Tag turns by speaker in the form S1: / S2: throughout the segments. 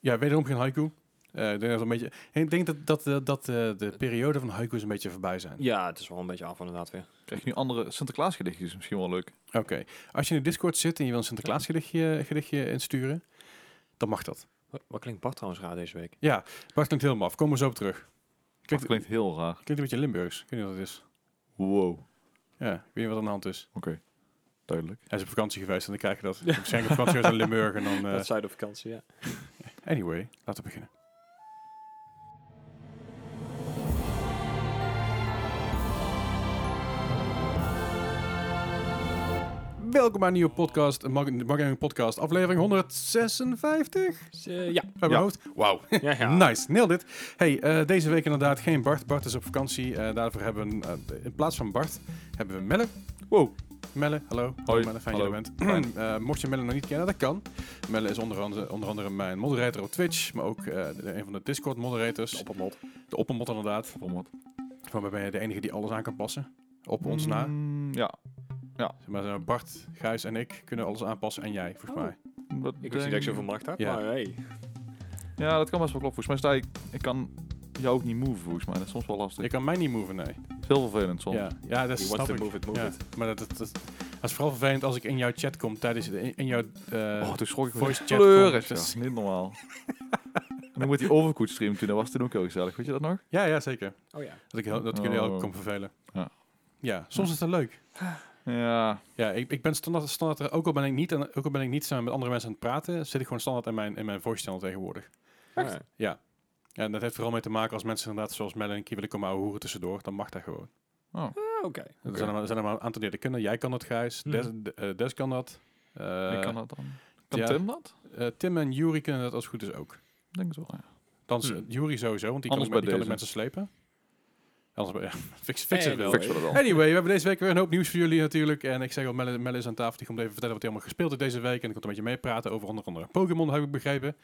S1: Ja, wederom geen haiku. Eh, ik denk dat, een beetje, ik denk dat, dat, eh, dat eh, de periode van haiku's een beetje voorbij zijn.
S2: Ja, het is wel een beetje af inderdaad weer.
S3: Krijg je nu andere Sinterklaas gedichtjes? Misschien wel leuk.
S1: Oké. Als je in de Discord zit en je wil een Sinterklaas gedichtje, gedichtje insturen, dan mag dat.
S2: Wat, wat klinkt Bart trouwens raar deze week?
S1: Ja, Bart klinkt helemaal af. Komen we zo op terug.
S3: Dat
S1: Klinkt, klinkt
S3: klinkt heel raar.
S1: een beetje Limburgs. Ik weet niet wat het is.
S3: Wow. Oké,
S1: Ja, ik weet niet wat aan de hand is.
S3: duidelijk.
S1: Hij is op vakantie geweest en dan krijg je dat. Waarschijnlijk op vakantie geweest in Limburg en dan... eh,
S2: Dat zei de vakantie, ja.
S1: Anyway, laten we beginnen. Welkom bij een nieuwe podcast, een Mark- Mark Gaming Podcast, aflevering 156.
S2: dus, eh, ja.
S1: Uit mijn
S3: Ja.
S1: hoofd. Wauw.
S2: ja, ja.
S1: Nice, nail dit. Hey, eh, deze week inderdaad geen Bart. Bart is op vakantie. eh, daarvoor hebben we, eh, in plaats van Bart, hebben we Melle.
S3: Wow.
S1: Melle, hallo.
S3: Hoi,
S1: Melle, fijn dat je
S3: hallo.
S1: er bent. Eh, mocht je Melle nog niet kennen, dat kan. Melle is onder andere, onder andere mijn moderator op Twitch, maar ook eh, de- een van de Discord-moderators.
S2: Op een mod.
S1: De oppermot inderdaad,
S3: Van wat?
S1: waarbij ben je de enige die alles aan kan passen. Op ons na.
S3: Mm, Ja,
S1: Zeg Maar eh, Bart, Gijs en ik kunnen alles aanpassen en jij, volgens
S2: Oh.
S1: mij.
S3: dat
S2: Ik wist
S3: denk-
S2: niet dat ik zoveel macht had,
S1: Ja.
S2: maar hey.
S3: Ja, dat kan best wel kloppen. Volgens mij sta ik... Ik kan jou ook niet move, volgens mij. Dat is soms wel lastig.
S1: Je kan mij niet moven, nee.
S3: Het is heel vervelend soms.
S1: Ja, ja dat
S2: You
S1: snap
S2: want to
S1: ik.
S2: move it, move
S1: ja.
S2: it.
S1: Maar dat, dat, dat, dat is vooral vervelend als ik in jouw chat kom tijdens de, in, in jouw... eh,
S3: oh, toen schrok ik
S1: voice
S3: voice
S1: chat
S3: kleur
S1: komt,
S3: is
S1: dus-
S3: dat niet normaal. en dan wordt die overkoet stream toen. Dat was toen ook heel gezellig. Weet je dat nog?
S1: ja, ja, zeker.
S2: Oh ja.
S1: Dat, ik, heel- dat jullie ook
S3: Oh.
S1: kom vervelen.
S3: Ja.
S1: ja, soms is het leuk.
S3: Ja.
S1: Ja, ik, ik ben standaard, standaard ook, al ben ik niet, aan- ook al ben ik niet samen met andere mensen aan het praten, zit ik gewoon standaard in mijn, in mijn voice channel tegenwoordig.
S2: Echt?
S1: En dat heeft vooral mee te maken als mensen inderdaad zoals Mel en Kie willen komen ouwe hoeren tussendoor, dan mag dat gewoon.
S3: Oh.
S2: Ah, Oké.
S1: Er zijn er, maar- er zijn er maar een aantal die dat kunnen. Jij kan dat, Gijs. Des, de- eh, Des kan dat. Eh,
S3: Hm. ik kan dat dan. Kan
S1: ja.
S3: Tim dat?
S1: eh, Tim en Jury kunnen dat als het goed is ook.
S3: Ik Denk het wel. ja.
S1: Dan
S2: Hmm.
S1: Jury sowieso, want die kan,
S3: Hm. Anders
S1: ook met- die
S3: bij
S1: kan ook
S3: deze.
S1: mensen slepen. Anders bij, fix, fix het
S2: Anyway.
S1: wel.
S3: Fix we dat dan.
S1: Anyway, we hebben deze week weer een hoop nieuws voor jullie natuurlijk. En ik zeg al, Melle, Melle is aan tafel. Die komt even vertellen wat hij allemaal gespeeld heeft deze week. En ik komt een beetje meepraten over onder andere Pokémon, heb ik begrepen.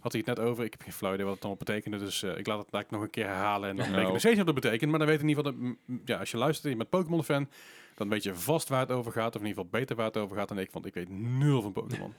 S1: Had hij het net over. Ik heb geen flauw idee wat het allemaal betekende. Dus eh, ik laat het eigenlijk nog een keer herhalen. En dan weet ik
S3: Nou.
S1: nog steeds niet wat dat betekent. Maar dan weet in ieder geval, dat, mm, mm, ja, als je luistert en je bent Pokémon-fan... dan weet je vast waar het over gaat. Of in ieder geval beter waar het over gaat dan ik. Want ik weet nul van Pokémon.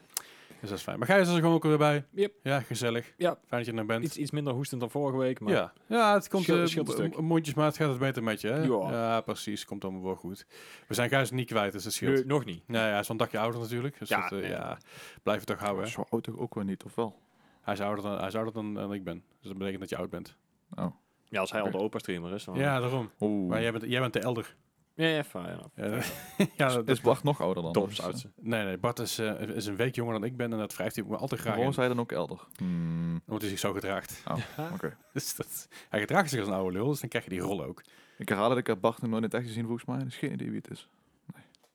S1: dus dat is fijn. Maar Gijs is er gewoon ook weer bij.
S2: Yep.
S1: Ja, gezellig.
S2: Ja.
S1: Fijn dat je er bent.
S2: Iets, iets minder hoestend dan vorige week, maar
S1: Ja, ja het komt
S2: Scheelt-
S1: eh,
S2: scheelt een
S1: m-
S2: stuk.
S1: mondjesmaat gaat het beter met je. Hè?
S2: Ja.
S1: precies. Komt allemaal wel goed. We zijn Gijs niet kwijt, dus dat scheelt.
S2: nu, nog niet.
S1: Nou ja, hij is wel een dagje ouder natuurlijk. Dus
S2: Ja,
S1: dat, eh,
S2: nee.
S1: ja, blijf het toch houden. Oh, Hè?
S3: Zo oud toch ook weer niet, of wel?
S1: Hij is ouder, dan, hij is ouder dan, dan ik ben. Dus dat betekent dat je oud bent.
S3: Oh.
S2: Ja, als hij al
S3: Oké.
S2: de opa streamer is, dan...
S1: Ja, daarom.
S3: Oeh.
S1: Maar jij bent, jij bent de elder.
S2: Ja, ja, fijn. ja.
S1: Ja, ja, dat-
S3: is Bart nog ouder dan?
S2: Tom's
S3: Dus, eh,
S2: oudste.
S1: nee, nee, Bart is, eh, is een week jonger dan ik ben en dat wrijft hij me altijd graag in.
S3: Waarom is hij dan ook elder? Hmm,
S1: Omdat hij zich zo gedraagt.
S3: Oké.
S1: Dus dat, hij gedraagt zich als een oude lul, dus dan krijg je die rol ook.
S3: Ik herhaal dat ik heb Bart nog nooit in het echt gezien, volgens mij. Dus geen idee wie het is.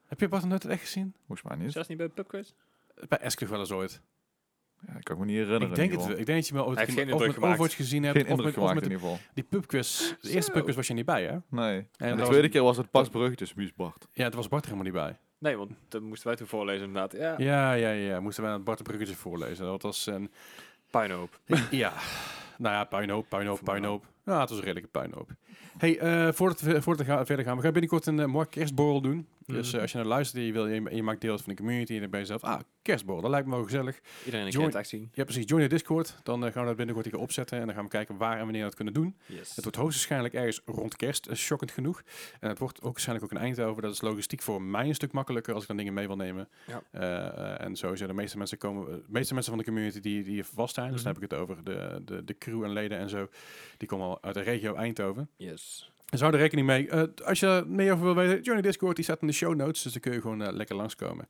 S1: Heb je Bart nog nooit echt gezien?
S3: Volgens mij niet.
S2: Is dat niet bij PubQuiz?
S1: Bij Esker wel eens ooit.
S3: Ja, ik kan ik me niet herinneren.
S1: Ik denk,
S3: in
S1: het,
S3: ieder
S1: wel. ik denk dat je me ooit
S2: Hij heeft
S1: gezien-
S2: geen
S1: of
S2: indruk
S1: met Overwatch
S2: gemaakt.
S1: gezien
S3: geval.
S1: hebt. of
S3: Geen indruk
S1: met, of
S3: gemaakt
S1: met
S3: in ieder geval.
S1: die pubquiz. De eerste
S2: Zo.
S1: pubquiz was je niet bij, hè?
S3: Nee. En
S1: dat
S3: de tweede
S1: was- Oh.
S3: keer was het pas brug, dus wie is Bart?
S1: Ja, het was Bart er helemaal niet bij.
S2: Nee, want dat moesten wij toen voorlezen inderdaad. Ja,
S1: Ja, ja, ja. ja. Moesten wij aan Bart de Bruggetje voorlezen. Dat was een...
S2: puinhoop.
S1: ja. Nou ja, puinhoop, puinhoop, puinhoop. Ja, het was een redelijke puinhoop. hey, eh, voordat we, voordat we gaan, verder gaan. We gaan binnenkort een eh, mooie kerstborrel doen. Dus
S2: Mhm.
S1: eh, als je nou luistert en je, wil, en je, en je maakt deel uit van de community... en dan ben je zelf... Ah, kerstborrel, dat lijkt me wel gezellig.
S2: Iedereen in
S1: Join-
S2: interactie.
S1: Ja, precies. Join de Discord. Dan eh, gaan we dat binnenkort een keer opzetten. En dan gaan we kijken waar en wanneer we dat kunnen doen.
S2: Yes.
S1: Het wordt hoogstwaarschijnlijk ergens rond kerst, eh, shockend genoeg. En het wordt ook waarschijnlijk ook in Eindhoven. Dat is logistiek voor mij een stuk makkelijker als ik dan dingen mee wil nemen.
S2: Ja.
S1: Eh, eh, en sowieso de meeste mensen komen, eh, de meeste mensen van de community die, die hier vast zijn, dus dan heb ik het over de, de, de crew en leden en zo, die komen al uit de regio Eindhoven.
S2: Yes.
S1: Dus hou er rekening mee. Eh, als je daar meer over wil weten, join de Discord, die staat in de show notes, dus dan kun je gewoon eh, lekker langskomen.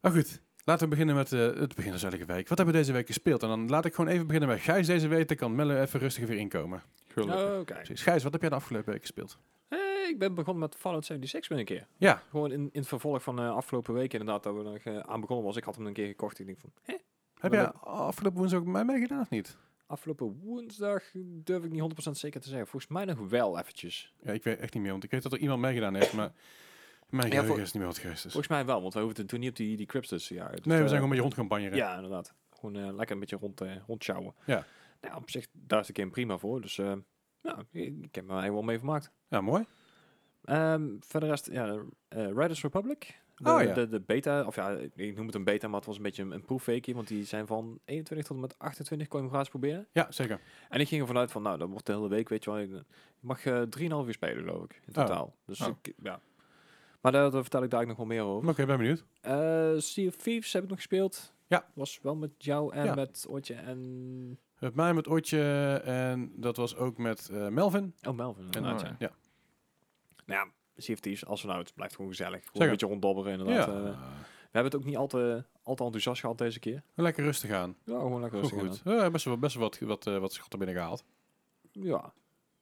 S1: Maar goed, laten we beginnen met eh, het begin van elke week. Wat hebben we deze week gespeeld? En dan laat ik gewoon even beginnen bij Gijs deze week, dan kan Melle even rustig weer inkomen. Oh.
S3: Gelukkig.
S2: Oh, Oké.
S1: Precies. Gijs, wat heb jij de afgelopen week gespeeld?
S2: Hey, ik ben begonnen met Fallout 76 weer een keer.
S1: Ja,
S2: Gewoon in, in het vervolg van eh afgelopen week inderdaad, dat we nog eh, aan begonnen was. Ik had hem een keer gekocht. Ik denk van, hè?
S1: Heb
S2: Maar
S1: jij afgelopen woensdag ook met mij meegedaan of niet?
S2: Afgelopen woensdag durf ik niet 100% zeker te zeggen. Volgens mij nog wel eventjes.
S1: Ja, ik weet echt niet meer, want ik weet dat er iemand meegedaan heeft, maar mijn
S2: Ja,
S1: geheugen
S2: voor-
S1: is niet meer wat geest is.
S2: Volgens mij wel, want we hoefden toen niet op die, die crypts te jagen. Dus,
S1: Nee, we
S2: eh,
S1: zijn gewoon met je hond gaan banjeren.
S2: Ja, inderdaad. Gewoon eh, lekker een beetje rond, eh rondschouwen.
S1: Ja.
S2: Nou, op zich, daar is de game prima voor. Dus eh, nou, ik, ik heb me eigenlijk wel mee vermaakt.
S1: Ja, mooi.
S2: Ehm, verder rest, ja, eh, Riders Republic. De,
S1: Oh, ja.
S2: de, de beta, of ja, ik noem het een beta, maar het was een beetje een, een proefweekje. Want die zijn van 21 tot en met 28, kon je hem gratis proberen.
S1: Ja, zeker.
S2: En ik ging ervan uit van, nou, dat wordt de hele week, weet je wel. Je mag eh 3,5 uur spelen, geloof ik, in
S1: Oh.
S2: totaal. Dus
S3: Oh.
S2: ik- ja. Maar daar, daar vertel ik daar nog wel meer over.
S1: Oké, ben benieuwd.
S2: Eh sea of Thieves heb ik nog gespeeld.
S1: Ja.
S2: Was wel met jou en
S1: Ja.
S2: met Otje en...
S1: Met mij, met Otje en dat was ook met eh, Melvin.
S2: Oh, Melvin.
S1: En
S2: inderdaad,
S3: Oh,
S2: ja.
S1: ja.
S2: Nou ja, Sea of Thieves, als we nou, het blijft gewoon gezellig. Gewoon een
S1: Zeker.
S2: beetje ronddobberen, inderdaad.
S1: Ja,
S2: Eh, we hebben het ook niet al te, al te enthousiast gehad deze keer.
S1: lekker rustig aan.
S2: Ja, gewoon lekker
S1: Goed,
S2: rustig
S1: goed. Eh, best wel, best wel wat, wat, eh, wat schotten binnen gehaald.
S2: aan. Ja.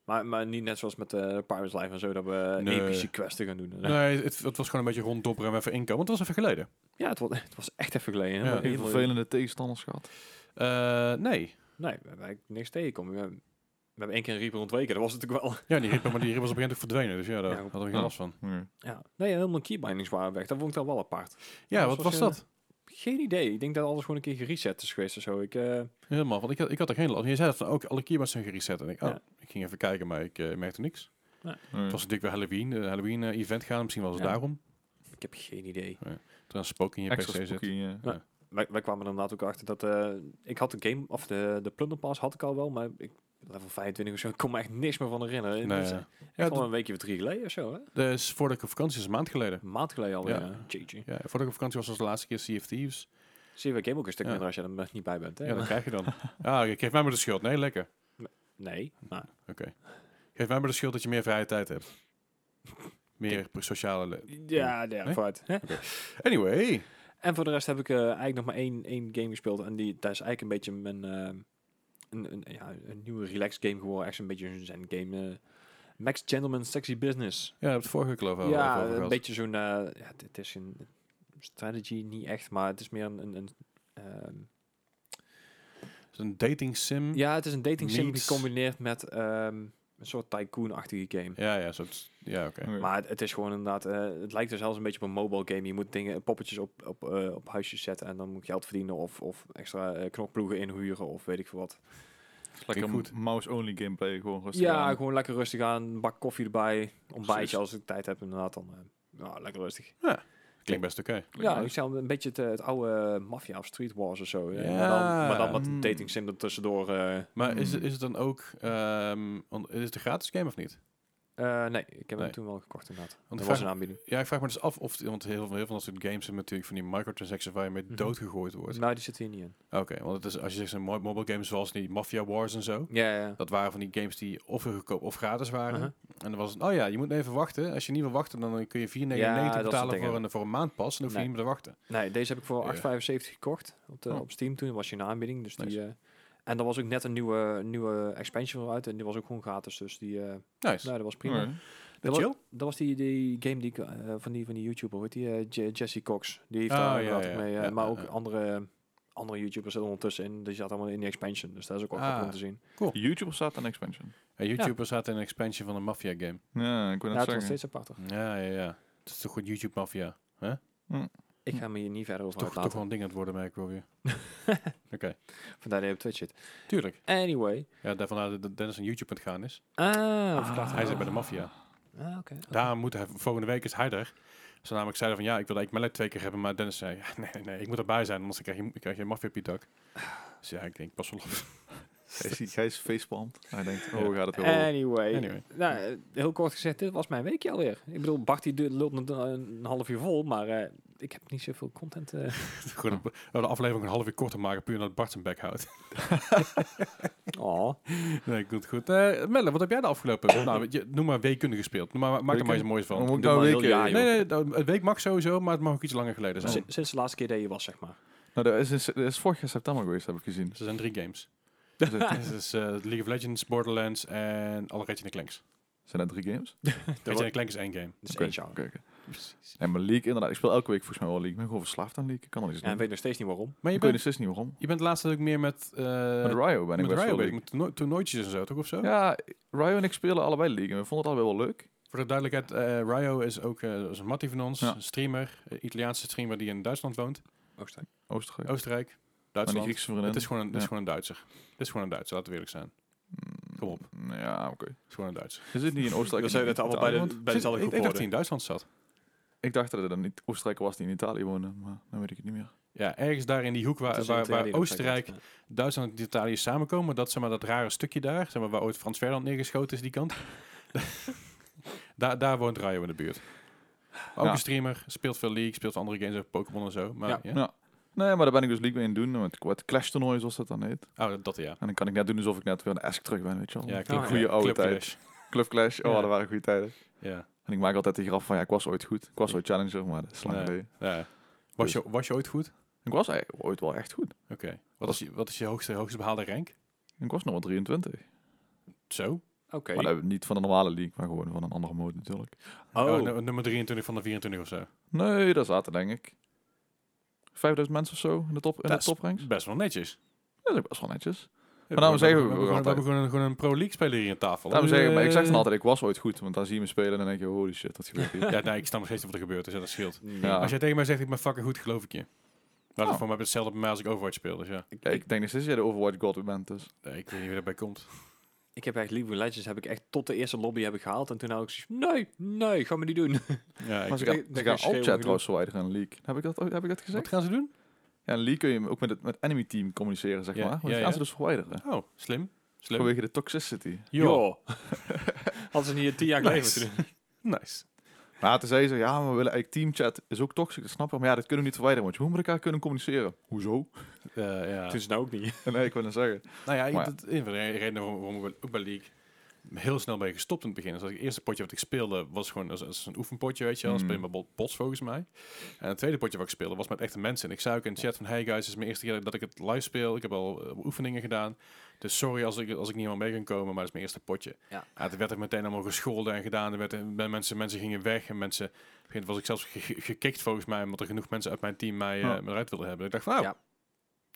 S2: Maar, maar niet net zoals met eh Pirates Live en zo, dat we
S1: Nee.
S2: epische questen gaan doen.
S1: Nee, het, het was gewoon een beetje ronddobberen en even inkomen. Want het was even geleden.
S2: Ja, het was, het was echt even geleden. hè.
S1: Ja.
S2: Maar in
S3: Geen
S2: ieder geval-
S3: vervelende tegenstanders gehad.
S1: Eh, nee.
S2: Nee, we hebben eigenlijk niks tegenkomen. We hebben, we hebben één keer een Reaper ontweken, dat was het ook wel.
S1: Ja, die ripper, maar die ripper was op een gegeven moment verdwenen. Dus ja, daar
S2: Ja, nou, goed.
S1: hadden we geen
S3: Ja.
S1: last van.
S3: Hmm.
S2: Ja. Nee, helemaal keybindings waren weg. Dat vond ik dan wel apart.
S1: Ja, wat
S2: Dat was
S1: was
S2: je-
S1: dat?
S2: Geen idee. Ik denk dat alles gewoon een keer gereset is geweest of zo. Ik, eh,
S1: Helemaal, want ik had, ik had er geen last van. Je zei dat van ook, alle keyboards zijn gereset. En ik, oh,
S2: Ja.
S1: ik ging even kijken, maar ik eh, merkte niks.
S3: Hmm.
S1: Het was natuurlijk weer Halloween, eh, Halloween eh, event gaan. Misschien was het
S2: Ja.
S1: daarom.
S2: ik heb geen idee.
S1: Toen een spook in je
S3: Extra
S1: PC
S3: spooky,
S1: zit.
S3: ja.
S2: Wij, wij kwamen er inderdaad ook achter dat... eh, ik had de game, of de, de Plunder Pass had ik al wel, maar ik, level 25 of zo, ik kon me echt niks meer van herinneren.
S1: Nee,
S2: dat is
S1: ja.
S2: echt
S1: Ja,
S2: al
S1: dat,
S2: een weekje of drie geleden of zo, hè?
S1: dat is voordat ik op vakantie was, een maand geleden.
S2: Een maand geleden alweer.
S1: Ja.
S2: Ja. GG.
S1: Ja, voordat ik op vakantie was, was de laatste keer Sea of Thieves.
S2: Zie je, we game ook een stuk
S1: Ja.
S2: minder als je er eh, niet bij bent, hè?
S1: Ja, dat krijg je dan. Ah, je geeft mij maar de schuld. Nee, lekker.
S2: Nee, maar
S1: Geef mij maar de schuld dat je meer vrije tijd hebt. Meer sociale... le-
S2: Ja, ja,
S1: Nee?
S2: vooruit. Hè?
S1: Anyway.
S2: En voor de rest heb ik eh, eigenlijk nog maar één, één game gespeeld. En die, dat is eigenlijk een beetje mijn... eh, een, een, ja, een nieuwe relaxed game geworden. Echt een beetje een zen game. eh. Max Gentleman Sexy Business.
S1: Ja, daar heb ik het vorige keer geloof ik al even
S2: ja,
S1: over
S2: een
S1: gehad.
S2: beetje zo'n... eh, ja, het, het is een strategy niet echt, maar het is meer een... een, een ehm,
S1: Het is Een dating sim. Ja,
S2: ja, het is een dating sim
S1: Needs.
S2: gecombineerd met ehm, een soort tycoon-achtige game.
S1: ja, ja. soort- ja oké.
S3: Hmm.
S2: Maar het, het is gewoon inderdaad, eh, het lijkt er zelfs een beetje op een mobile game. Je moet dingen, poppetjes op, op, eh, op huisjes zetten en dan moet je geld verdienen of, of extra eh, knokploegen inhuren of weet ik veel wat.
S3: Lekker
S1: goed.
S3: goed. mouse-only gameplay, gewoon rustig
S2: ja,
S3: aan.
S2: gewoon lekker rustig aan, een bak koffie erbij, ontbijtje
S3: Precies.
S2: als ik tijd heb inderdaad dan. eh, ja, lekker rustig.
S1: Klinkt best oké.
S3: Klinkt
S2: ja,
S3: nice.
S2: ik zou een beetje het, eh, het oude Mafia of Street Wars of zo. eh,
S1: Ja.
S2: Maar, dan, maar dan met een
S3: Hmm.
S2: dating sim er tussendoor. eh.
S1: Maar is, het-
S3: Hmm.
S1: is het dan ook... ehm, want is het een gratis game of niet?
S2: Eh, nee, ik heb
S1: Nee.
S2: hem toen wel gekocht inderdaad.
S1: de
S2: Want dat
S1: vraag-
S2: was een aanbieding.
S1: Ja, ik vraag me dus af of... Want heel veel, heel veel van dat soort games hebben natuurlijk van die microtransactions waar je mee
S2: Mhm.
S1: doodgegooid wordt.
S2: Nou, die zit hier niet in.
S1: Oké, want het is, als je zegt een mo- mobile games zoals die Mafia Wars en zo.
S2: Ja, ja. ja.
S1: Dat waren van die games die of heel goedkoop of gratis waren.
S2: Uh-huh.
S1: En dan was het, oh ja, je moet even wachten. Als je niet wil wachten, dan kun je 4,99
S2: Ja, dat soort
S1: betalen
S2: dingen.
S1: voor een, voor een maand pas. En dan hoef je
S2: Nee.
S1: niet meer te wachten.
S2: Nee, deze heb ik voor
S1: Ja.
S2: 8,75 gekocht op, de,
S1: Oh.
S2: op Steam. Toen was je een aanbieding. Dus die,
S1: Nice.
S2: eh, en er was ook net een nieuwe, nieuwe expansion voor uit. En die was ook gewoon gratis. Dus die, eh
S1: Nice.
S2: nou, dat was prima.
S3: Alright.
S2: Dat,
S1: chill.
S2: was, dat was die, die game die ik, eh, van, die, van die YouTuber, weet die eh, Je- Jesse Cox. Die heeft
S1: Ah,
S2: daar
S1: ja,
S2: inderdaad
S1: ja,
S2: ook mee. eh,
S1: ja,
S2: maar
S1: ja,
S2: ook
S1: ja.
S2: andere, andere YouTubers zitten ondertussen in. Die zaten allemaal in die expansion. Dus dat is ook wel grappig
S1: Ah.
S2: om te zien.
S3: YouTube staat een expansion.
S1: En YouTube zat in een expansion van een Mafia game.
S3: Ja, ik wil
S2: Ja,
S3: net
S2: Nou, het was
S3: zeggen.
S2: steeds aparter.
S1: Ja, ja, ja. Het is toch goed YouTube Mafia.
S2: Ik ga me hier niet verder over
S1: Hm. Toch, toch
S2: uitlaten.
S1: wel een ding aan het worden, merk ik wel weer. Oké,
S2: Vandaar dat je op Twitch zit.
S1: tuurlijk.
S2: Anyway.
S1: Ja, daarvan dat Dennis een YouTube aan het gaan is.
S2: Ah,
S1: Hij zit
S2: zit
S1: bij de Mafia.
S2: Ah, oké.
S1: Daarom moet hij, volgende week is hij er. Ze namelijk zeiden van ja, ik wil eigenlijk Mallet twee keer hebben, maar Dennis zei ja, nee, nee, ik moet erbij zijn, anders krijg je, krijg je een maffia op je dak. Dus ja, ik denk pas wel op.
S3: Hij is, hij is facepalmd. Hij denkt, oh,
S1: Ja.
S3: we gaan het wel horen.
S2: Anyway.
S1: Anyway.
S2: Nou, eh, heel kort gezegd, dit was mijn weekje alweer. Ik bedoel, Bart die du- lult een, een half uur vol, maar eh, ik heb niet zoveel content. eh.
S1: Gewoon een- nou, de aflevering een half uur korter maken, puur omdat Bart zijn bek houdt.
S2: Oh.
S1: nee, goed, goed. Eh Melle, wat heb jij de afgelopen, nou, je, noem maar weekkunde gespeeld. Noem maar, maak er maar eens moois
S3: Dan
S1: van.
S3: moet ik
S2: Doe
S3: nou
S2: maar
S3: een
S2: heel
S3: weekje-
S2: jaar,
S1: Nee,
S2: Ah, joh.
S1: nee, nou, een week mag sowieso, maar het mag ook iets langer geleden zijn.
S2: Si- Sinds de laatste keer dat je was, zeg maar.
S3: Nou, dat is, in se- dat is vorig jaar september geweest, heb ik gezien.
S1: Dus er zijn drie games.
S3: Dus het-
S2: Ah.
S1: Dus het is eh, League of Legends, Borderlands en alle Ratchet en Clanks.
S3: Zijn dat drie games?
S1: Ratchet en Clanks is één game. Dus-
S2: Dat is
S3: Oké,
S2: één genre.
S3: oké, dus oké. En mijn League, inderdaad. Ik speel elke week volgens mij wel League. Ik ben gewoon verslaafd aan League. Ik kan er niets
S2: Ja,
S3: aan
S2: ik
S3: doen.
S2: weet nog steeds niet waarom.
S1: Maar je
S3: Ik weet nog
S1: bent,
S3: steeds niet waarom.
S1: je bent laatst ook meer met... eh,
S3: Met Ryo ben ik
S1: met
S3: best
S1: Riot bezig,
S3: wel League.
S1: met toerno- toernooitjes en zo, toch of zo?
S3: Ja, Ryo en ik spelen allebei League. En we vonden het allebei wel leuk.
S1: Voor de duidelijkheid, eh Ryo is ook eh, is een mattie van ons,
S3: Ja.
S1: een streamer, een Italiaanse streamer die in Duitsland woont,
S2: Oh, sterk.
S3: Oostenrijk.
S1: Oostenrijk,
S3: Maar die
S1: Duitsland.
S3: Griekse vriendin.
S1: Het is gewoon een, het is
S3: Ja.
S1: gewoon een Duitser. Het is gewoon een Duitser, laten we eerlijk zijn.
S3: Mm,
S1: Kom op.
S3: Ja, oké.
S1: Het is gewoon een Duitser.
S3: Is dit niet in Oostenrijk?
S2: We zijn
S3: in
S2: het allemaal bij, de,
S3: Italië?
S2: bij
S1: Zit-
S2: dezelfde
S1: ik, ik
S2: groep
S1: dacht dat hij
S2: worden.
S1: in Duitsland zat.
S3: Ik dacht dat het een It- Oostenrijker was die in Italië woonde, maar dan weet ik het niet meer.
S1: Ja, ergens daar in die hoek
S2: Het
S1: waar,
S2: is in
S1: waar, waar
S2: Italië,
S1: Oostenrijk,
S2: ja.
S1: Duitsland en Italië samenkomen. Dat, zeg maar, dat rare stukje daar, zeg maar, waar ooit Frans Ferdinand neergeschoten is, die kant. daar, daar woont Rayo in de buurt. Ook
S3: Ja.
S1: een streamer, speelt veel League, speelt andere games, ook Pokémon en zo. Maar,
S2: Ja.
S1: ja.
S3: Nee, maar daar ben ik dus League mee in doen, met het Clash toernooi zoals dat dan heet.
S1: Oh, dat ja.
S3: En dan kan ik net doen alsof ik net weer een Esk terug ben, weet je wel.
S1: Ja,
S2: ja.
S1: klinkt
S3: Goeie oude tijd. Club Clash, oh,
S1: Ja.
S3: dat waren goede tijden.
S1: Ja.
S3: En ik maak altijd de grap van, ja, ik was ooit goed. Ik was ooit challenger, maar dat is lang
S1: Nee.
S3: geleden.
S1: ja. Was, je, was je ooit goed?
S3: Ik was eigenlijk ooit wel echt goed.
S1: Oké. Wat, is, je- wat is je hoogste, hoogste behaalde rank?
S3: Ik was nog maar 23.
S1: Zo.
S2: Oké.
S3: Maar dat- niet van de normale league, maar gewoon van een andere mode natuurlijk.
S1: Oh,
S2: Oh,
S1: nu- nummer 23 van de 24 of zo.
S3: Nee, daar zaten denk ik 5000 mensen of zo in de, top, in
S1: Dat
S3: de
S1: is-
S3: topranks.
S1: Best wel netjes.
S3: Dat is ook best wel netjes.
S1: Maar
S3: daarom zeggen we
S1: we,
S3: ook
S1: hebben gewoon- we
S3: altijd-
S1: hebben gewoon een, gewoon een pro-league speler hier aan tafel.
S3: Daarom zeggen, maar ik zeg dan
S1: Eh,
S3: altijd, ik was ooit goed. Want dan zie je me spelen en dan denk je, holy shit, wat gebeurt hier?
S1: Ja, nee, ik snap nog steeds niet wat er gebeurt, dus dat scheelt.
S2: nee.
S3: Ja.
S1: Als jij tegen mij zegt, ik ben fucking goed, geloof ik je. Maar dat
S3: Oh.
S1: is voor mij hetzelfde bij mij als ik Overwatch speel, dus ja.
S2: Ik,
S3: Ja,
S2: ik,
S3: ik denk nog steeds dat je de Overwatch god bent, dus.
S1: Nee, ik weet niet hoe dat bij komt.
S2: ik heb echt League of Legends heb ik echt tot de eerste lobby heb ik gehaald. En toen had ik zoiets van, nee, nee, gaan we niet doen.
S1: Ja, ik-
S3: Maar ze
S2: denk- denk
S3: gaan, ze
S2: dat
S3: gaan
S2: je schreeuwen
S3: alt-chat
S2: genoeg-
S3: trouwens verwijderen in League. Heb ik dat, heb ik dat gezegd?
S1: wat gaan ze doen?
S3: Ja, in League kun je ook met het met enemy team communiceren, zeg
S1: Ja,
S3: maar. Want die
S1: ja,
S3: gaan
S1: ja.
S3: ze dus verwijderen.
S1: Oh, slim. Slim.
S3: Vanwege de toxicity.
S1: Yo.
S2: Hadden ze niet tien jaar geleden
S1: Nice.
S2: moeten doen.
S1: Nice.
S3: Maar toen zei ze, ja, maar we willen eigenlijk teamchat. Is ook toxic, dat snap ik. Maar ja, dat kunnen we niet verwijderen. Want hoe moet elkaar kunnen communiceren? Hoezo?
S1: Eh, ja.
S2: Toen is het nou ook niet.
S3: En nee, ik wil dan zeggen.
S1: Nou ja, ik-
S3: Maar ja.
S1: dat een van de redenen waarom, waarom ik bij- ook bij League heel snel ben gestopt in het begin. Dus dat ik- het eerste potje wat ik speelde was gewoon als, als een oefenpotje, weet je wel. Dan speel je
S3: Mm.
S1: met bot- bots volgens mij. En het tweede potje wat ik speelde was met echte mensen. En ik zei ook in de chat van, hey guys, het is mijn eerste keer dat ik het live speel. Ik heb al eh, oefeningen gedaan. Dus sorry als ik, als ik niet helemaal mee kan komen, maar het is mijn eerste potje.
S2: Ja.
S1: het werd er meteen allemaal gescholden en gedaan. Er werd, en mensen, mensen gingen weg en mensen... op een gegeven moment was ik zelfs ge- ge- gekikt volgens mij, omdat er genoeg mensen uit mijn team mij, eh,
S3: Ja.
S1: me eruit wilden hebben. Ik dacht van, nou,
S2: Ja.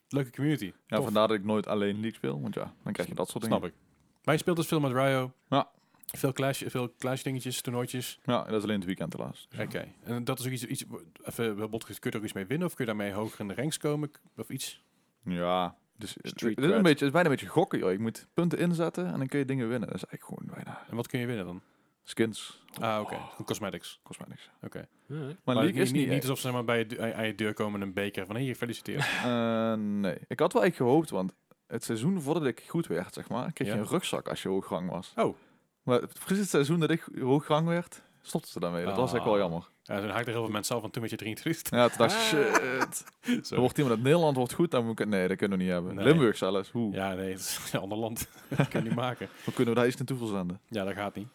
S1: leuke community.
S3: Ja,
S1: Tof.
S3: vandaar dat ik nooit alleen League speel. Want ja, dan krijg je dat soort dingen.
S1: Snap ik. Wij speelden dus veel met Ryo.
S3: Ja.
S1: Veel clash, veel clash dingetjes, toernooitjes.
S3: Ja, dat is alleen het weekend helaas.
S1: Oké. En dat is ook iets, iets even wel bot, kun je er ook iets mee winnen? Of kun je daarmee hoger in de ranks komen? K- Of iets?
S3: Ja, dus het
S2: Street
S3: het is, een
S2: cred.
S3: beetje, het is bijna een beetje gokken, joh. Ik moet punten inzetten en dan kun je dingen winnen. Dat is eigenlijk gewoon bijna
S1: En wat kun je winnen dan?
S3: skins.
S1: Ah, oké. Van Cosmetics.
S3: Kost mij niks. Oh. Maar,
S1: Maar,
S3: League
S1: niet,
S3: is niet,
S1: niet alsof ze maar bij je, du- aan aan je deur komen met een beker van, hé, hey, gefeliciteerd.
S3: Eh, nee. Ik had wel echt gehoopt, want het seizoen voordat ik goed werd, zeg maar, kreeg
S1: Ja.
S3: je een rugzak als je hoograng was.
S1: Oh.
S3: Maar het- precies het seizoen dat ik hoograng werd, stopte ze daarmee. Dat was
S1: Ah.
S3: eigenlijk wel jammer.
S1: Ja, toen haakten heel veel mensen af van toen met je 23.
S3: Ja, toen dacht ik, shit. Ah. Dan wordt iemand uit Nederland wordt goed, dan moet ik het... Nee, dat kunnen we niet hebben.
S1: Nee.
S3: Limburg zelfs, hoe?
S1: Ja, nee, het is een ander land. dat kan je niet maken.
S3: Hoe kunnen we daar iets naartoe verzenden?
S1: Ja, dat gaat niet.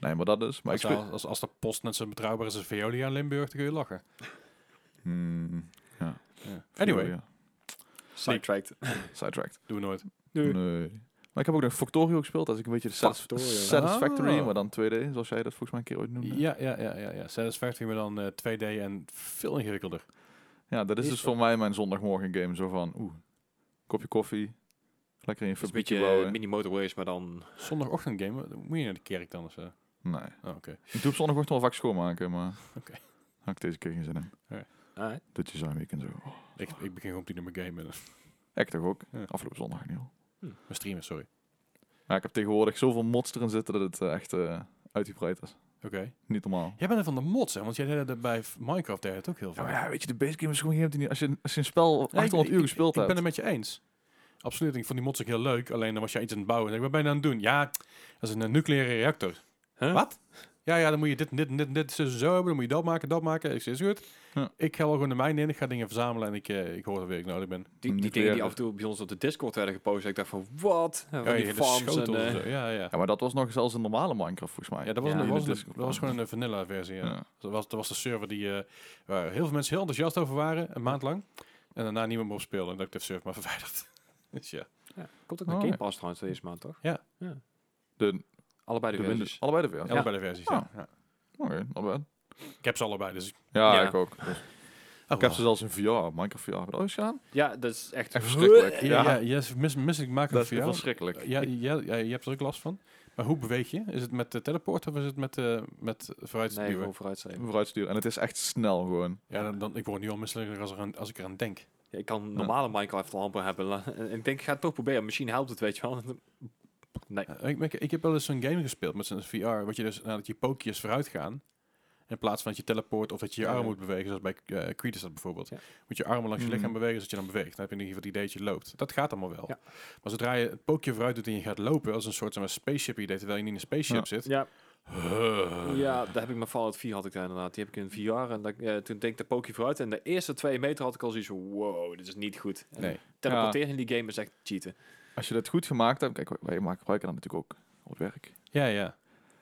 S3: Nee, maar dat is... Maar ik
S1: Als,
S3: speel...
S1: als, als, de post net zo betrouwbaar is als Veolia in Limburg, dan kun je lachen.
S3: Hmm,
S1: Ja. Anyway,
S3: ja.
S2: Sidetracked.
S3: Sidetracked.
S1: doen we nooit.
S2: Nee.
S3: Nee. Maar ik heb ook nog Factorio gespeeld. Dat is een beetje de satis-
S2: Factorio.
S3: Satisfactory,
S1: Ah.
S3: maar dan 2D, zoals jij dat volgens mij een keer ooit noemde.
S1: Ja, ja, ja, ja, ja. Satisfactory, maar dan eh, 2D en veel ingewikkelder.
S3: Ja, dat is
S2: Is
S3: dus
S2: dat-
S3: voor mij mijn zondagmorgen game. Zo van, oeh, kopje koffie, lekker in je
S2: Het is een
S3: fabriekje
S2: beetje eh,
S3: bouwen.
S2: mini motorways, maar dan...
S1: Zondagochtend game, eh, moet je naar de kerk dan of zo?
S3: Nee.
S1: Oh, oké.
S3: Ik doe op zondagochtend wel vaak schoonmaken, maar
S1: Oké.
S3: had ik deze keer geen zin in.
S2: Alright.
S3: Dat je zijn week en zo. Oh,
S1: Ik, ik begin gewoon op die nummer game met een-
S3: ik toch ook.
S1: Ja.
S3: Afgelopen zondag niet al.
S1: mijn streamer, sorry.
S3: Maar ik heb tegenwoordig zoveel mods erin zitten dat het eh, echt eh, uitgebreid is.
S1: Oké.
S3: Niet normaal.
S1: Jij bent er van de mods, hè? Want jij deed dat bij F- Minecraft deed het ook heel
S3: Ja,
S1: vaak.
S3: maar ja, weet je, de base game is gewoon geen... Als je, als je een spel
S1: Ja, ik-
S3: 800
S1: ik-
S3: uur gespeeld
S1: Ik ben
S3: hebt...
S1: het met je eens. Absoluut, ik vond die mods ook heel leuk. Alleen dan was jij iets aan het bouwen. En ik, wat ben je nou aan het doen? Ja, dat is een eh, nucleaire reactor.
S2: Huh?
S1: Wat? Ja, ja, dan moet je dit, dit, dit, dit zo, zo hebben. Dan moet je dat maken, dat maken. Ik zeg, is goed.
S3: Ja.
S1: Ik ga wel gewoon de mijne in. Ik ga dingen verzamelen en ik, eh, ik hoor dat weer ik nodig ben.
S2: Die, die dingen
S3: Niet
S2: die
S3: weer.
S2: af en toe bij ons op de Discord werden gepost. Ik dacht van, wat? Ja, van
S1: Ja,
S2: die
S1: hele
S2: farms en...
S1: schotels en
S2: eh,
S1: zo. Ja, ja.
S3: Ja, maar dat was nog zelfs een normale Minecraft, volgens mij.
S1: Ja, dat was,
S2: Ja.
S1: een-
S2: Die
S1: was,
S3: in de
S1: een-
S3: Discord
S1: dat was
S3: waren.
S1: gewoon een vanilla versie. Ja.
S3: Ja.
S1: Dat, was, dat was de server die, eh, waar heel veel mensen heel enthousiast over waren, een maand lang. En daarna niemand meer op speelde. En dat ik de server maar verwijderd. dus ja.
S2: ja, komt ook een
S3: Oh,
S2: Game
S3: ja.
S2: Pass trouwens deze maand, toch?
S3: De,
S2: Allebei de,
S3: de
S2: de
S3: Windows. Allebei de weer. Ja.
S1: Allebei de versies. ja. Ja.
S3: Oké, not bad.
S1: Ik heb ze allebei, dus...
S3: Ja,
S2: Ja.
S3: ik ook. Dus
S1: Oh,
S3: ik heb ze zelfs in VR, Minecraft VR. Heb je dat eens gedaan?
S2: Ja, dat is echt...
S3: Echt verschrikkelijk.
S1: Ja,
S3: Ja.
S1: ja, yes, mis, mis ik maak
S3: Dat
S1: het
S3: is
S1: voor jou.
S3: verschrikkelijk.
S1: Ja, ja, ja, je hebt er ook last van. Maar hoe beweeg je? Is het met de teleport of is het met, eh met
S2: Nee,
S1: vooruitstuwen?
S2: gewoon vooruitstreven.
S3: Vooruitsturen. En het is echt snel gewoon.
S1: ja, dan, dan, ik word nu al misselijk als, er aan- als ik eraan denk.
S2: Ja, ik kan normale Minecraft lampen hebben. la- En ik denk, ik ga het toch proberen. Misschien helpt het, weet je wel. Nee.
S1: Ja, ik, ik, ik heb wel eens zo'n game gespeeld met zo'n VR, wat je dus nadat je pookjes vooruit gaan. In plaats van dat je teleport of dat je je
S2: Ja.
S1: arm moet bewegen, zoals bij eh Creed is dat bijvoorbeeld.
S2: Ja. Mm.
S1: Moet je armen langs je
S3: Mhm.
S1: lichaam bewegen, zodat je dan beweegt. Dan heb je in ieder geval het idee dat je loopt. Dat gaat allemaal wel.
S2: Ja.
S1: Maar zodra je het pookje vooruit doet en je gaat lopen, als een soort zeg maar, spaceship idee, terwijl je niet in een spaceship zit.
S2: Ja,
S1: Huh.
S2: ja, daar heb ik met Fallout 4 had ik daar inderdaad. Die heb ik in VR en dat, ja, toen denk ik de pookje vooruit. En de eerste twee meter had ik al zoiets van, wow, dit is niet goed. En
S1: Nee.
S2: Teleporteren in die game is echt cheaten.
S3: Als je dat goed gemaakt hebt, kijk, wij maken gebruiken dat natuurlijk ook op het werk.
S1: Ja, ja.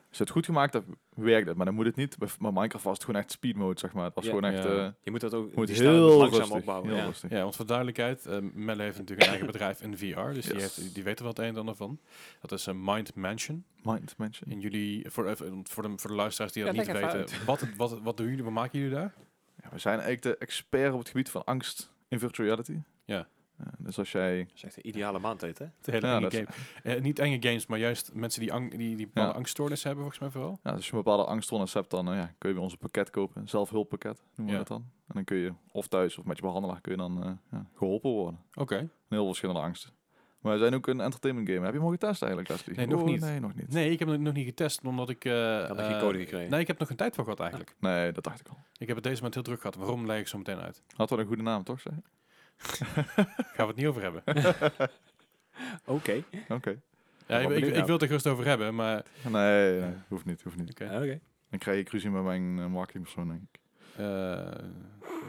S3: Als je het goed gemaakt hebt, werkt dat. Maar dan moet het niet, bij maar Minecraft was het gewoon echt speed mode, zeg maar. Het was
S2: Ja.
S3: gewoon echt,
S1: Ja.
S3: eh,
S2: Je moet dat ook
S3: moet
S2: die snelheid moet
S3: heel
S2: langzaam
S3: rustig,
S2: opbouwen.
S3: heel
S2: ja.
S3: rustig.
S1: Ja, want voor duidelijkheid, eh Melle heeft natuurlijk een eigen bedrijf in VR, dus die,
S3: Yes.
S1: heeft, die weten wel het een en ander van. Dat is een Mind Mansion.
S3: Mind Mansion.
S1: En jullie, voor, even- voor, de, voor de luisteraars die dat
S2: Ja,
S1: niet
S2: leg even
S1: weten, wat, wat, wat doen jullie, wat maken jullie daar?
S3: Ja, we zijn eigenlijk de expert op het gebied van angst in virtual reality.
S1: Ja.
S3: Eh, dus als jij...
S2: Dat is echt een ideale maandtijd, hè?
S1: De hele
S3: Ja,
S1: enge
S3: dat is-
S1: game. Eh, niet enge games, maar juist mensen die, ang die, die bepaalde
S3: Ja.
S1: angststoornissen hebben, volgens mij vooral.
S3: Ja, nou, als je een bepaalde angststoornis hebt, dan eh, ja, kun je bij ons een pakket kopen. Een zelfhulppakket noemen
S1: Ja.
S3: we dat dan. En dan kun je of thuis of met je behandelaar kun je dan eh, ja, geholpen worden.
S1: Oké.
S3: Een heel verschillende angsten. Maar we zijn ook een entertainment game. Heb je hem al getest eigenlijk, Leslie?
S1: Nee, nog
S3: Oh,
S1: niet.
S3: Nee, nog niet.
S1: Nee, ik heb het nog niet getest, omdat ik... eh,
S2: Ik had nog geen
S1: eh,
S2: code gekregen.
S1: Nee, ik heb nog geen tijd voor gehad eigenlijk.
S3: Nee, dat dacht ik al.
S1: Ik heb het deze maand heel druk gehad. Waarom leg ik zo meteen uit?
S3: Had wel een goede naam, toch? Zeg?
S1: Gaan we het niet over hebben.
S2: Oké.
S3: Oké.
S1: ja, ik, ik,
S2: ben benieuwd
S1: ik
S2: nou.
S1: wil het er gerust over hebben, maar...
S3: Nee, nee, hoeft niet, hoeft niet.
S1: Oké.
S2: Ja, oké.
S3: Dan krijg ik ruzie met mijn eh, marketingpersoon, denk ik.
S1: Eh,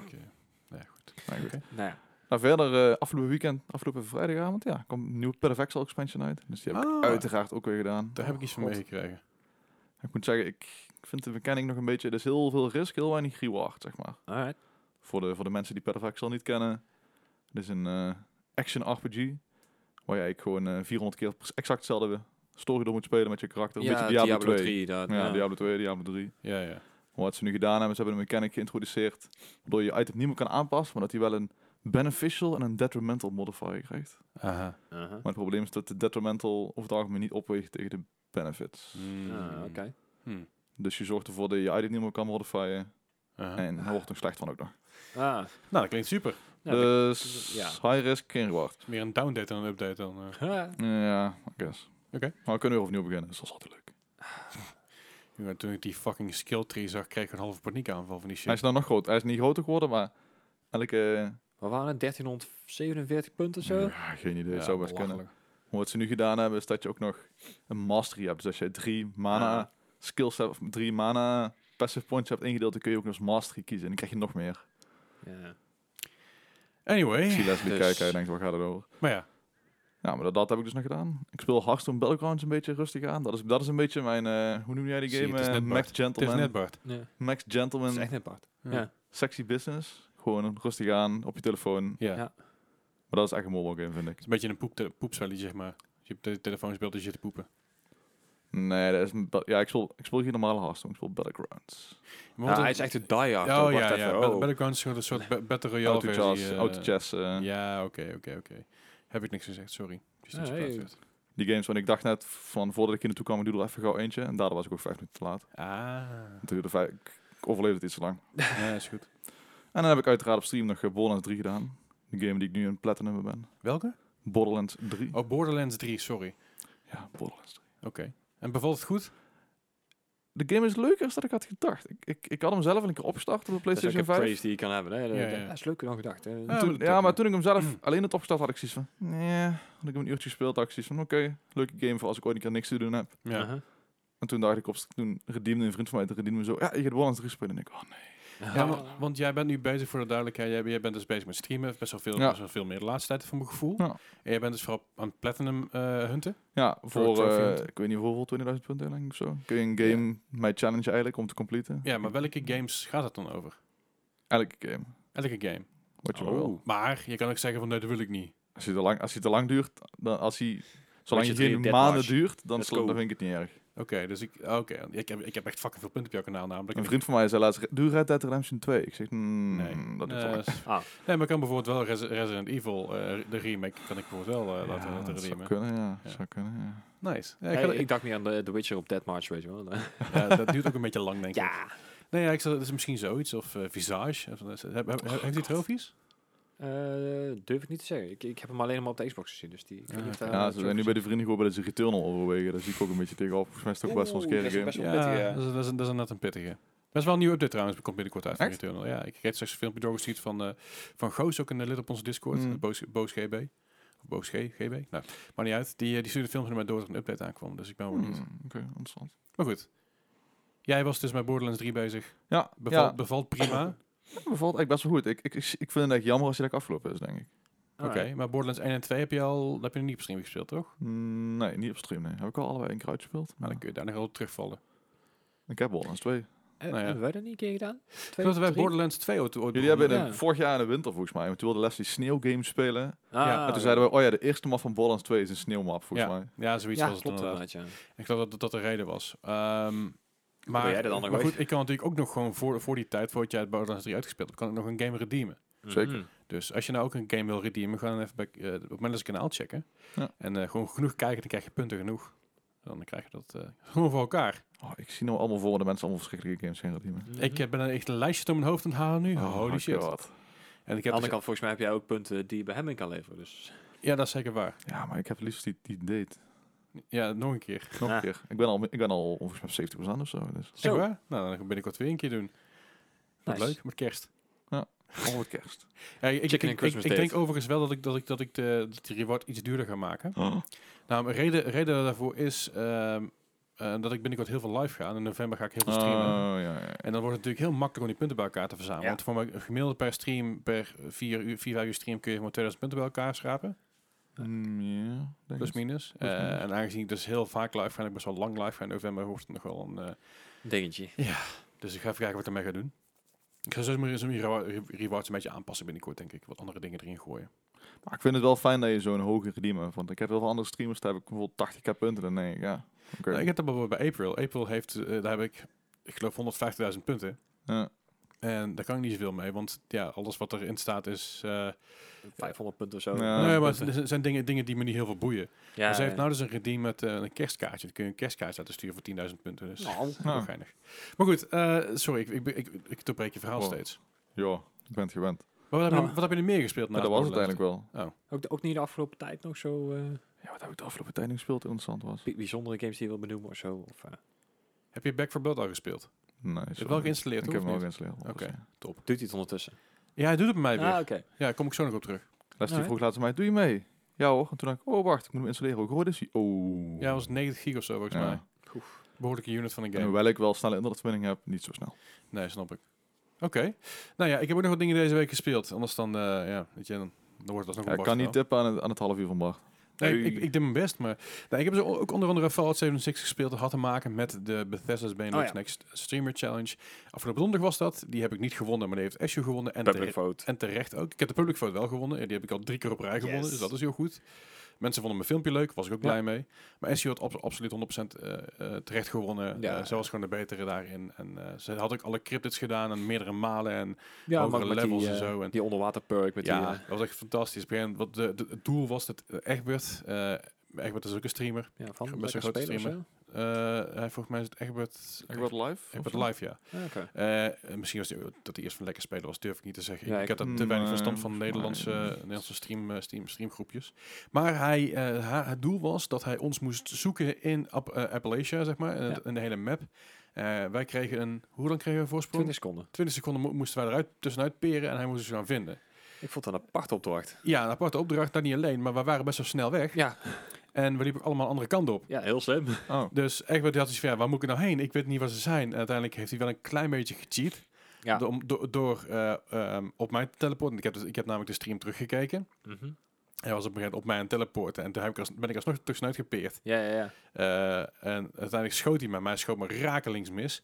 S1: oké.
S3: Maar goed.
S2: Nou ja.
S3: Nou, verder, eh, afgelopen weekend, afgelopen vrijdagavond, ja, kwam een nieuwe Perfectal expansion uit. Dus die heb
S1: Ah.
S3: ik uiteraard ook weer gedaan.
S1: Daar heb ik iets van
S3: God.
S1: meegekregen.
S3: Ik moet zeggen, ik vind de bekenning nog een beetje... Er is heel veel risk, heel weinig reward, zeg maar.
S2: Alright.
S3: Voor de, voor de mensen die Perfectal niet kennen. Het is een eh, action RPG. Waar je eigenlijk gewoon eh, 400 keer precies exact hetzelfde story door moet spelen met je karakter. Een beetje Diablo, 2.
S2: 3. dat,
S3: Ja,
S2: ja.
S3: Diablo 2, Diablo 3.
S1: Ja, ja.
S3: Maar Wat ze nu gedaan hebben, ze hebben een mechanic geïntroduceerd. Waardoor je je item niet meer kan aanpassen, maar dat hij wel een beneficial en een detrimental modifier krijgt.
S1: Aha.
S2: Aha.
S3: Maar het probleem is dat de detrimental over het algemeen niet opweegt tegen de benefits.
S1: Mm.
S2: Ah, Oké.
S1: Hmm.
S3: Dus je zorgt ervoor dat je je item niet meer kan modifyen.
S1: Aha.
S3: En hij wordt er slecht van ook nog.
S2: Ah.
S1: Nou, dat klinkt super. Het
S2: Ja, dat-
S3: dus
S2: ja.
S3: high risk, geen reward.
S1: is meer een downdate dan een update dan. eh.
S2: Ha.
S3: Ja, I guess.
S1: Oké.
S3: Maar we kunnen weer opnieuw beginnen, dus dat is altijd leuk.
S1: Ja, eh, toen ik die fucking skill tree zag, kreeg ik een halve paniekaanval van die
S3: Hij
S1: shit.
S3: is nou nog groot. Hij is niet groter geworden, maar elke...
S2: We waren het 1347 punten zo.
S3: Ja, geen idee,
S1: Ja,
S3: het eh, zou best kunnen.
S1: belachelijk.
S3: Maar Wat ze nu gedaan hebben, is dat je ook nog een mastery hebt. Dus als je drie mana
S2: Ah.
S3: skills hebt, of drie mana passive points hebt ingedeeld, dan kun je ook nog eens mastery kiezen. En dan krijg je nog meer.
S2: Ja.
S3: Ik
S1: Anyway,
S3: zie Leslie
S2: Dus-
S3: kijken, hij denkt, waar gaat het over?
S1: maar ja.
S3: Ja, maar dat, dat heb ik dus nog gedaan. Ik speel Hearthstone Battlegrounds een beetje rustig aan. Dat is, dat is een beetje mijn, eh, hoe noem jij die
S1: Zie je,
S3: game?
S1: het is
S3: Eh,
S1: net
S3: Max
S1: Het is
S3: Gentleman.
S1: net Bart.
S2: Ja.
S3: Max
S2: Dat is
S3: Gentleman,
S2: echt net apart.
S1: Ja.
S2: Ja.
S3: sexy business. Gewoon rustig aan, op je telefoon.
S1: Ja.
S2: Ja.
S1: Het
S3: Maar dat is echt een mobile game, vind ik.
S1: is een beetje een poep poepspelletje, zeg maar. Als je op de telefoon speelt, dan zit je te poepen.
S3: Nee, dat is, een ba- ja, ik, speel, ik speel geen normale Hearthstone, ik speel Battlegrounds.
S1: Maar
S2: Ah,
S1: wat-
S2: hij is echt een die-hard.
S1: Ja,
S2: hoor.
S1: oh, ja,
S2: Wacht
S1: ja.
S2: even,
S1: Battle-
S2: oh.
S1: Battlegrounds is gewoon een soort ba- Battle Royale versie.
S3: Auto-chess,
S1: eh.
S3: auto-chess. eh.
S1: Ja, oké, oké, oké. Heb ik niks gezegd, sorry. Het is niet zo
S2: Nee.
S1: kwaad werd.
S3: Die games, want ik dacht net van voordat ik hier naartoe kwam, ik doe er even gauw eentje. En daardoor was ik ook vijf minuten te laat.
S1: Ah,
S3: Het duurde vijf, ik ik overleefde het iets te lang.
S1: ja, is goed.
S3: En dan heb ik uiteraard op stream nog eh, Borderlands 3 gedaan. De game die ik nu in platinum ben.
S1: Welke?
S3: Borderlands 3.
S1: Oh, Borderlands 3, sorry.
S3: Ja, Borderlands 3.
S1: Oké. En bevalt het goed?
S3: De game is leuker dan ik had gedacht. Ik, ik, ik had hem zelf een keer opgestart op de
S2: Dat is ook
S3: PlayStation
S2: een
S3: 5.
S2: praise die je kan hebben. Hè? Dat,
S1: Ja,
S2: dat-
S1: ja.
S2: dat is leuker dan gedacht. Hè?
S1: Ja,
S3: Toen-
S1: maar dat-
S3: ja, maar toen ik hem zelf alleen het opgestart had, ik zoiets van... Nee, had ik hem een uurtje gespeeld, had ik zoiets van... Oké, leuke game voor als ik ooit een keer niks te doen heb.
S1: Ja.
S2: Aha.
S3: En toen dacht ik op... Toen redeemde een vriend van mij, die redeemde me zo... Ja, je gaat Borderlands 3 spelen. En ik, oh nee.
S1: Ja, wa- want, jij bent nu bezig voor de duidelijkheid. Jij, jij bent dus bezig met streamen, best wel veel,
S3: Ja.
S1: best wel veel meer de laatste tijd, voor mijn gevoel.
S3: Ja.
S1: En jij bent dus vooral aan het platinum eh, hunten.
S3: Ja, voor,
S1: trophy
S3: eh,
S1: hunt.
S3: ik weet niet hoeveel, 20.000 punten denk ik of zo. Kun je een game, mijn challenge eigenlijk, om te completen.
S1: Ja, maar welke games gaat het dan over?
S3: Elke game,
S1: Elke game.
S3: wat je maar
S1: Oh.
S3: wil.
S1: Maar je kan ook zeggen van nee, dat wil ik niet.
S3: Als hij te lang, als hij te lang duurt, dan, als hij, zolang
S2: je
S3: je
S2: drie
S3: geen
S2: dead
S3: maanden
S2: march.
S3: duurt, dan,
S2: Let's
S3: sla- dan
S2: go.
S3: vind ik het niet erg.
S1: Oké, dus ik, oké, ik, heb, ik heb echt fucking veel punten op jouw kanaal namelijk.
S3: Een vriend van mij zei laatst, doe Red Dead Redemption 2. Ik zeg, mm,
S1: Nee.
S3: dat is
S1: Eh,
S3: wel.
S1: s-
S2: Ah.
S1: Nee, maar ik kan bijvoorbeeld wel Res- Resident Evil, eh, de remake, kan ik bijvoorbeeld wel eh, laten,
S3: Ja,
S1: laten
S3: dat zou
S1: redeemen.
S3: kunnen, ja.
S1: Ja.
S3: Dat zou kunnen, ja.
S1: Nice. Ja, ik
S2: Hey,
S1: ga-
S2: ik dacht niet aan de, The Witcher op Deathmatch, weet je wel.
S1: ja, dat duurt ook een beetje lang, denk ik.
S2: ja.
S1: Nee, ja, ik zal, dat is misschien zoiets. Of eh, Visage. Of, eh, heb- heb- heb-
S2: Oh,
S1: Heeft hij trofies?
S2: Eh, durf ik niet te zeggen. Ik, ik heb hem alleen maar op de Xbox gezien, dus die... ik weet
S1: Ah,
S2: niet of
S1: oké.
S2: daar-
S3: ja, ze zijn nu bij de vrienden geworden dat ze Returnal overwegen. Daar zie ik ook een beetje tegenop. Volgens mij is het ook best wel een
S2: Oeh,
S3: scary
S2: dat is
S3: game.
S2: best wel eh. pittig, ja.
S1: dat is, dat, is, dat is inderdaad een pittige. Dat is wel een nieuwe update trouwens, komt binnenkort uit van
S3: Echt?
S1: Returnal. Ja, ik kreeg straks een filmpje doorgestuurd van, eh, van Goos, ook een lid op onze Discord,
S3: Mm.
S1: eh, Boos, Boos GB. Of Boos G, GB, nou, maar niet uit. Die, eh, die stuurde filmpje naar mij door dat er een update aankwam, dus ik ben wel benieuwd.
S3: Hmm, Oké, interessant.
S1: Maar goed, jij was dus met Borderlands 3 bezig.
S3: Ja,
S1: Bevalt,
S3: ja,
S1: bevalt prima,
S3: ja, bevalt eigenlijk best wel goed. Ik, ik, ik vind het echt jammer als hij lekker afgelopen is, denk ik.
S1: oké. Maar Borderlands 1 en 2 heb je al, heb je nog niet op stream gespeeld, toch?
S3: Mm, nee, niet op stream, nee. Heb ik al allebei een keer uitgespeeld.
S1: Maar
S3: Maar
S1: dan kun je daar nog wel op terugvallen.
S3: Ik heb Borderlands 2.
S2: En,
S1: Nou ja.
S2: Hebben wij dat niet een keer gedaan?
S1: Ik
S2: Twee,
S1: geloof dat wij
S2: drie?
S1: Borderlands 2 ooit ooit
S3: Jullie
S1: begonnen.
S3: hebben in
S2: Ja.
S3: de- vorig jaar in de winter volgens mij, want toen wilde Leslie sneeuwgames spelen.
S2: Ah,
S1: Ja,
S3: en toen zeiden we, oh ja, de eerste map van Borderlands 2 is een sneeuwmap volgens mij.
S1: Ja, zoiets
S2: ja,
S1: was het
S2: klopt
S1: inderdaad.
S2: inderdaad, ja.
S1: Ik geloof dat dat, dat de reden was. Ehm, maar eh,
S2: jij er dan nog
S1: maar
S2: ooit?
S1: goed, ik kan natuurlijk ook nog gewoon voor, voor die tijd, voordat jij het Borderlands 3 uitgespeeld hebt, kan ik nog een game redeemen.
S3: Zeker.
S2: Mhm.
S1: Dus als je nou ook een game wil redeemen, ga dan even bij, eh, op Mendes kanaal checken.
S3: Ja.
S1: En eh, gewoon genoeg kijken, dan krijg je punten genoeg. Dan krijg je dat eh, gewoon voor elkaar.
S3: Oh, ik zie nou allemaal voor de mensen allemaal verschrikkelijke games gaan redeemen.
S2: Mhm.
S1: Ik eh, ben er echt een lijstje door mijn hoofd aan het halen nu.
S3: Oh
S1: Holy
S3: my
S1: shit.
S3: God.
S1: En ik
S2: Aan
S1: heb
S2: de andere
S1: dus-
S2: kant, volgens mij heb jij ook punten die je bij hem in kan leveren. Dus
S1: ja, dat is zeker waar.
S3: Ja, maar ik heb het liefst die, die date.
S1: Ja, nog een keer.
S3: Nog
S2: Ja.
S3: een keer. Ik ben al, ik ben al ongeveer op 70% of zo. Dus.
S1: Echt waar? Nou, dan ga ik binnenkort weer een keer doen. Wat
S2: Nice.
S1: leuk, met kerst.
S3: Gewoon wat kerst.
S1: Ja, ik, ik,
S2: Chicken
S1: ik,
S2: and Christmas
S1: ik denk
S2: date.
S1: overigens wel dat ik, dat ik, dat ik de, dat die reward iets duurder ga maken.
S3: Oh,
S1: Nou, mijn reden, reden daarvoor is ehm, eh, dat ik binnenkort heel veel live ga. En in november ga ik heel veel streamen.
S3: ja, ja, ja.
S1: En dan wordt het natuurlijk heel makkelijk om die punten bij elkaar te verzamelen.
S2: Ja.
S1: Want voor mijn gemiddelde per stream, per 4, uur, 4 5 uur stream, kun je maar 2000 punten bij elkaar schrapen.
S3: Mm, ja, denk
S1: Plus
S3: het.
S1: minus.
S3: Plus
S1: Eh,
S3: minus.
S1: en aangezien ik dus heel vaak live ga en ik best wel lang live ga in november, wordt het nog wel een... eh,
S2: dingetje.
S1: dus ik ga even kijken wat ik ermee ga doen. Ik ga zo mijn zo mijn rewa- re- rewards een beetje aanpassen binnenkort, denk ik. Wat andere dingen erin gooien.
S3: Maar ik vind het wel fijn dat je zo'n hoge redeemen. hebt, Want ik heb heel veel andere streamers, daar heb ik bijvoorbeeld 80k punten. Dan denk ik, ja, oké.
S1: Nou, ik heb dat bijvoorbeeld bij April. April heeft, eh, daar heb ik, ik geloof, 150.000 punten.
S3: Ja.
S1: En daar kan ik niet zoveel mee, want ja, alles wat erin staat is... eh,
S2: 500 punten of zo.
S3: Ja.
S1: nee, maar
S2: punten.
S1: het zijn- zijn dingen, dingen die me niet heel veel boeien.
S2: ja,
S1: maar ze heeft
S2: ja.
S1: nou dus een redeem met eh, een kerstkaartje. Dan kun je een kerstkaart laten sturen voor 10.000 punten. Dus
S2: Nou,
S1: heel
S3: Nou.
S1: geinig. Maar goed, eh, sorry, ik, ik, ik, ik doorbreek je verhaal
S3: Wow.
S1: steeds.
S3: Ja, ik ben het gewend.
S1: Maar wat, heb je,
S2: Nou.
S1: nog- wat heb je er meer gespeeld?
S3: Maar
S1: naast
S3: dat was het
S1: Borderlands?
S3: eigenlijk wel.
S2: ook, ook niet de afgelopen tijd nog zo eh,
S3: Ja, wat heb ik de afgelopen tijd nog gespeeld dat interessant was?
S2: bi- bijzondere games die je wil benoemen of zo. Of, eh,
S1: Heb je Back for Blood al gespeeld?
S3: Nee,
S1: Heb je wel geïnstalleerd,
S3: Ik
S1: toch?
S3: heb hem
S1: of
S3: ook
S1: niet?
S3: geïnstalleerd. Oké.
S1: Oké.
S2: doet hij het ondertussen?
S1: Ja, hij doet het bij mij
S2: Ah,
S1: weer.
S2: oké.
S1: Ja, daar kom ik zo nog op terug.
S3: Leslie
S2: Nee.
S3: vroeg laatst aan mij, doe je mee? Ja hoor. En toen dacht ik, oh wacht, ik moet hem installeren. Hoe groot is hij? Oh.
S1: Ja, dat was 90 gig of zo, volgens
S3: Ja.
S1: mij. Behoorlijke unit van een
S3: En
S1: game.
S3: hoewel ik wel snelle internetverbinding heb, niet zo snel.
S1: Nee, snap ik. Oké. Nou ja, ik heb ook nog wat dingen deze week gespeeld. Anders dan, eh, ja, weet je, dan, dan wordt het alsnog
S3: Ja,
S1: een
S3: ik kan niet
S1: barst
S3: eh, tippen aan het, aan het half uur van Bart.
S1: verhaal. Nee,
S3: Hey.
S1: ik, ik deed mijn best, maar... Nou, ik heb dus o- ook onder andere Fallout 76 gespeeld. Dat had te maken met de Bethesda's Benelux
S2: Oh ja.
S1: Next Streamer Challenge. Afgelopen donderdag was dat. Die heb ik niet gewonnen, maar die heeft Ashu gewonnen. En,
S2: Public
S1: tere-
S2: vote.
S1: en terecht ook. Ik heb de public vote wel gewonnen. Ja, Die heb ik al drie keer op rij
S2: Yes.
S1: gewonnen, dus dat is heel goed. Mensen vonden mijn filmpje leuk, was ik ook
S2: Ja.
S1: blij mee. Maar Ashu had ab- absoluut 100% eh, eh, terecht gewonnen.
S2: Ja.
S1: Eh, ze was gewoon de betere daarin. En eh, ze had ook alle cryptids gedaan en meerdere malen. En
S2: Ja,
S1: hogere
S2: maar met die,
S1: levels en
S2: eh,
S1: zo en-
S2: die onderwater perk met
S1: ja,
S2: die... eh,
S1: dat was echt fantastisch. Begin, wat de, de- het doel was dat eh, Egbert, eh Egbert is ook een streamer.
S2: ja, van
S1: Best een
S2: lekker
S1: grote
S2: spelen of zo.
S1: Eh, hij volgens mij is het Egbert.
S3: Ik word live?
S1: Egbert live, ja.
S2: Ah, oké.
S1: Eh, misschien was die, dat hij eerst van lekker spelen was, durf ik niet te zeggen.
S2: Ja,
S1: ik,
S2: ik- Mm,
S1: heb
S2: eh,
S1: daar te weinig
S3: Nee,
S1: verstand van
S3: volgens mij
S1: Nederlandse,
S3: niet.
S1: Nederlandse stream, eh, stream, streamgroepjes. Maar hij, eh, ha- het doel was dat hij ons moest zoeken in App- eh, Appalachia, zeg maar, in, het- in de hele map. Eh, wij kregen een, hoe lang kregen we voorsprong?
S2: 20
S1: 20,
S2: seconden.
S1: seconden mo- moesten wij eruit tussenuit peren en hij moest ze gaan vinden.
S2: Ik vond dat een aparte opdracht.
S1: Ja, een aparte opdracht, daar niet alleen, maar we waren best wel snel weg.
S2: Ja.
S1: En we liepen ook allemaal een andere kant op.
S2: Ja, heel slim.
S3: Oh.
S1: Dus Egbert had zoiets van, ja, waar moet ik nou heen? Ik weet niet waar ze zijn. En uiteindelijk heeft hij wel een klein beetje gecheat.
S2: Ja.
S1: Do- om- do- door eh, ehm, op mij te teleporten. Ik heb, dus- ik heb namelijk de stream teruggekeken.
S2: Mhm.
S1: Hij was op een gegeven moment op mij aan het teleporten. En toen heb ik als, ben ik alsnog tussenuit gepeerd.
S2: Ja, ja, ja.
S1: Eh, en uiteindelijk schoot hij mij. Maar hij schoot me rakelings mis.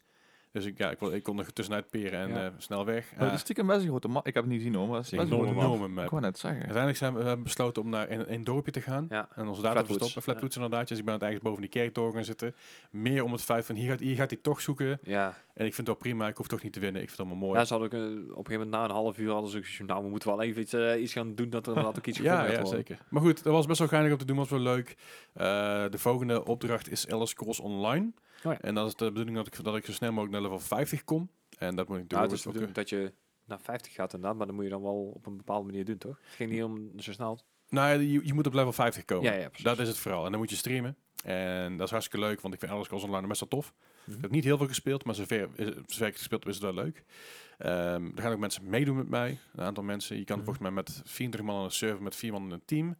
S1: Dus ik, ja, ik, kon- ik kon er tussenuit peren en
S2: Ja.
S1: eh, snel weg.
S3: Maar
S1: Eh,
S3: het Oh, is stiekem best een grote ma- Ik heb het niet gezien hoor, maar het is
S2: Een
S3: best een
S1: een
S2: enorme
S3: grote
S1: enorme
S3: map. Ik
S1: map.
S3: wou net zeggen.
S1: Uiteindelijk zijn we, we hebben besloten om naar een, een dorpje te gaan.
S2: Ja.
S1: En ons daar te
S2: Flatwoods.
S1: verstoppen. Flatwoods inderdaad. Dus ik ben uiteindelijk boven die kerk door gaan zitten. Meer om het feit van, hier gaat, hier gaat hij toch zoeken.
S2: Ja,
S1: En ik vind het wel prima. Ik hoef toch niet te winnen. Ik vind het allemaal mooi.
S2: ja ze hadden ook, eh, op een gegeven moment na een half uur hadden ze ook zoiets van, nou, we moeten wel even iets, eh, iets gaan doen dat er inderdaad ook iets
S1: Ja,
S2: gevonden
S1: ja,
S2: gaat worden.
S1: zeker. Maar goed, dat was best wel geinig om te doen, was wel leuk. Eh, de volgende opdracht is Elder Scrolls Online.
S2: Oh ja.
S1: En dat is de bedoeling dat ik, dat ik zo snel mogelijk naar level 50 kom. En dat moet ik doen.
S2: Nou, het is de
S1: ook-
S2: bedoeling dat je naar 50 gaat inderdaad, maar dan moet je dan wel op een bepaalde manier doen, toch? Het ging niet om zo snel.
S1: nou, ja, je, je moet op level 50 komen.
S2: Ja, ja, precies.
S1: dat is het vooral. En dan moet je streamen. En dat is hartstikke leuk, want ik vind Elder Scrolls Online best wel tof.
S2: Mhm.
S1: Ik heb niet heel veel gespeeld, maar zover, is- zover ik het gespeeld heb, is het wel leuk. Ehm, er gaan ook mensen meedoen met mij, een aantal mensen. Je kan
S2: Mhm.
S1: volgens mij met 24 man aan een server, met 4 man in een team.
S2: Ja.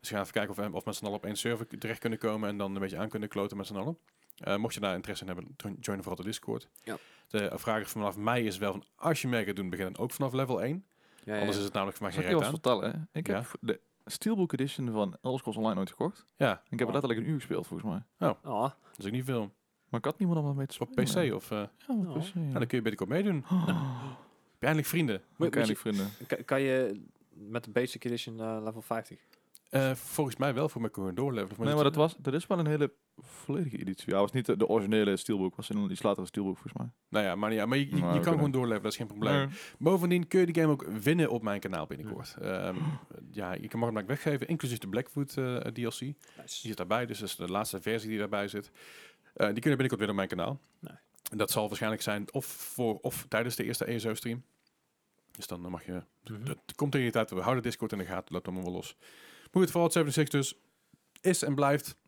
S1: Dus we gaan even kijken of, of met z'n allen op één server k- terecht kunnen komen en dan een beetje aan kunnen kloten met z'n allen. Eh, mocht je daar interesse in hebben, join join vooral de Discord.
S2: Ja.
S1: De eh, vraag vanaf mij is wel van, als je mee gaat doen, begin dan ook vanaf level 1.
S2: Ja, ja,
S1: Anders
S2: ja.
S1: is het namelijk voor mij
S3: Zal
S1: geen
S3: ik je
S1: reet
S3: wat
S1: aan.
S3: vertellen? hè? Ik
S1: Ja.
S3: heb de Steelbook Edition van Elder Scrolls Online nooit gekocht.
S1: Ja,
S3: Ik heb
S2: Oh.
S3: er letterlijk een uur gespeeld, volgens mij.
S2: Ah,
S1: dat is ook niet veel.
S3: Maar ik had niemand om dat mee te
S1: Op
S3: spelen.
S1: PC of... eh,
S3: Ja, op
S2: Nou.
S3: PC, ja.
S1: nou, dan kun je binnenkort meedoen.
S3: Oh,
S1: Heb je eindelijk vrienden?
S2: moet- moet
S3: kijk,
S2: je-
S3: vrienden.
S2: Kan, kan je met de basic edition eh, level 50?
S1: Eh, volgens mij wel, voor mijn kunnen doorleven.
S3: Nee, maar dat, was, dat is wel een hele volledige editie. Ja, het was niet de, de originele Steelbook. was een iets latere Steelbook, volgens mij.
S1: Nou ja, maar, ja, maar je, je-
S3: Nou,
S1: je
S3: we
S1: kan
S3: kunnen-
S1: gewoon doorleven, dat is geen probleem. Bovendien kun je de game ook winnen op mijn kanaal binnenkort. Ehm, ja, je kan makkelijk weggeven, inclusief de Blackwood eh, DLC. Die
S2: Nice.
S1: zit daarbij, dus dat is de laatste versie die daarbij zit. Eh, die kunnen binnenkort winnen op mijn kanaal.
S2: Nee.
S1: En dat zal waarschijnlijk zijn of, voor, of tijdens de eerste ESO-stream. Dus dan eh, mag je... Het komt tegen je tijd, we houden Discord in de gaten, loopt allemaal wel los. Hoe het Fallout 76 dus is en blijft...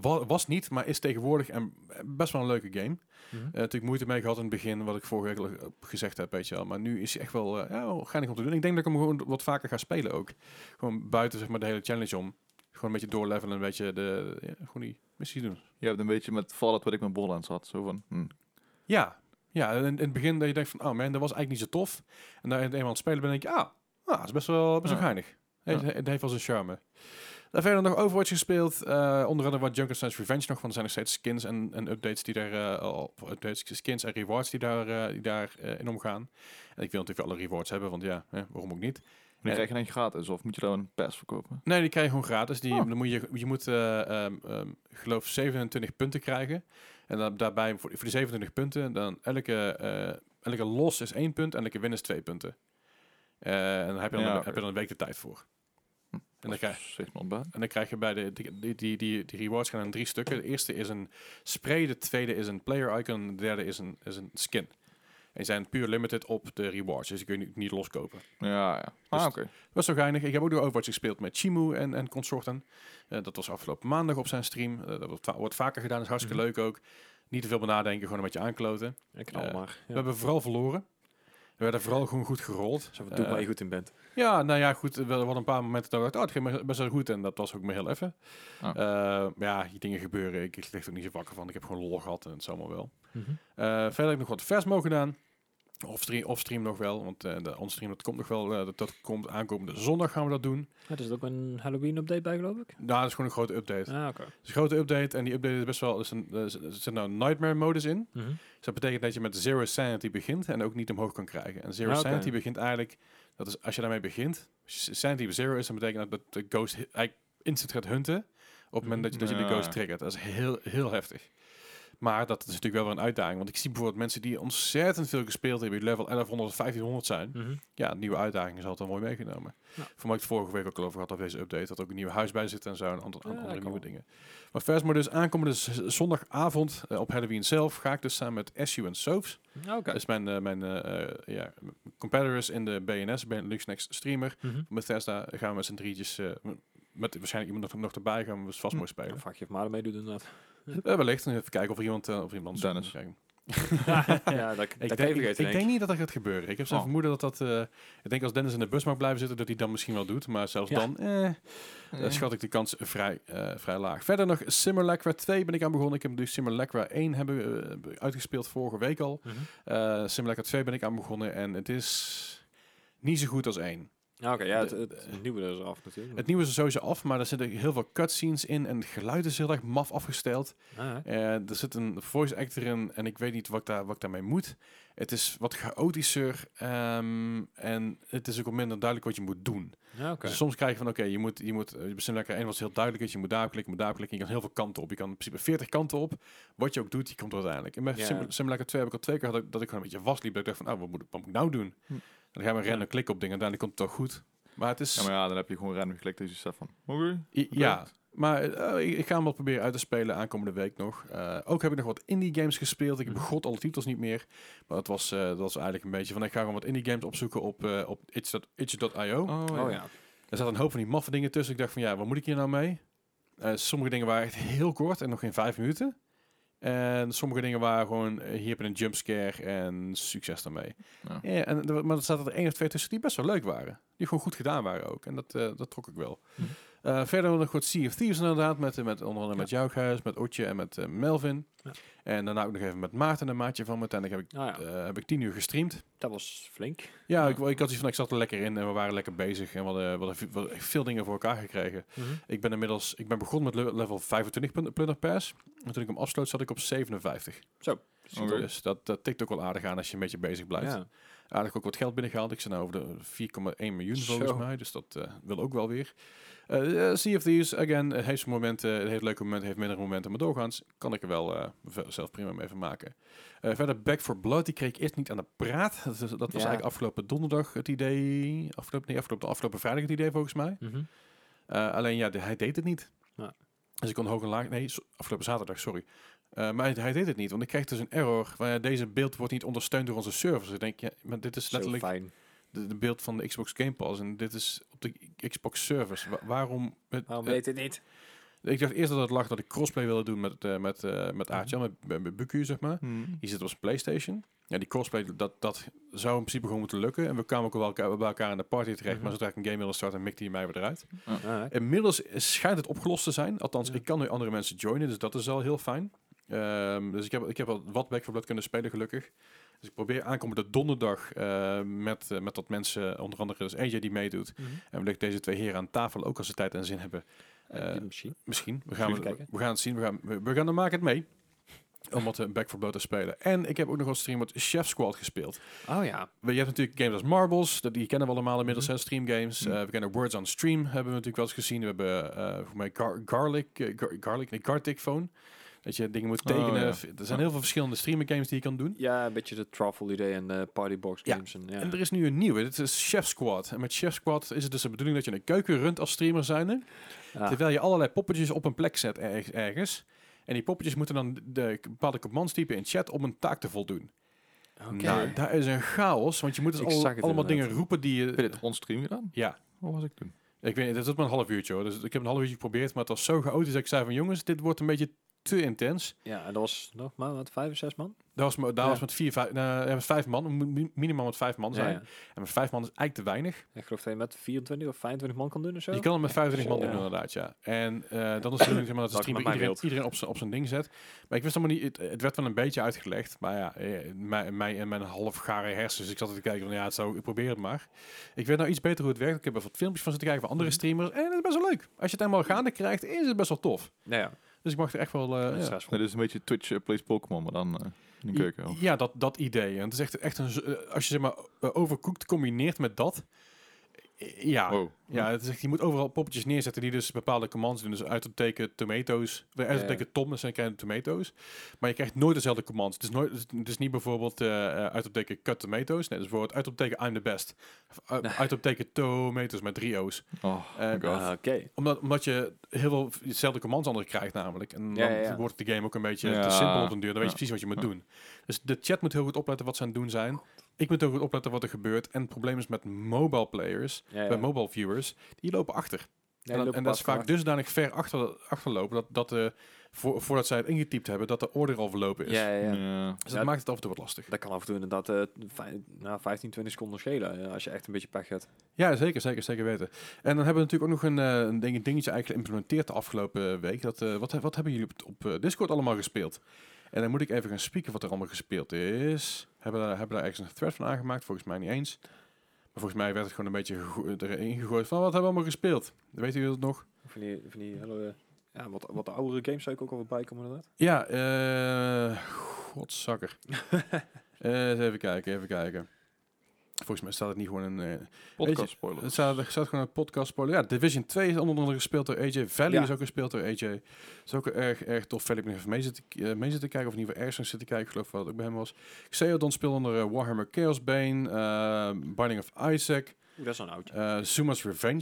S1: wa- Was niet, maar is tegenwoordig en best wel een leuke game. Eh, natuurlijk moeite mee gehad in het begin, wat ik vorige week al, eh, gezegd heb, weet je wel. Maar nu is hij echt wel, eh ja, wel geinig om te doen. Ik denk dat ik hem gewoon wat vaker ga spelen ook. Gewoon buiten zeg maar, de hele challenge om. Gewoon een beetje doorlevelen, een beetje de, ja, gewoon die missie doen.
S3: Je hebt een beetje met Fallout wat ik met Borderlands had. Zo van, hm,
S1: Ja, ja in, in het begin dat je denkt van, oh man, dat was eigenlijk niet zo tof. En dan eenmaal aan het spelen ben, denk je, ah, ah, dat is best wel, best wel
S3: Ja.
S1: geinig. Het,
S3: Ja.
S1: het heeft wel zijn charme. Daar verder nog Overwatch gespeeld. eh, onder andere wat Junker Sans Revenge nog, want er zijn nog steeds skins en, en updates die daar, eh, al- of updates, skins en rewards die daar, eh, die daar eh, in omgaan. En ik wil natuurlijk alle rewards hebben, want ja, hè, waarom ook niet.
S3: dan krijg je een gratis. Of moet je daar een pass verkopen?
S1: Nee, die krijg je gewoon gratis. Die,
S3: Oh.
S1: dan moet je, je moet, eh, ehm, ehm, ik geloof, 27 punten krijgen. En dan, daarbij, voor, voor die 27 punten, dan elke, eh, elke los is 1 punt en elke win is 2 punten. Eh, en dan heb je dan,
S3: Ja,
S1: een,
S3: oké.
S1: heb je dan een week de tijd voor.
S3: Hm.
S1: En dan krijg
S3: Zeg maar ontbijt.
S1: en dan krijg je bij de die, die, die, die, die rewards gaan in drie stukken. De eerste is een spray, de tweede is een player icon, en de derde is een, is een skin. En die zijn puur limited op de rewards, dus die kun je niet, niet loskopen.
S3: Ja, ja.
S1: Dus-
S3: Ah, oké.
S1: Best wel geinig. Ik heb ook door Overwatch gespeeld met Chimu en, en consorten. Eh, dat was afgelopen maandag op zijn stream. Eh, dat wordt, va- wordt vaker gedaan, is hartstikke
S2: Mhm.
S1: leuk ook. Niet te veel benadenken, gewoon een beetje aankloten.
S2: Ik knal
S1: Eh,
S2: maar.
S1: We
S2: Ja.
S1: hebben vooral verloren. We werden vooral gewoon goed gerold.
S2: Zo van, doe
S1: Eh,
S2: waar je goed in bent.
S1: ja, nou ja, goed. We hadden een paar momenten dat ik dacht, oh, het ging me best wel goed. En dat was ook maar heel even.
S3: Ah.
S1: Eh, maar ja, die dingen gebeuren. Ik, ik lig er ook niet zo wakker van. Ik heb gewoon lol gehad en het zal maar wel. Eh, verder heb ik nog wat versmo gedaan. Offstream, offstream nog wel, want eh, de onstream dat komt nog wel. eh, dat, dat komt aankomende zondag gaan we dat doen.
S2: Ja, er zit ook een Halloween-update bij, geloof ik.
S1: Nou, dat is gewoon een grote update.
S2: Ah, oké.
S1: Het is een grote update en die update is best wel... Er zit- er zit- er zit nou een nightmare modus in.
S2: Mhm,
S1: Dus dat betekent dat je met zero sanity begint en ook niet omhoog kan krijgen. En zero
S2: Ah, oké.
S1: sanity begint eigenlijk... Dat is als je daarmee begint, als je sanity op zero is, dan betekent dat dat de ghost hi- eigenlijk instant gaat hunten. Op het moment dat je, dat je de
S3: Ja.
S1: ghost triggert. Dat is heel, heel heftig. Maar dat is natuurlijk wel weer een uitdaging. Want ik zie bijvoorbeeld mensen die ontzettend veel gespeeld hebben, die level 1100 of 1500 zijn.
S2: mhm.
S1: Ja, een nieuwe uitdaging is altijd wel mooi meegenomen.
S2: Ja.
S1: Voor mij het vorige week ook al over gehad, of deze update, dat ook een nieuw huis bij zit en zo, en aantal
S2: Ja, dat
S1: andere
S2: kan
S1: nieuwe
S2: wel.
S1: dingen. Maar Versmo dus aankomende z- zondagavond eh, op Halloween zelf ga ik dus samen met SU en Soaps,
S2: Ah, Oké.
S1: dat is mijn, eh, mijn eh, eh, ja, competitors in de BNS, Benelux Next Streamer,
S2: Mhm.
S1: met Bethesda gaan we met z'n drietjes, eh, met waarschijnlijk iemand nog, nog erbij, gaan we dus vast mooi
S2: Ja,
S1: spelen.
S2: Vraag je of Maarten meedoet inderdaad.
S1: Eh, wellicht, even kijken of er iemand, eh, of iemand anders
S3: Dennis.
S1: kijkt.
S2: ja, dat,
S1: Ik,
S2: dat kan je
S1: denk, ik,
S2: vergeten,
S1: ik
S2: denk
S1: denk niet dat dat gaat gebeuren. Ik heb zo'n
S3: Oh.
S1: vermoeden dat dat... eh, ik denk als Dennis in de bus mag blijven zitten, dat hij dan misschien wel doet. Maar zelfs
S2: Ja.
S1: dan eh, eh, schat ik de kans vrij, eh, vrij laag. Verder nog Simulacra 2 ben ik aan begonnen. Ik heb natuurlijk Simulacra 1 hebben, we, eh, uitgespeeld vorige week al.
S2: Mhm.
S1: Eh Simulacra 2 ben ik aan begonnen en het is niet zo goed als 1.
S2: Ja, Oké, ja, het,
S1: De-
S2: het, het nieuwe is eraf natuurlijk.
S1: Het nieuwe is er sowieso af, maar er zitten heel veel cutscenes in en het geluid is heel erg maf afgesteld.
S2: Ah, hè.
S1: Eh, er zit een voice actor in en ik weet niet wat ik, daar, wat ik daarmee moet. Het is wat chaotischer ehm, en het is ook wat minder duidelijk wat je moet doen.
S2: Ja, oké.
S1: Dus soms krijg je van, oké, je moet, je moet, eh, bij lekker 1 was het heel duidelijk is, je moet daar op klikken, je moet daar op klikken. Je kan heel veel kanten op. Je kan in principe 40 kanten op. Wat je ook doet, je komt er uiteindelijk. En met
S2: Ja.
S1: Sim Simulator 2 heb ik al twee keer gehad dat- dat ik gewoon een beetje vastliep. Dat ik dacht van, nou, wat moet, ik- wat moet ik nou doen?
S3: Hm.
S1: Dan gaan we rennen,
S2: Ja.
S1: klikken op dingen, uiteindelijk komt het wel goed. Maar het is...
S3: Ja, maar ja, dan heb je gewoon random geklikt. Dus je zegt van, oké.
S1: I- Ja, maar eh, ik, ik ga hem wel proberen uit te spelen aankomende week nog. Eh, ook heb ik nog wat indie games gespeeld. Ik heb
S2: Mhm.
S1: god alle titels niet meer. Maar dat was, eh, dat was eigenlijk een beetje van... Ik ga gewoon wat indie games opzoeken op, eh op itch.io.
S2: Oh ja.
S1: Er zaten een hoop van die maffe dingen tussen. Ik dacht van ja, wat moet ik hier nou mee? Eh, sommige dingen waren echt heel kort en nog geen vijf minuten. En sommige dingen waren gewoon, eh, hier heb je een jumpscare en succes daarmee.
S3: Ja.
S1: Ja, en, er- maar er zaten er één of twee tussen die best wel leuk waren. Die gewoon goed gedaan waren ook. En dat, eh, dat trok ik wel.
S2: Mhm.
S1: Eh, verder nog wat Sea of Thieves inderdaad, met, eh, met onder andere met Joukhuis, met Otje en met eh, Melvin.
S2: Ja.
S1: En daarna ook nog even met Maarten, een maatje van me. Uiteindelijk heb ik,
S2: Nou ja,
S1: eh, heb ik tien uur gestreamd.
S2: dat was flink.
S1: Ja, ik, ik had iets van, ik zat er lekker in en we waren lekker bezig en we hadden, we hadden ve- we hadden echt veel dingen voor elkaar gekregen.
S2: Mhm.
S1: Ik ben inmiddels, ik ben begonnen met le- level 25 plun- Plunder Pass. En toen ik hem afsloot zat ik op 57.
S3: Oké.
S1: Dus dat, dat tikt ook wel aardig aan als je een beetje bezig blijft.
S2: Ja.
S1: Aardig ook wat geld binnengehaald. Ik zit nou over de 4,1 miljoen volgens
S2: Zo.
S1: mij, dus dat eh, wil ook wel weer. Eh eh, sea of Thieves, again, het heeft zijn momenten, het heeft leuke momenten, heeft mindere momenten, maar doorgaans kan ik er wel eh, ve- zelf prima mee vermaken. Eh, verder Back for Blood, die kreeg ik eerst niet aan de praat. Dat, is- dat was
S2: Ja.
S1: eigenlijk afgelopen donderdag het idee, afgelopen, nee, afgelopen, afgelopen vrijdag het idee volgens mij.
S2: Mhm.
S1: Eh, alleen ja, de- hij deed het niet.
S2: Ja.
S1: Dus ik kon hoog en laag, nee, so- afgelopen zaterdag, sorry. Eh, maar hij, hij deed het niet, want ik kreeg dus een error. Van, ja, deze beeld wordt niet ondersteund door onze servers. Ik denk, ja, maar dit is
S2: Zo
S1: letterlijk
S2: fijn.
S1: de, de beeld van de Xbox Game Pass. En dit is op de Xbox servers. Wa- waarom? het-
S2: Waarom
S1: eh,
S2: weet het niet?
S1: ik dacht eerst dat het lag dat ik crossplay wilde doen met, eh met, eh met
S2: Mhm.
S1: Aartjan, met, met, met Buku, zeg maar. Die zit op zijn PlayStation. Ja, die crossplay, dat, dat zou in principe gewoon moeten lukken. En we kwamen ook wel elkaar, bij elkaar in de party terecht.
S2: Mhm.
S1: Maar zodra ik een game wilde starten, mikte hij mij weer eruit.
S2: Ah,
S1: Inmiddels schijnt het opgelost te zijn. Althans,
S2: Ja.
S1: ik kan nu andere mensen joinen, dus dat is al heel fijn. Ehm, dus ik heb, ik heb al wat Back for Blood kunnen spelen, gelukkig. Dus ik probeer aankomende donderdag eh, met, eh, met dat mensen, onder andere dus AJ die meedoet.
S2: Mhm.
S1: En wellicht deze twee heren aan tafel ook als ze tijd en zin hebben.
S2: Eh,
S1: Eh,
S2: misschien.
S1: Misschien. We gaan,
S2: Even
S1: we,
S2: kijken.
S1: we gaan het zien. We gaan, we, we gaan er maken het mee. Om wat eh, Back for Blood te spelen. En ik heb ook nog wat stream wat Chef Squad gespeeld.
S2: Oh ja.
S1: Je hebt natuurlijk games als Marbles, dat- die kennen we allemaal inmiddels, hè, streamgames.
S3: Mhm.
S1: Eh, we kennen Words on Stream, hebben we natuurlijk wel eens gezien. We hebben eh, voor mij gar- Garlic, eh, gar- Garlic, nee, Gartic Phone. Dat je dingen moet
S3: Oh,
S1: tekenen.
S3: ja.
S1: F- Er zijn
S3: Ja.
S1: heel veel verschillende streaming games die je kan doen.
S2: Ja, een beetje de truffle idee en de partybox
S1: Ja.
S2: games. En, ja.
S1: En er is nu een nieuwe, dit is Chef Squad. En met Chef Squad is het dus de bedoeling dat je een keuken runt als streamer zijnde.
S2: Ah,
S1: Terwijl je allerlei poppetjes op een plek zet erg- ergens. En die poppetjes moeten dan de bepaalde commands typen in chat om een taak te voldoen.
S2: oké.
S1: Nou, daar is een chaos, want je moet dus
S2: Ik
S1: al-
S2: zag het
S1: allemaal dingen
S2: inderdaad.
S1: roepen die je...
S3: Heb je dit onstream gedaan?
S1: Ja.
S3: Wat was ik toen?
S1: Ik weet niet, dat was maar een half uurtje hoor. Dus ik heb een half uurtje geprobeerd, maar het was zo chaotisch dat ik zei van jongens, dit wordt een beetje te intens.
S2: Ja, en dat was nog maar wat, vijf of zes man?
S1: Daar was, me- daar
S2: Ja.
S1: was met vier, vijf, nou, ja, met vijf man, we moeten mi- minimaal met vijf man
S2: Ja,
S1: zijn.
S2: ja.
S1: En met vijf man is eigenlijk te weinig.
S2: Ik geloof dat je met 24 of 25 man kan doen of zo.
S1: Je kan het met 25 man
S2: Ja.
S1: doen inderdaad, ja. En eh dan is het natuurlijk zeg maar, dat de
S2: Dat
S1: streamer
S2: maakt mij
S1: iedereen,
S2: wild.
S1: iedereen op, zijn- op zijn ding zet. Maar ik wist allemaal niet, het, het werd wel een beetje uitgelegd. Maar ja, eh, mij, mij en mijn halfgare hersens, ik zat te kijken van ja, het zou, ik probeer het maar. Ik weet nou iets beter hoe het werkt. Ik heb er wat filmpjes van zitten kijken van
S2: Mhm.
S1: andere streamers. En het is best wel leuk. Als je het helemaal gaande krijgt, is het best wel tof.
S2: Nou ja,
S1: Dus ik mag er echt wel... eh, ja.
S2: stressvol.
S3: Nee, dit is een beetje Twitch eh, Plays Pokémon, maar dan eh, in een keuken.
S1: I-
S3: of-
S1: Ja, dat, dat idee. En het is echt, echt een, z- eh, als je zeg maar eh, overkoekt combineert met dat. eh, Ja,
S3: Wow.
S1: ja het is echt, je moet overal poppetjes neerzetten die dus bepaalde commands doen. Dus uit te teken tomatoes, eh, uit te
S2: Ja.
S1: teken tom, dat zijn kleine tomatoes. Maar je krijgt nooit dezelfde commands. Het is, nooit, het is- het is niet bijvoorbeeld eh eh, uit te teken cut tomatoes. Nee, dus bijvoorbeeld uit te teken I'm the best. Of uit- uit op teken tomatoes met drie O's.
S3: Oh,
S1: Eh,
S3: my god.
S2: Ah, oké.
S1: Omdat, omdat je heel veel v- dezelfde commands anders krijgt namelijk. En
S2: Ja,
S1: dan
S2: ja, ja.
S1: wordt de game ook een beetje
S3: Ja.
S1: te simpel op een duur. Dan weet je
S3: Ja.
S1: precies wat je moet
S3: Ja.
S1: doen. Dus de chat moet heel goed opletten wat ze aan het doen zijn. Ik moet heel goed opletten wat er gebeurt. En het probleem is met mobile players,
S2: Ja, ja.
S1: bij mobile viewers, die lopen achter.
S2: Nee,
S1: en
S2: loop
S1: dan- en dat is
S2: apart,
S1: vaak dusdanig ver achter, achterlopen dat, dat eh, vo- voordat zij het ingetypt hebben, dat de order al verlopen is.
S2: Ja, ja, ja.
S3: Ja.
S1: Dus dat
S2: Ja.
S1: maakt het af en toe wat lastig.
S2: Dat kan af en toe inderdaad eh, vij- nou, 15, 20 seconden schelen eh, als je echt een beetje pech hebt.
S1: Ja, zeker, zeker, zeker weten. En dan hebben we natuurlijk ook nog een, eh, een ding- dingetje eigenlijk geïmplementeerd de afgelopen week. Dat, eh, wat, he- wat hebben jullie op, op eh, Discord allemaal gespeeld? En dan moet ik even gaan spieken wat er allemaal gespeeld is. Hebben, daar- hebben daar ergens een thread van aangemaakt? Volgens mij niet eens. Maar volgens mij werd het gewoon een beetje gego- erin gegooid van wat hebben we allemaal gespeeld? Weet jullie dat nog?
S2: Van die, van die hele, eh, ja, wat, wat oudere games zou ik ook al voorbij komen inderdaad.
S1: Ja, eh godzakker. Eh, even kijken, even kijken. Volgens mij staat het niet gewoon een... eh, Weet
S3: Podcast
S1: je,
S3: spoiler.
S1: Het staat, er staat gewoon een podcast spoiler. Ja, Division 2 is onder andere gespeeld door AJ. Valley
S2: Ja.
S1: is ook gespeeld door AJ. Dat is ook erg, erg tof. Valley heb ik nog even mee zitten, eh, mee zitten kijken. Of in ieder geval ergens naar zitten kijken. Ik geloof wel dat ik bij hem was. Xeodon speelde onder eh, Warhammer Chaos Bane. eh, Binding of Isaac.
S2: Oeh, dat is een oudje.
S1: eh, Zuma's Revenge.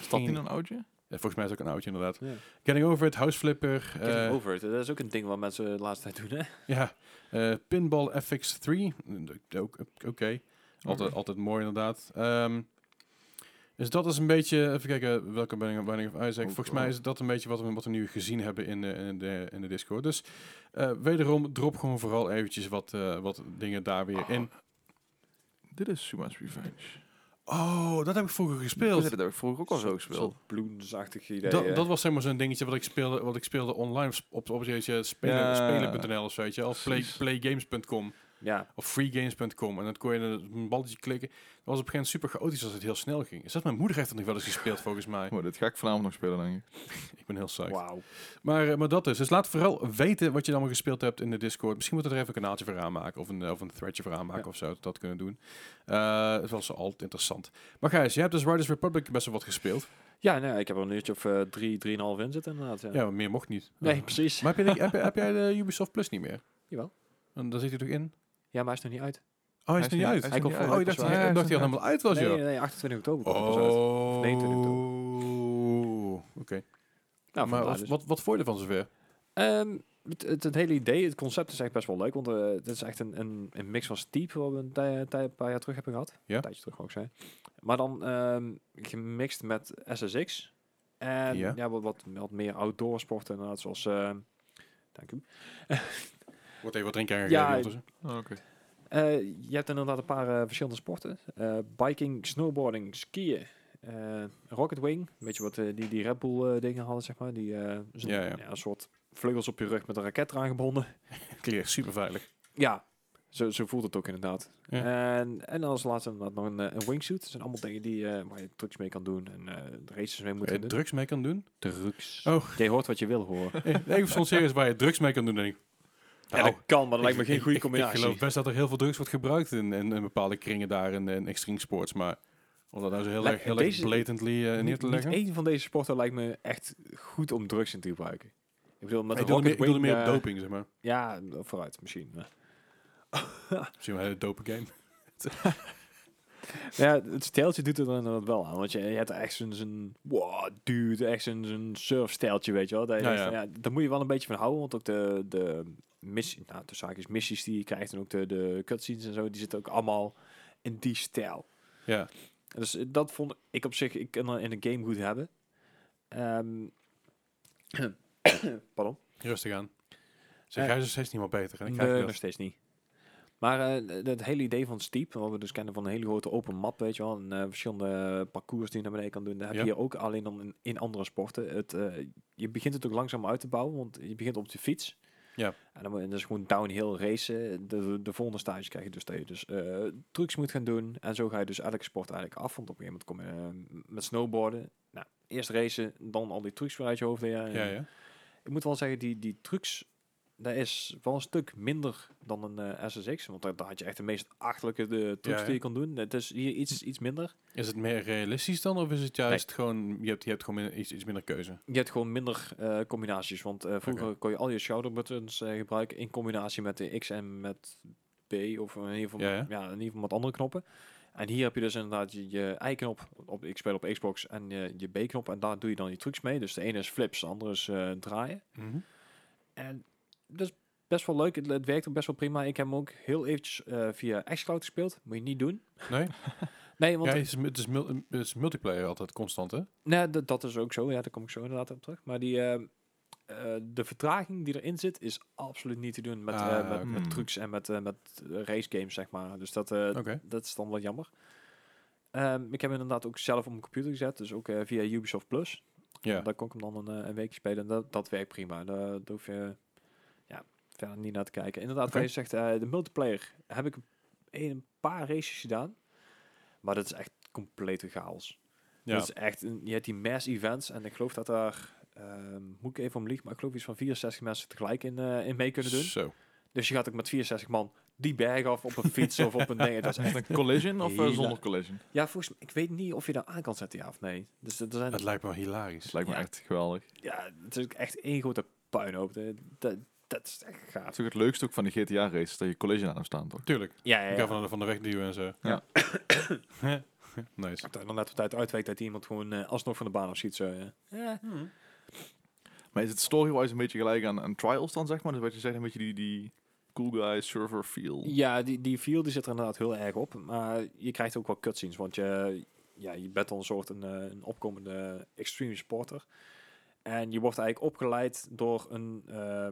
S3: Is dat niet
S1: geen-
S3: een oudje?
S1: Ja, volgens mij is het ook een oudje inderdaad.
S2: Ja.
S1: Getting Over It, House Flipper.
S2: Get
S1: eh,
S2: over it. Dat is ook een ding wat mensen de laatste tijd doen, hè?
S1: ja, eh, Pinball eh,
S3: Oh,
S1: Mhm. FX3. Mm, Ook, ook- oké. Altijd, altijd mooi inderdaad. Ehm, Dus dat is een beetje, even kijken, welke Binding of, Binding of Isaac.
S3: Oh,
S1: Volgens
S3: oh.
S1: mij is dat een beetje wat we, wat we nu gezien hebben in de, in de, in de Discord. Dus eh, wederom, drop gewoon vooral eventjes wat, eh, wat dingen daar weer in.
S3: Dit is Suma's Revenge.
S1: Oh, dat heb ik vroeger
S3: Dat
S1: gespeeld.
S3: heb ik vroeger ook al zo gespeeld.
S2: Bloensachtig idee.
S1: Dat,
S2: eh.
S1: dat was zeg maar zo'n dingetje wat ik speelde, wat ik speelde online op, op, op jeetje, spelen,
S3: Ja.
S1: spelen.nl of zo, weet je, of play,
S3: Precies.
S1: playgames.com
S2: Ja,
S1: of freegames.com en dan kon je een een balletje klikken. Dat was op een gegeven moment super chaotisch als het heel snel ging. Is dat mijn moeder heeft dat nog wel eens gespeeld volgens mij?
S3: Oh, dit ga ik vanavond nog spelen,
S1: Oh,
S3: denk ik.
S1: Ik ben heel psyched.
S2: wauw.
S1: Maar, eh, maar dat dus. Dus laat vooral weten wat je allemaal gespeeld hebt in de Discord. Misschien moeten we er even een kanaaltje voor aanmaken. Of een, eh, of een threadje voor aanmaken
S2: Ja.
S1: of zo. Dat we dat kunnen doen. Eh, Het was altijd interessant. Maar Gijs, jij hebt dus Riders Republic best wel wat gespeeld.
S2: Ja, nee, ik heb er een uurtje of eh, drie, drieënhalf in zitten inderdaad. Ja.
S1: Ja, maar meer mocht niet.
S2: Nee, precies.
S1: Maar heb, je, de- heb, heb jij de Ubisoft Plus niet meer?
S2: Jawel.
S1: En daar zit hij toch in?
S2: Ja, maar hij is nog niet uit.
S1: Oh, hij is er niet uit.
S2: hij is
S3: nog
S2: komt
S3: niet
S2: voor-
S1: Oh, je
S3: uit,
S1: dacht,
S3: pas
S1: dat hij
S3: waar.
S1: dacht dat hij al helemaal uit was,
S2: nee,
S1: joh.
S2: nee, 28 oktober. komt het pas uit.
S1: Oh.
S2: 29 Nou,
S1: maar
S2: vandaar
S1: wat,
S2: dus.
S1: wat, wat vond je ervan zover?
S2: Ehm, het, het, het hele idee, het concept is echt best wel leuk. Want eh, het is echt een, een, een mix van Steep, wat we een, tij- eh, tij- een paar jaar terug hebben gehad.
S1: Ja.
S2: Een tijdje terug ook zijn. Maar dan ehm, gemixt met SSX. En
S1: Ja.
S2: ja. wat, wat, wat meer outdoor sporten, inderdaad, zoals... eh, dank u.
S1: Wordt even wat drinken
S2: Ja,
S1: aangegeven. ondertussen.
S3: Oh, oké.
S2: Eh, je hebt inderdaad een paar eh, verschillende sporten. Eh, biking, snowboarding, skiën, eh, rocket wing. Weet je wat eh, die, die Red Bull eh, dingen hadden, zeg maar. Die, eh, zo'n-
S1: Ja, ja.
S2: een soort vleugels op je rug met een raket eraan gebonden.
S1: Klinkt super veilig.
S2: Ja, zo, zo voelt het ook inderdaad.
S1: Ja.
S2: En, en als laatste inderdaad nog een, eh, een wingsuit. Dat zijn allemaal dingen die, eh, waar je trucs mee kan doen en eh, races mee moet
S1: Waar je
S2: doen.
S1: drugs mee kan doen?
S2: Drugs.
S1: Oh.
S2: Je hoort wat je wil horen.
S1: Nee, nee, ik soms serieus waar je drugs mee kan doen, denk ik.
S2: ja,
S1: Nou,
S2: dat kan, maar dat lijkt me
S1: ik-
S2: geen
S1: ik-
S2: goede
S1: ik- Ik
S2: combinatie.
S1: geloof best dat er heel veel drugs wordt gebruikt in, in, in bepaalde kringen daar in, in extreme sports. Maar om dat nou zo heel
S2: Lij-
S1: erg heel
S2: deze-
S1: erg blatantly eh, neer
S2: Niet-
S1: te leggen.
S2: Niet één van deze sporten lijkt me echt goed om drugs in te gebruiken. Ik bedoel, met
S1: ik
S2: een
S1: doe er meer, ik doe er
S2: rocket
S1: meer
S2: wing,
S1: op
S2: eh,
S1: doping, zeg maar.
S2: Ja, vooruit misschien. maar-
S1: Misschien wel een hele dope game.
S2: Ja, het stijltje doet er dan inderdaad wel aan. Want je, je hebt echt zo'n- zo'n... Wow, dude. Echt zo'n zo'n surfstijltje, weet je wel. Dat je
S1: Ja,
S2: denkt van,
S1: ja.
S2: ja, daar moet je wel een beetje van houden. Want ook de, de missie, nou, de zaak is missies die je krijgt... en ook de, de cutscenes en zo... die zitten ook allemaal in die stijl.
S1: Ja.
S2: En Dus eh, dat vond ik op zich... Ik kan dat in een game goed hebben. Ehm, pardon.
S1: Rustig aan. Zeg,
S2: Eh,
S1: hij is nog steeds niet meer beter. En ik
S2: Nee,
S1: krijg
S2: nog
S1: dat.
S2: steeds niet. Maar eh het hele idee van Steep, wat we dus kennen van een hele grote open map, weet je wel, en eh, verschillende parcours die je naar beneden kan doen, daar heb
S1: Ja.
S2: je hier ook alleen dan in, in andere sporten. Het, eh, je begint het ook langzaam uit te bouwen, want je begint op de fiets.
S1: Ja.
S2: En dan moet je dus gewoon downhill racen. De, de volgende stage krijg je dus dat je dus eh, trucs moet gaan doen. En zo ga je dus elke sport eigenlijk af. Want op een gegeven moment kom je eh, met snowboarden. Nou, eerst racen, dan al die trucs weer uit je hoofd leren.
S1: Ja, ja.
S2: Ik moet wel zeggen, die, die trucs, dat is wel een stuk minder dan een eh, SSX. Want daar, daar had je echt de meest achterlijke eh, trucs
S1: ja.
S2: die je kon doen. Het is hier iets, iets minder.
S1: Is het meer realistisch dan? Of is het juist gewoon... Je hebt, je hebt gewoon min- iets, iets minder keuze.
S2: Je hebt gewoon minder eh, combinaties. Want eh, vroeger kon je al je shoulder buttons eh, gebruiken in combinatie met de X en met B. Of in ieder geval,
S1: Ja,
S2: ja,
S1: ja.
S2: in ieder geval met andere knoppen. En hier heb je dus inderdaad je, je I-knop. Op, ik speel op Xbox en je, je B-knop. En daar doe je dan je trucs mee. Dus de ene is flips, de andere is eh, draaien. En dat is best wel leuk. Het, het werkt ook best wel prima. Ik heb hem ook heel eventjes eh, via xCloud gespeeld. Moet je niet doen.
S1: Nee?
S2: Nee,
S1: Ja,
S2: want
S1: het is, mu- het, is mul- het is multiplayer altijd constant, hè?
S2: nee, dat- dat is ook zo. Ja, daar kom ik zo inderdaad op terug. Maar die, eh, eh, de vertraging die erin zit, is absoluut niet te doen met, eh,
S1: Ah,
S2: met,
S1: oké.
S2: met trucs en met, eh, met race games, zeg maar. Dus dat, eh,
S1: Oké.
S2: dat is dan wel jammer. Ehm, ik heb hem inderdaad ook zelf op mijn computer gezet. Dus ook eh, via Ubisoft Plus.
S1: Ja.
S2: Daar kon ik hem dan een, eh, een weekje spelen. En dat, dat werkt prima. Daar, daar hoef je ja, verder niet naar te kijken. Inderdaad,
S1: Oké.
S2: wat je zegt, eh, de multiplayer heb ik een, een paar races gedaan. Maar dat is echt complete chaos.
S1: Ja.
S2: Dat is echt een- je hebt die mass events. En ik geloof dat daar, ehm, moet ik even om liegen, maar ik geloof iets van 64 mensen tegelijk in, eh, in mee kunnen doen.
S1: Zo.
S2: Dus je gaat ook met 64 man die berg af op een fiets of op een ding. Dat is echt,
S3: Collision of eh,
S2: Hela.
S3: zonder collision?
S2: ja, volgens mij, ik weet niet of je daar aan kan zetten, ja of nee. Dus er zijn
S1: Het lijkt me wel
S3: Dat
S1: hilarisch.
S3: lijkt me
S2: Ja.
S3: echt geweldig.
S2: Ja, het is ook echt één grote puinhoop. Dat, dat, dat is echt
S3: Het
S2: gaaf.
S3: is ook het leukste ook van die GTA-race, dat je collision aan hem staan, toch?
S1: Tuurlijk.
S2: Ja, ja,
S1: Ik
S2: ja.
S1: ga van de, van de weg duwen en zo.
S3: Ja.
S1: nice.
S2: Dat dan net op tijd uitwijkt dat iemand gewoon eh, alsnog van de baan af ziet. Zo, ja.
S1: Hmm.
S3: Maar is het story-wise een beetje gelijk aan, aan Trials dan, zeg maar? Dus wat je zegt, een beetje die, die cool guy server feel.
S2: ja, die, die feel die zit er inderdaad heel erg op. Maar je krijgt ook wel cutscenes. Want je, ja, je bent dan een soort een, eh, een opkomende extreme sporter. En je wordt eigenlijk opgeleid door een eh,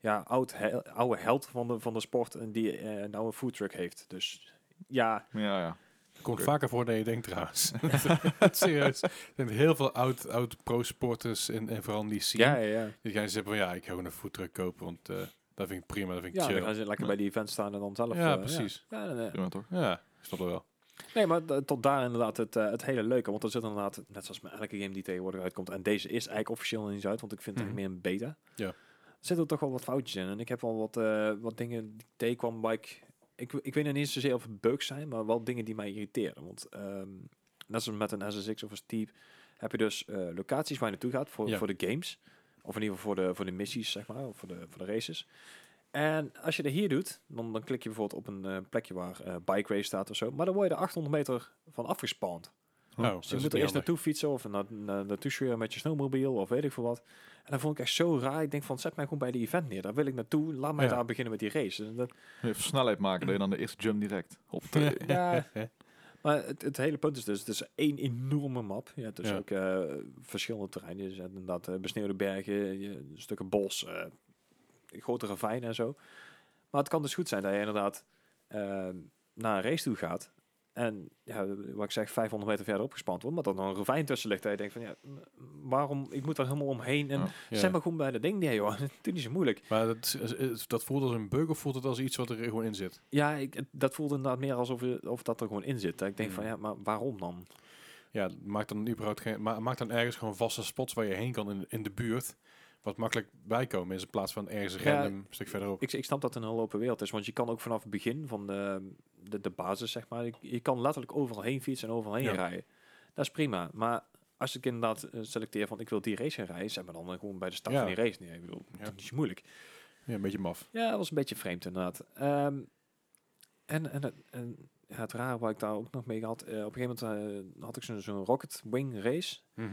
S2: ja, oud hel- oude held van de, van de sport en die eh, nou een foodtruck heeft. Dus ja,
S3: Ja, ja.
S1: Komt
S3: Oké.
S1: vaker voor dan je denkt trouwens. Serieus. Er zijn heel veel oud, oud pro-sporters en, en vooral in die scene.
S2: ja, ja, ja.
S1: Die gaan zeggen van ja, ik ga gewoon een foodtruck kopen, want eh, dat vind ik prima, dat vind ik
S2: Ja, dan
S1: chill.
S2: gaan ze lekker bij die event staan en dan zelf.
S1: Ja,
S2: eh,
S1: precies.
S2: Ja. Ja, nee, nee.
S3: Prima toch?
S1: Ja, ik snap het wel.
S2: Nee, maar d- tot daar inderdaad het, eh, het hele leuke. Want er zit inderdaad, net zoals met elke game die tegenwoordig uitkomt. En deze is eigenlijk officieel nog niet uit, want ik vind het
S1: Mhm.
S2: eigenlijk meer een beta.
S1: Ja.
S2: Zitten er toch wel wat foutjes in. En ik heb al wat, eh, wat dingen die ik tegenkwam waar ik... Ik, ik weet nog niet eens zozeer of het bugs zijn, maar wel dingen die mij irriteren. Want ehm, net zoals met een SSX of een Steep heb je dus eh, locaties waar je naartoe gaat voor,
S1: Ja.
S2: voor de games. Of in ieder geval voor de, voor de missies, zeg maar, of voor de, voor de races. En als je dat hier doet, dan, dan klik je bijvoorbeeld op een eh, plekje waar eh, bike race staat of zo. Maar dan word je er 800 meter van afgespawnd.
S1: Oh, dat
S2: Dus
S1: is
S2: je moet
S1: niet
S2: er
S1: handig.
S2: eerst naartoe fietsen of na, na- naartoe scheuren met je snowmobile of weet ik veel wat. En dat vond ik echt zo raar. Ik denk van, zet mij gewoon bij die event neer. Daar wil ik naartoe. Laat mij
S1: Ja.
S2: daar beginnen met die race. En dat-
S3: Even snelheid maken, dan je dan de eerste jump direct. Op de,
S2: ja. Maar het, het hele punt is dus, het is één enorme map. Ja, het is
S1: Ja.
S2: ook eh, verschillende terreinen. Er zijn inderdaad eh, besneeuwde bergen, je- stukken bos, eh, grote ravijnen en zo. Maar het kan dus goed zijn dat je inderdaad eh, naar een race toe gaat. En ja, wat ik zeg, 500 meter verder opgespant wordt. Maar dat er een ravijn tussen ligt. Dat je denkt van, ja, m- waarom? Ik moet daar helemaal omheen. En
S3: Ja.
S1: Ja.
S2: zet maar gewoon bij dat ding neer, joh. Doe niet zo moeilijk.
S1: Maar dat, is- is- is- dat voelt als een bug of voelt het als iets wat er gewoon in zit?
S2: Ja, ik, het- dat voelt inderdaad meer alsof je- of dat er gewoon in zit. Dat ik denk van,
S1: Hmm.
S2: ja, maar waarom dan?
S1: Ja, maakt dan überhaupt geen. Ma maakt dan ergens gewoon vaste spots waar je heen kan in, in de buurt. Wat makkelijk bijkomen is in plaats van ergens
S2: Ja,
S1: random een stuk verderop.
S2: Ik, ik snap dat het een heel open wereld is, want je kan ook vanaf het begin van de, de, de basis, zeg maar, je, je kan letterlijk overal heen fietsen en overal heen
S1: Ja.
S2: rijden. Dat is prima, maar als ik inderdaad eh, selecteer van ik wil die race gaan rijden, zijn we dan gewoon bij de start
S1: Ja.
S2: van die race neer. Ik bedoel,
S1: Ja.
S2: dat is moeilijk.
S1: Ja, een beetje maf.
S2: Ja, dat was een beetje vreemd inderdaad. Ehm, en en, het- en ja, het rare wat ik daar ook nog mee had, eh, op een gegeven moment eh, had ik zo'n zo'n Rocket Wing race. En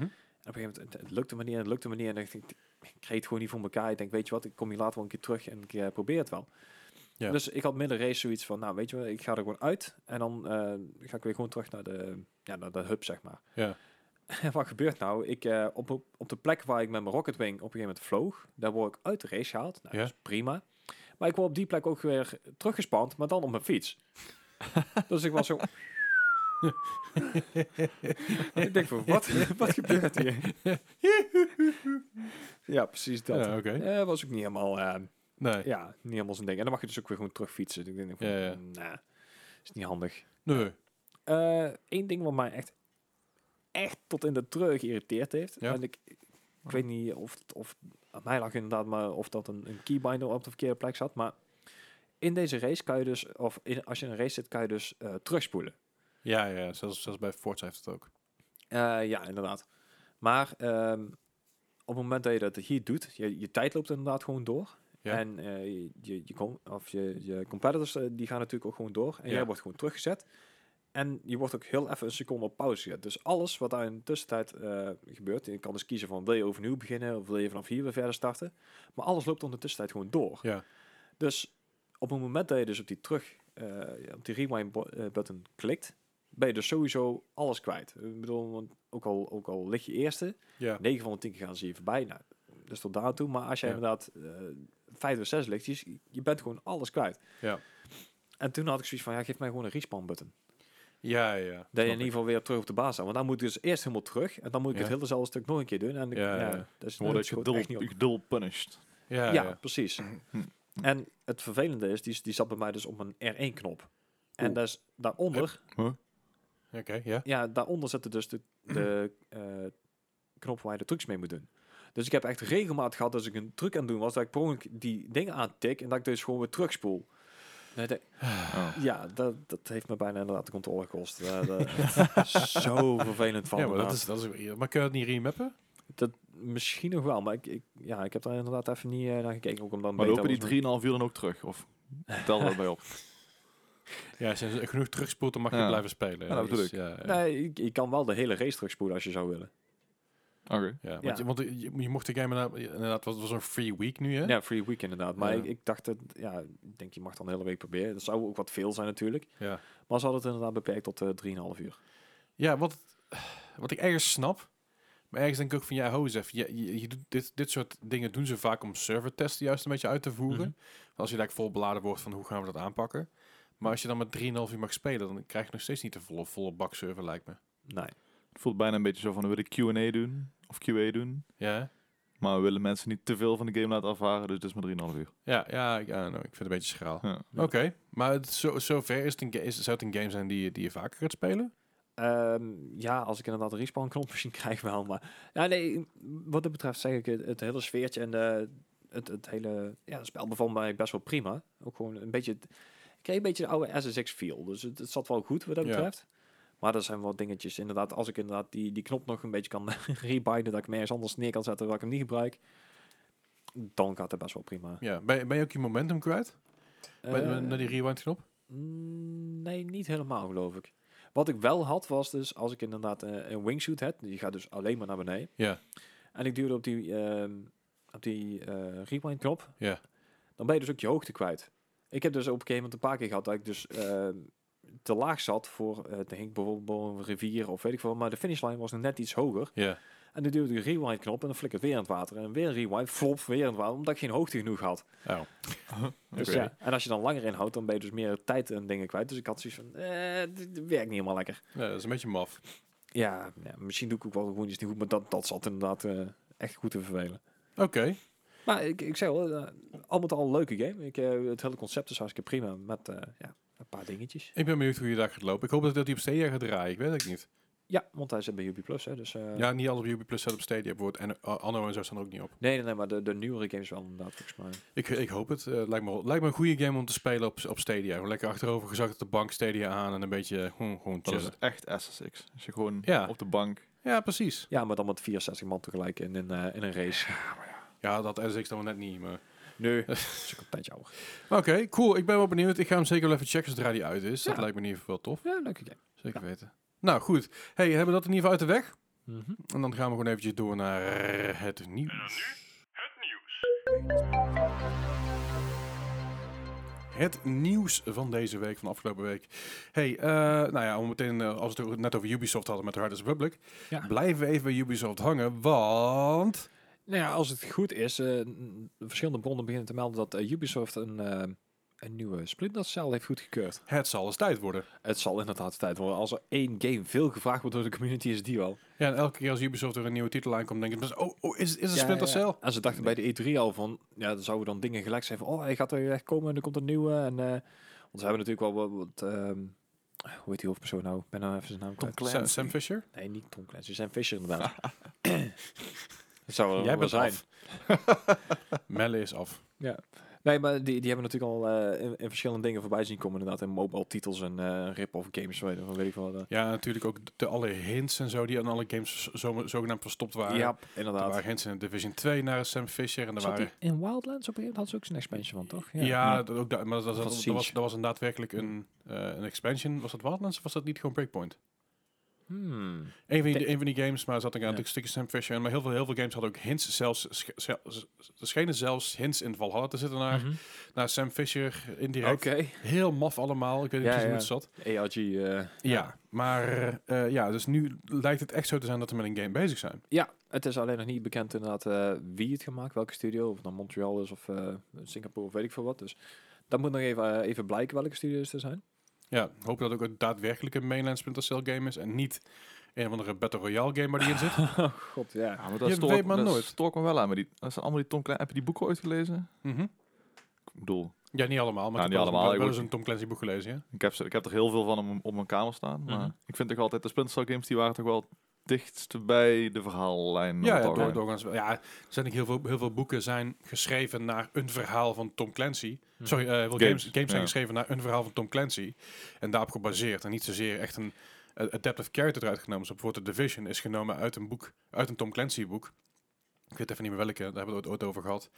S2: op een gegeven moment, het, het lukte me niet en het lukte me niet. En ik, ik, ik kreeg het gewoon niet voor elkaar. Ik denk, weet je wat, ik kom hier later wel een keer terug en ik eh, probeer het wel.
S1: Ja.
S2: Dus ik had midden race zoiets van, nou weet je wel, ik ga er gewoon uit. En dan eh, ga ik weer gewoon terug naar de, ja, naar de hub, zeg maar.
S1: Ja.
S2: En wat gebeurt nou? Ik, eh, op, op- op de plek waar ik met mijn Rocket Wing op een gegeven moment vloog, daar word ik uit de race gehaald. Nou,
S1: Ja.
S2: dat is prima. Maar ik word op die plek ook weer teruggespand, maar dan op mijn fiets. dus ik was zo... ik denk van, wat, wat gebeurt hier? ja, precies dat.
S1: Ja, oké.
S2: Eh, was ook niet helemaal, eh,
S1: Nee.
S2: ja, niet helemaal zijn ding. En dan mag je dus ook weer gewoon terugfietsen. Ik denk, van,
S1: Ja, ja.
S2: nah, is niet handig.
S1: Nee.
S2: Eén Eh, ding wat mij echt, echt tot in de treur geïrriteerd heeft.
S1: Ja.
S2: En ik, ik weet niet of, of aan mij lag inderdaad maar of dat een, een keybinder op de verkeerde plek zat. Maar in deze race kan je dus, of in, als je in een race zit, kan je dus eh, terugspoelen.
S1: Ja, ja zelfs, zelfs bij Forza heeft het ook.
S2: Eh, ja, inderdaad. Maar ehm, op het moment dat je dat hier doet, je, je tijd loopt inderdaad gewoon door.
S1: Ja.
S2: En eh, je, je, com- of je, je competitors eh, die gaan natuurlijk ook gewoon door. En
S1: Ja.
S2: jij wordt gewoon teruggezet. En je wordt ook heel even een seconde op pauze gezet. Dus alles wat daar in de tussentijd eh, gebeurt, je kan dus kiezen van wil je overnieuw beginnen of wil je vanaf hier weer verder starten. Maar alles loopt dan de tussentijd gewoon door.
S1: Ja.
S2: Dus op het moment dat je dus op die terug, eh, ja, op die rewind bo- eh, button klikt, ben je dus sowieso alles kwijt. Ik bedoel, want ook al, ook al lig je eerste,
S1: Ja.
S2: 9 van de 10 keer gaan ze je voorbij. Nou, dus tot daartoe. Maar als jij
S1: Ja.
S2: inderdaad eh, vijf of zes ligt, je, je bent gewoon alles kwijt.
S1: Ja.
S2: En toen had ik zoiets van, ja, geef mij gewoon een respawn button.
S1: Ja, ja.
S2: Dat je in ieder geval weer terug op de baas staat. Want dan moet ik dus eerst helemaal terug. En dan moet ik
S1: Ja.
S2: het hele dezelfde stuk nog een keer doen. En ik,
S1: Ja,
S2: ja,
S1: ja.
S2: dat is
S3: Dan
S2: dat
S3: word ik
S2: is gewoon echt niet
S3: gedul,
S2: op.
S3: gedul punished.
S1: Ja,
S2: ja,
S1: ja. ja.
S2: precies.
S1: Hm.
S2: En het vervelende is, die, die zat bij mij dus op een R1-knop. En
S1: Oeh.
S2: dat is daaronder,
S1: Oké, ja.
S2: ja, daaronder zitten dus de, de eh, knop waar je de trucs mee moet doen. Dus ik heb echt regelmatig gehad dat ik een truc aan het doen was, dat ik per ongeluk die dingen aantik en dat ik dus gewoon weer terugspoel. En ik denk,
S3: Oh.
S2: Ja, dat, dat heeft me bijna inderdaad de controle gekost. Eh, dat- zo vervelend van.
S1: Ja, maar dat
S2: inderdaad.
S1: is, dat is... Maar kun je dat niet remappen?
S2: Dat misschien nog wel, maar ik, ik, ja, ik heb daar inderdaad even niet eh, naar gekeken. Ook omdat
S3: Maar
S2: beta
S3: lopen die 3,5
S2: was,
S3: uur dan ook terug? Of tel dat bij op?
S1: Ja, als je genoeg terugspoelt, dan mag je
S3: Ja.
S1: blijven spelen.
S3: Ja, dat bedoel
S1: is-
S3: ik.
S1: Ja, ja.
S2: maar- Nee, ik, ik kan wel de hele race terugspoelen als je zou willen.
S3: Oké.
S1: Ja, want,
S2: Ja.
S1: Je, want je, je mocht de game inderdaad- inderdaad, was was een free week nu, hè?
S2: Ja, free week inderdaad. Maar
S1: Ja.
S2: ik, ik dacht, dat, ja, ik denk je mag dan de hele week proberen. Dat zou ook wat veel zijn natuurlijk.
S1: Ja.
S2: Maar ze hadden het inderdaad beperkt tot eh 3,5 uur.
S1: Ja, wat, wat ik ergens snap. Maar ergens denk ik ook van, ja, ho eens even. Je, je, je doet dit, dit soort dingen doen ze vaak om servertesten juist een beetje uit te voeren.
S2: Mhm.
S1: Als je daar vol beladen wordt van, hoe gaan we dat aanpakken? Maar als je dan met 3,5 uur mag spelen, dan krijg je nog steeds niet de volle, volle bak server, lijkt me.
S2: Nee.
S3: Het voelt bijna een beetje zo van, we willen Q&A doen, of QA doen.
S1: Ja,
S3: Maar we willen mensen niet te veel van de game laten ervaren, dus dat is maar 3,5 uur.
S1: ja, ja, ja nou, ik vind het een beetje schraal.
S3: Ja.
S1: Oké, maar het, zo, zover is het een, ga- is, zou het een game zijn die, je- die je vaker gaat spelen?
S2: Ehm, ja, als ik inderdaad een respawn knop misschien krijg wel. Maar ja, nee, wat dat betreft zeg ik het, het hele sfeertje en de, het, het hele ja, het spel bevond mij best wel prima. Ook gewoon een beetje, het- ik kreeg een beetje de oude SSX feel. Dus het, het zat wel goed wat dat
S1: Ja.
S2: betreft. Maar er zijn wel dingetjes. Inderdaad, als ik inderdaad die, die knop nog een beetje kan rebinden, dat ik hem ergens anders neer kan zetten waar ik hem niet gebruik, dan gaat het best wel prima.
S1: Ja, ben, je- ben je ook je momentum kwijt? Bij-
S2: Eh,
S1: naar die rewind knop?
S2: Mm, Nee, niet helemaal geloof ik. Wat ik wel had was dus als ik inderdaad eh, een wingsuit had, die gaat dus alleen maar naar beneden.
S1: Ja.
S2: En ik duwde op die, ehm, op die eh, rewind knop.
S1: Ja.
S2: Dan ben je dus ook je hoogte kwijt. Ik heb dus op een gegeven moment een paar keer gehad dat ik dus ehm, te laag zat voor, eh denk ik bijvoorbeeld boven een rivier of weet ik veel, maar de finishlijn was nog net iets hoger.
S1: Ja.
S2: En dan duwde ik de rewind knop en dan flikkert weer in het water. En weer een rewind, flop, weer in het water, omdat ik geen hoogte genoeg had.
S1: Oh.
S2: Dus
S3: Oké.
S2: ja, en als je dan langer inhoudt, dan ben je dus meer tijd en dingen kwijt. Dus ik had zoiets van, eh, dit dit werkt niet helemaal lekker.
S1: Ja, dat is een beetje maf.
S2: Ja, ja, misschien doe ik ook wel gewoon iets niet goed, maar dat, dat zat inderdaad eh, echt goed te vervelen.
S1: Oké.
S2: Maar ik, ik zeg wel, eh, al met al een leuke game. Ik, eh, het hele concept is hartstikke prima, met eh, ja, een paar dingetjes.
S1: Ik ben benieuwd hoe je daar gaat lopen. Ik hoop dat dat die op Stadia gaat draaien. Ik weet het niet.
S2: Ja, want hij zit bij Ubi Plus, hè, dus... eh,
S1: Ja, niet alles op Ubisoft staat op Stadia. Bijvoorbeeld en, eh, Anno en zo staan er ook niet op.
S2: Nee, nee, nee, maar de, de nieuwere games wel inderdaad, volgens mij.
S1: Ik, ik hoop het. Eh, lijkt, me, wel- lijkt me een goede game om te spelen op, op Stadia. Gewoon lekker achterover gezakt op de bank Stadia aan en een beetje eh, gewoon, gewoon
S3: Dan is
S1: chillen.
S3: het echt SSX. Als je gewoon
S1: Ja.
S3: op de bank...
S1: Ja, precies.
S2: Ja, maar dan met 64 man tegelijk in, in, eh, in een race.
S1: Ja, dat SX dan wel net niet. Maar,
S2: Nee, dat is ook een tijdje ouder.
S1: maar oké, cool. Ik ben wel benieuwd. Ik ga hem zeker wel even checken zodra die uit is. Dat
S2: Ja.
S1: lijkt me in ieder geval wel tof.
S2: Ja, leuke game.
S1: Zeker weten. Nou, goed. Hey, hebben we dat in ieder geval uit de weg?
S2: Mhm.
S1: En dan gaan we gewoon eventjes door naar het nieuws. Het nieuws van deze week, van afgelopen week. Hey, eh, nou ja, om meteen, eh, als we het net over Ubisoft hadden met de Riders Republic,
S2: Ja.
S1: blijven we even bij Ubisoft hangen, want...
S2: Nou ja, als het goed is, eh, n- verschillende bronnen beginnen te melden dat eh, Ubisoft een, eh, een nieuwe Splinter Cell heeft goedgekeurd.
S1: Het zal eens tijd worden.
S2: Het zal inderdaad tijd worden. Als er één game veel gevraagd wordt door de community, is die wel.
S1: Ja, en elke keer als Ubisoft er een nieuwe titel aankomt, denk ik, dus, oh, oh is, is het Splinter Cell?
S2: En ze dachten bij de E3 al van, ja, dan zouden dan dingen gelijk zijn van, oh, hij gaat er echt komen en er komt een nieuwe. En, eh, want ze hebben natuurlijk wel wat, wat, ehm, hoe heet die hoofdpersoon nou? Ik ben nou even zijn naam kwijt.
S1: Eh, Sa- Sam, Fisher?
S2: Nee, niet Tom Clancy, Sam Fisher inderdaad. Dat zou wel
S1: Jij
S2: wel
S1: bent
S2: zijn.
S1: af. Melle is af.
S2: Nee, maar die, die hebben natuurlijk al eh, in, in verschillende dingen voorbij zien komen. Inderdaad, in mobile titels en eh, rip-off games, weet, of weet ik wel. eh.
S1: Ja, natuurlijk ook de, alle hints en zo die aan alle games zo- zo, zogenaamd verstopt waren.
S2: ja,
S1: Er
S2: inderdaad.
S1: waren hints in Division 2 naar Sam Fisher. En er
S2: Zat
S1: waren,
S2: die in Wildlands op een gegeven moment had ze ook zijn expansion van, toch?
S1: ja, dat ook, da- maar dat, dat,
S2: Van
S1: dat
S2: Siege.
S1: was, dat was een daadwerkelijk een, eh, een expansion. Was dat Wildlands of was dat niet gewoon Breakpoint?
S2: Hmm.
S1: Een van die,
S2: Denk-
S1: een van die games, maar er zat een
S2: Ja.
S1: aantal stukjes Sam Fisher in. Maar heel veel, heel veel games hadden ook hints. Zelfs, sch- zel- er schenen zelfs hints in Valhalla te zitten naar,
S2: Mhm.
S1: naar Sam Fisher
S2: Oké.
S1: indirect. Heel maf allemaal. Ik weet niet
S2: Ja,
S1: precies hoe
S2: ja.
S1: het zat.
S2: ARG. eh,
S1: Ja, maar eh, ja, dus nu lijkt het echt zo te zijn dat we met een game bezig zijn.
S2: ja, het is alleen nog niet bekend inderdaad eh, wie het gemaakt, welke studio. Of het nou Montreal is of eh, Singapore of weet ik veel wat. Dus dat moet nog even, eh, even blijken welke studio's er zijn.
S1: Ja, hoop dat ook het daadwerkelijke mainland Splinter Cell game is. En niet een of andere Battle Royale game waar die in zit.
S2: God, ja.
S3: Ja, maar dat
S1: Je
S3: stoort-
S1: weet maar
S3: dat
S1: nooit.
S3: stoort me wel aan. Maar die, dat zijn allemaal die Tom Clancy... Heb je die boeken ooit gelezen?
S1: Mhm.
S3: Ik bedoel,
S1: Ja, niet allemaal, maar
S3: Nou,
S1: ik heb
S3: niet
S1: wel eens-
S3: allemaal,
S1: wel-
S3: ik
S1: wel
S3: moet-
S1: eens een Tom Clancy boek gelezen, ja?
S3: ik heb, ze- ik heb er heel veel van op, m- op mijn kamer staan.
S2: Mhm.
S3: Maar ik vind toch altijd... De Splinter Cell games die waren toch wel dichtst bij de verhaallijn.
S1: Ja,
S3: op het
S1: ja, door,
S3: algemeen.
S1: doorgaans wel. Ja, er zijn ook heel veel, heel veel boeken zijn geschreven naar een verhaal van Tom Clancy.
S2: Mhm.
S1: Sorry, eh, heel veel games,
S3: Games,
S1: games, zijn
S3: ja.
S1: geschreven naar een verhaal van Tom Clancy. En daarop gebaseerd. En niet zozeer echt een Dus eh, adaptive character eruit genomen. Zo bijvoorbeeld The Division is genomen uit een boek, uit een Tom Clancy boek. Ik weet even niet meer welke, daar hebben we het ooit over gehad.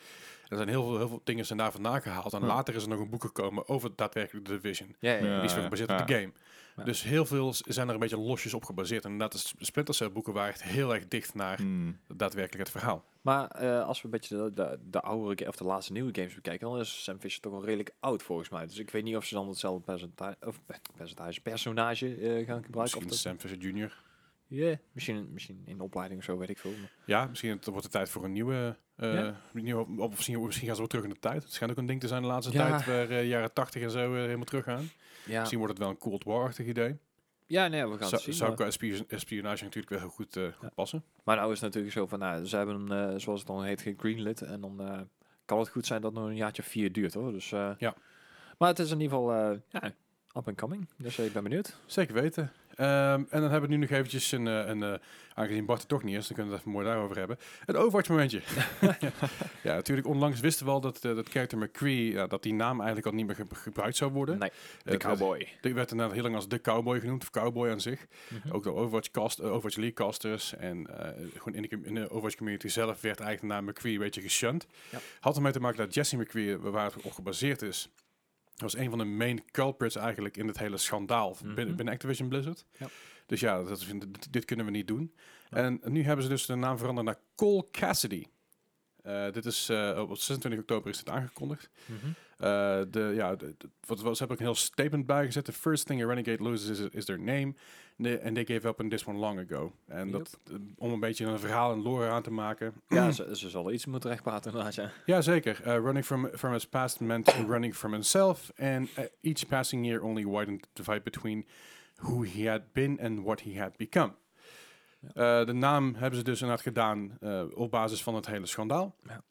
S1: Er zijn heel veel, heel veel dingen zijn daar vandaan gehaald. En
S3: Ja.
S1: later is er nog een boek gekomen over daadwerkelijk de Division.
S2: Ja, ja,
S3: Ja.
S2: ja.
S1: Die is weer gebaseerd op de game.
S2: Ja.
S1: Dus heel veel s- zijn er een beetje losjes op gebaseerd. En inderdaad, de S- Splinter Cell boeken waren echt heel erg dicht naar
S3: Hmm.
S2: Hm.
S1: daadwerkelijk het verhaal.
S2: Maar eh, als we een beetje de, de, de oudere ga- of de laatste nieuwe games bekijken, dan is Sam Fisher toch wel redelijk oud volgens mij. Dus ik weet niet of ze dan hetzelfde percentage, of eh, percentage, personage eh, gaan gebruiken. Of
S1: Misschien
S2: dat,
S1: Sam Fisher Jr.
S2: Ja, misschien, misschien in de opleiding of zo, weet ik veel. maar-
S1: Ja, misschien het wordt het tijd voor een nieuwe... eh,
S2: Ja.
S1: nieuwe of misschien, misschien gaan ze weer terug in de tijd. Het schijnt ook een ding te zijn de laatste
S2: Ja.
S1: tijd, waar eh, jaren 80 en zo weer helemaal teruggaan.
S2: Ja,
S1: Misschien wordt het wel een Cold War-achtig idee.
S2: ja nee, we gaan
S1: Zou,
S2: het zien.
S1: zou
S2: maar-
S1: qua espio- espionage natuurlijk wel heel goed eh, goed passen.
S2: Maar nou is het natuurlijk zo van, nou, ze hebben, hem, eh, zoals het dan heet, greenlit. En dan eh, kan het goed zijn dat het nog een jaartje of vier duurt, hoor. Dus, eh,
S1: Ja.
S2: Maar het is in ieder geval eh, ja, up and coming. Dus eh, ik ben benieuwd.
S1: Zeker weten. Ehm, en dan hebben we nu nog eventjes een, eh, een eh, aangezien Bart er toch niet is, dan kunnen we het even mooi daarover hebben. Het Overwatch momentje. ja, natuurlijk onlangs wisten we al dat, eh, dat character McCree, ja, dat die naam eigenlijk al niet meer ge- gebruikt zou worden.
S2: Nee,
S1: Eh,
S2: de
S1: het werd-
S2: cowboy.
S1: Die werd inderdaad heel lang als de cowboy genoemd, of cowboy aan zich.
S2: Mhm.
S1: Ook door Overwatch, cast, eh, Overwatch League casters en eh, gewoon in de, com- in de Overwatch community zelf werd eigenlijk de naam McCree een beetje geshunt.
S2: Ja.
S1: Had ermee te maken dat Jesse McCree, eh, waar het op gebaseerd is, was een van de main culprits eigenlijk in het hele schandaal
S2: Mhm.
S1: binnen, binnen Activision Blizzard.
S2: Ja.
S1: Dus ja, dat is, dit, dit kunnen we niet doen.
S2: Nee.
S1: En nu hebben ze dus de naam veranderd naar Cole Cassidy. Eh, dit is eh, op 26 oktober is dit aangekondigd.
S2: Mhm.
S1: Eh, de, ja, de, de- wat was heb ik een heel statement bijgezet. The first thing a renegade loses is, is their name. The- and they gave up on this one long ago. En
S2: Yep.
S1: dat, eh, om een beetje een verhaal en lore aan te maken.
S2: Ja, ze, ze zullen iets moeten rechtpraten inderdaad, ja.
S1: Jazeker. Eh, running from, from his past meant running from himself. And eh, each passing year only widened the divide between who he had been and what he had become. Eh, de naam hebben ze dus inderdaad gedaan eh, op basis van het hele schandaal.
S2: Ja.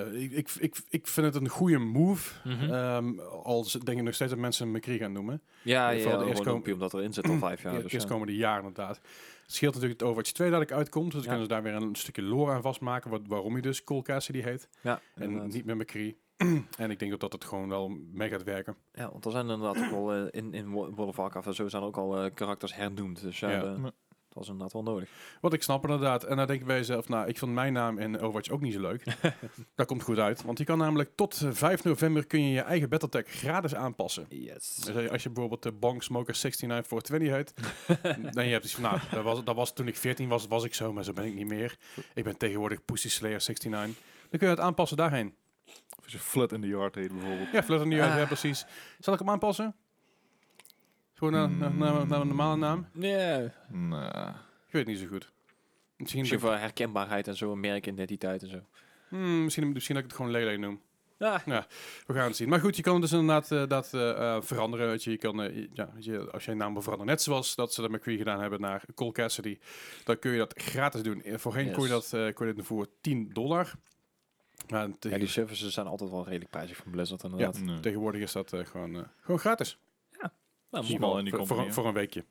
S1: Eh, ik, ik, ik, ik vind het een goede move.
S2: Mhm.
S1: Ehm, al z- denk ik nog steeds dat mensen hem McCree gaan noemen. in ieder
S2: Ja, ja,
S1: geval de
S2: ja,
S1: eerste
S2: gewoon
S1: komen-
S2: puur omdat er in zit al vijf jaar.
S1: Ja,
S2: Dus,
S1: eerst
S2: ja.
S1: komende jaar inderdaad. Het scheelt natuurlijk het Overwatch 2 dat ik uitkomt. Dus dan
S2: Ja.
S1: kunnen ze daar weer een stukje lore aan vastmaken. Wat, waarom hij dus Cole Cassidy heet.
S2: ja,
S1: En
S2: inderdaad.
S1: niet met McCree. en ik denk dat dat het gewoon wel mee gaat werken.
S2: ja, want er zijn inderdaad ook wel eh, in, in Wo- World of Warcraft en zo zijn ook al eh, karakters hernoemd. Dus ja,
S1: Ja.
S2: de-
S3: Ja.
S2: dat was inderdaad wel nodig.
S1: Wat ik snap inderdaad. En dan denk ik bij jezelf, nou, ik vond mijn naam in Overwatch ook niet zo leuk. dat komt goed uit. Want je kan namelijk tot eh, 5 november kun je je eigen Battletech gratis aanpassen.
S2: Yes.
S1: Dus als je- als je bijvoorbeeld de Bong Smoker 69420 heet, dan je hebt iets van, nou, dat was, dat was toen ik 14 was, was ik zo, maar zo ben ik niet meer. Ik ben tegenwoordig Pussy Slayer 69. Dan kun je het aanpassen daarheen.
S3: Of als je Flat in the Yard heet bijvoorbeeld.
S1: Ja, Flutter nu
S2: Ah.
S1: ja, precies. Zal ik hem aanpassen? Gewoon naar, naar, naar, naar een normale naam?
S2: Nee.
S3: Nee.
S1: Ik weet het niet zo goed. Misschien,
S2: Misschien
S1: dat ik-
S2: voor herkenbaarheid en zo, een merkidentiteit en zo.
S1: hmm, misschien, misschien dat ik het gewoon Lele noem.
S2: Ja,
S1: We gaan het zien. Maar goed, je kan het dus inderdaad eh, dat eh, eh, veranderen. Weet je, je kan, eh, je- ja, weet je, als je je naam wil veranderen, net zoals dat ze dat met McCree gedaan hebben naar Cole Cassidy, dan kun je dat gratis doen. Eh, Voorheen kon, je dat,
S2: Yes.
S1: eh, kon je dat voor 10 dollar. Maar tegen-
S2: die services zijn altijd wel redelijk prijzig van Blizzard
S1: ja,
S2: inderdaad.
S3: Nee.
S1: tegenwoordig is dat eh, gewoon, eh, gewoon gratis.
S2: Nou,
S3: Small
S2: moet-
S1: Voor-
S3: in die
S1: voor,
S3: company,
S1: voor,
S3: hè?
S1: voor een weekje.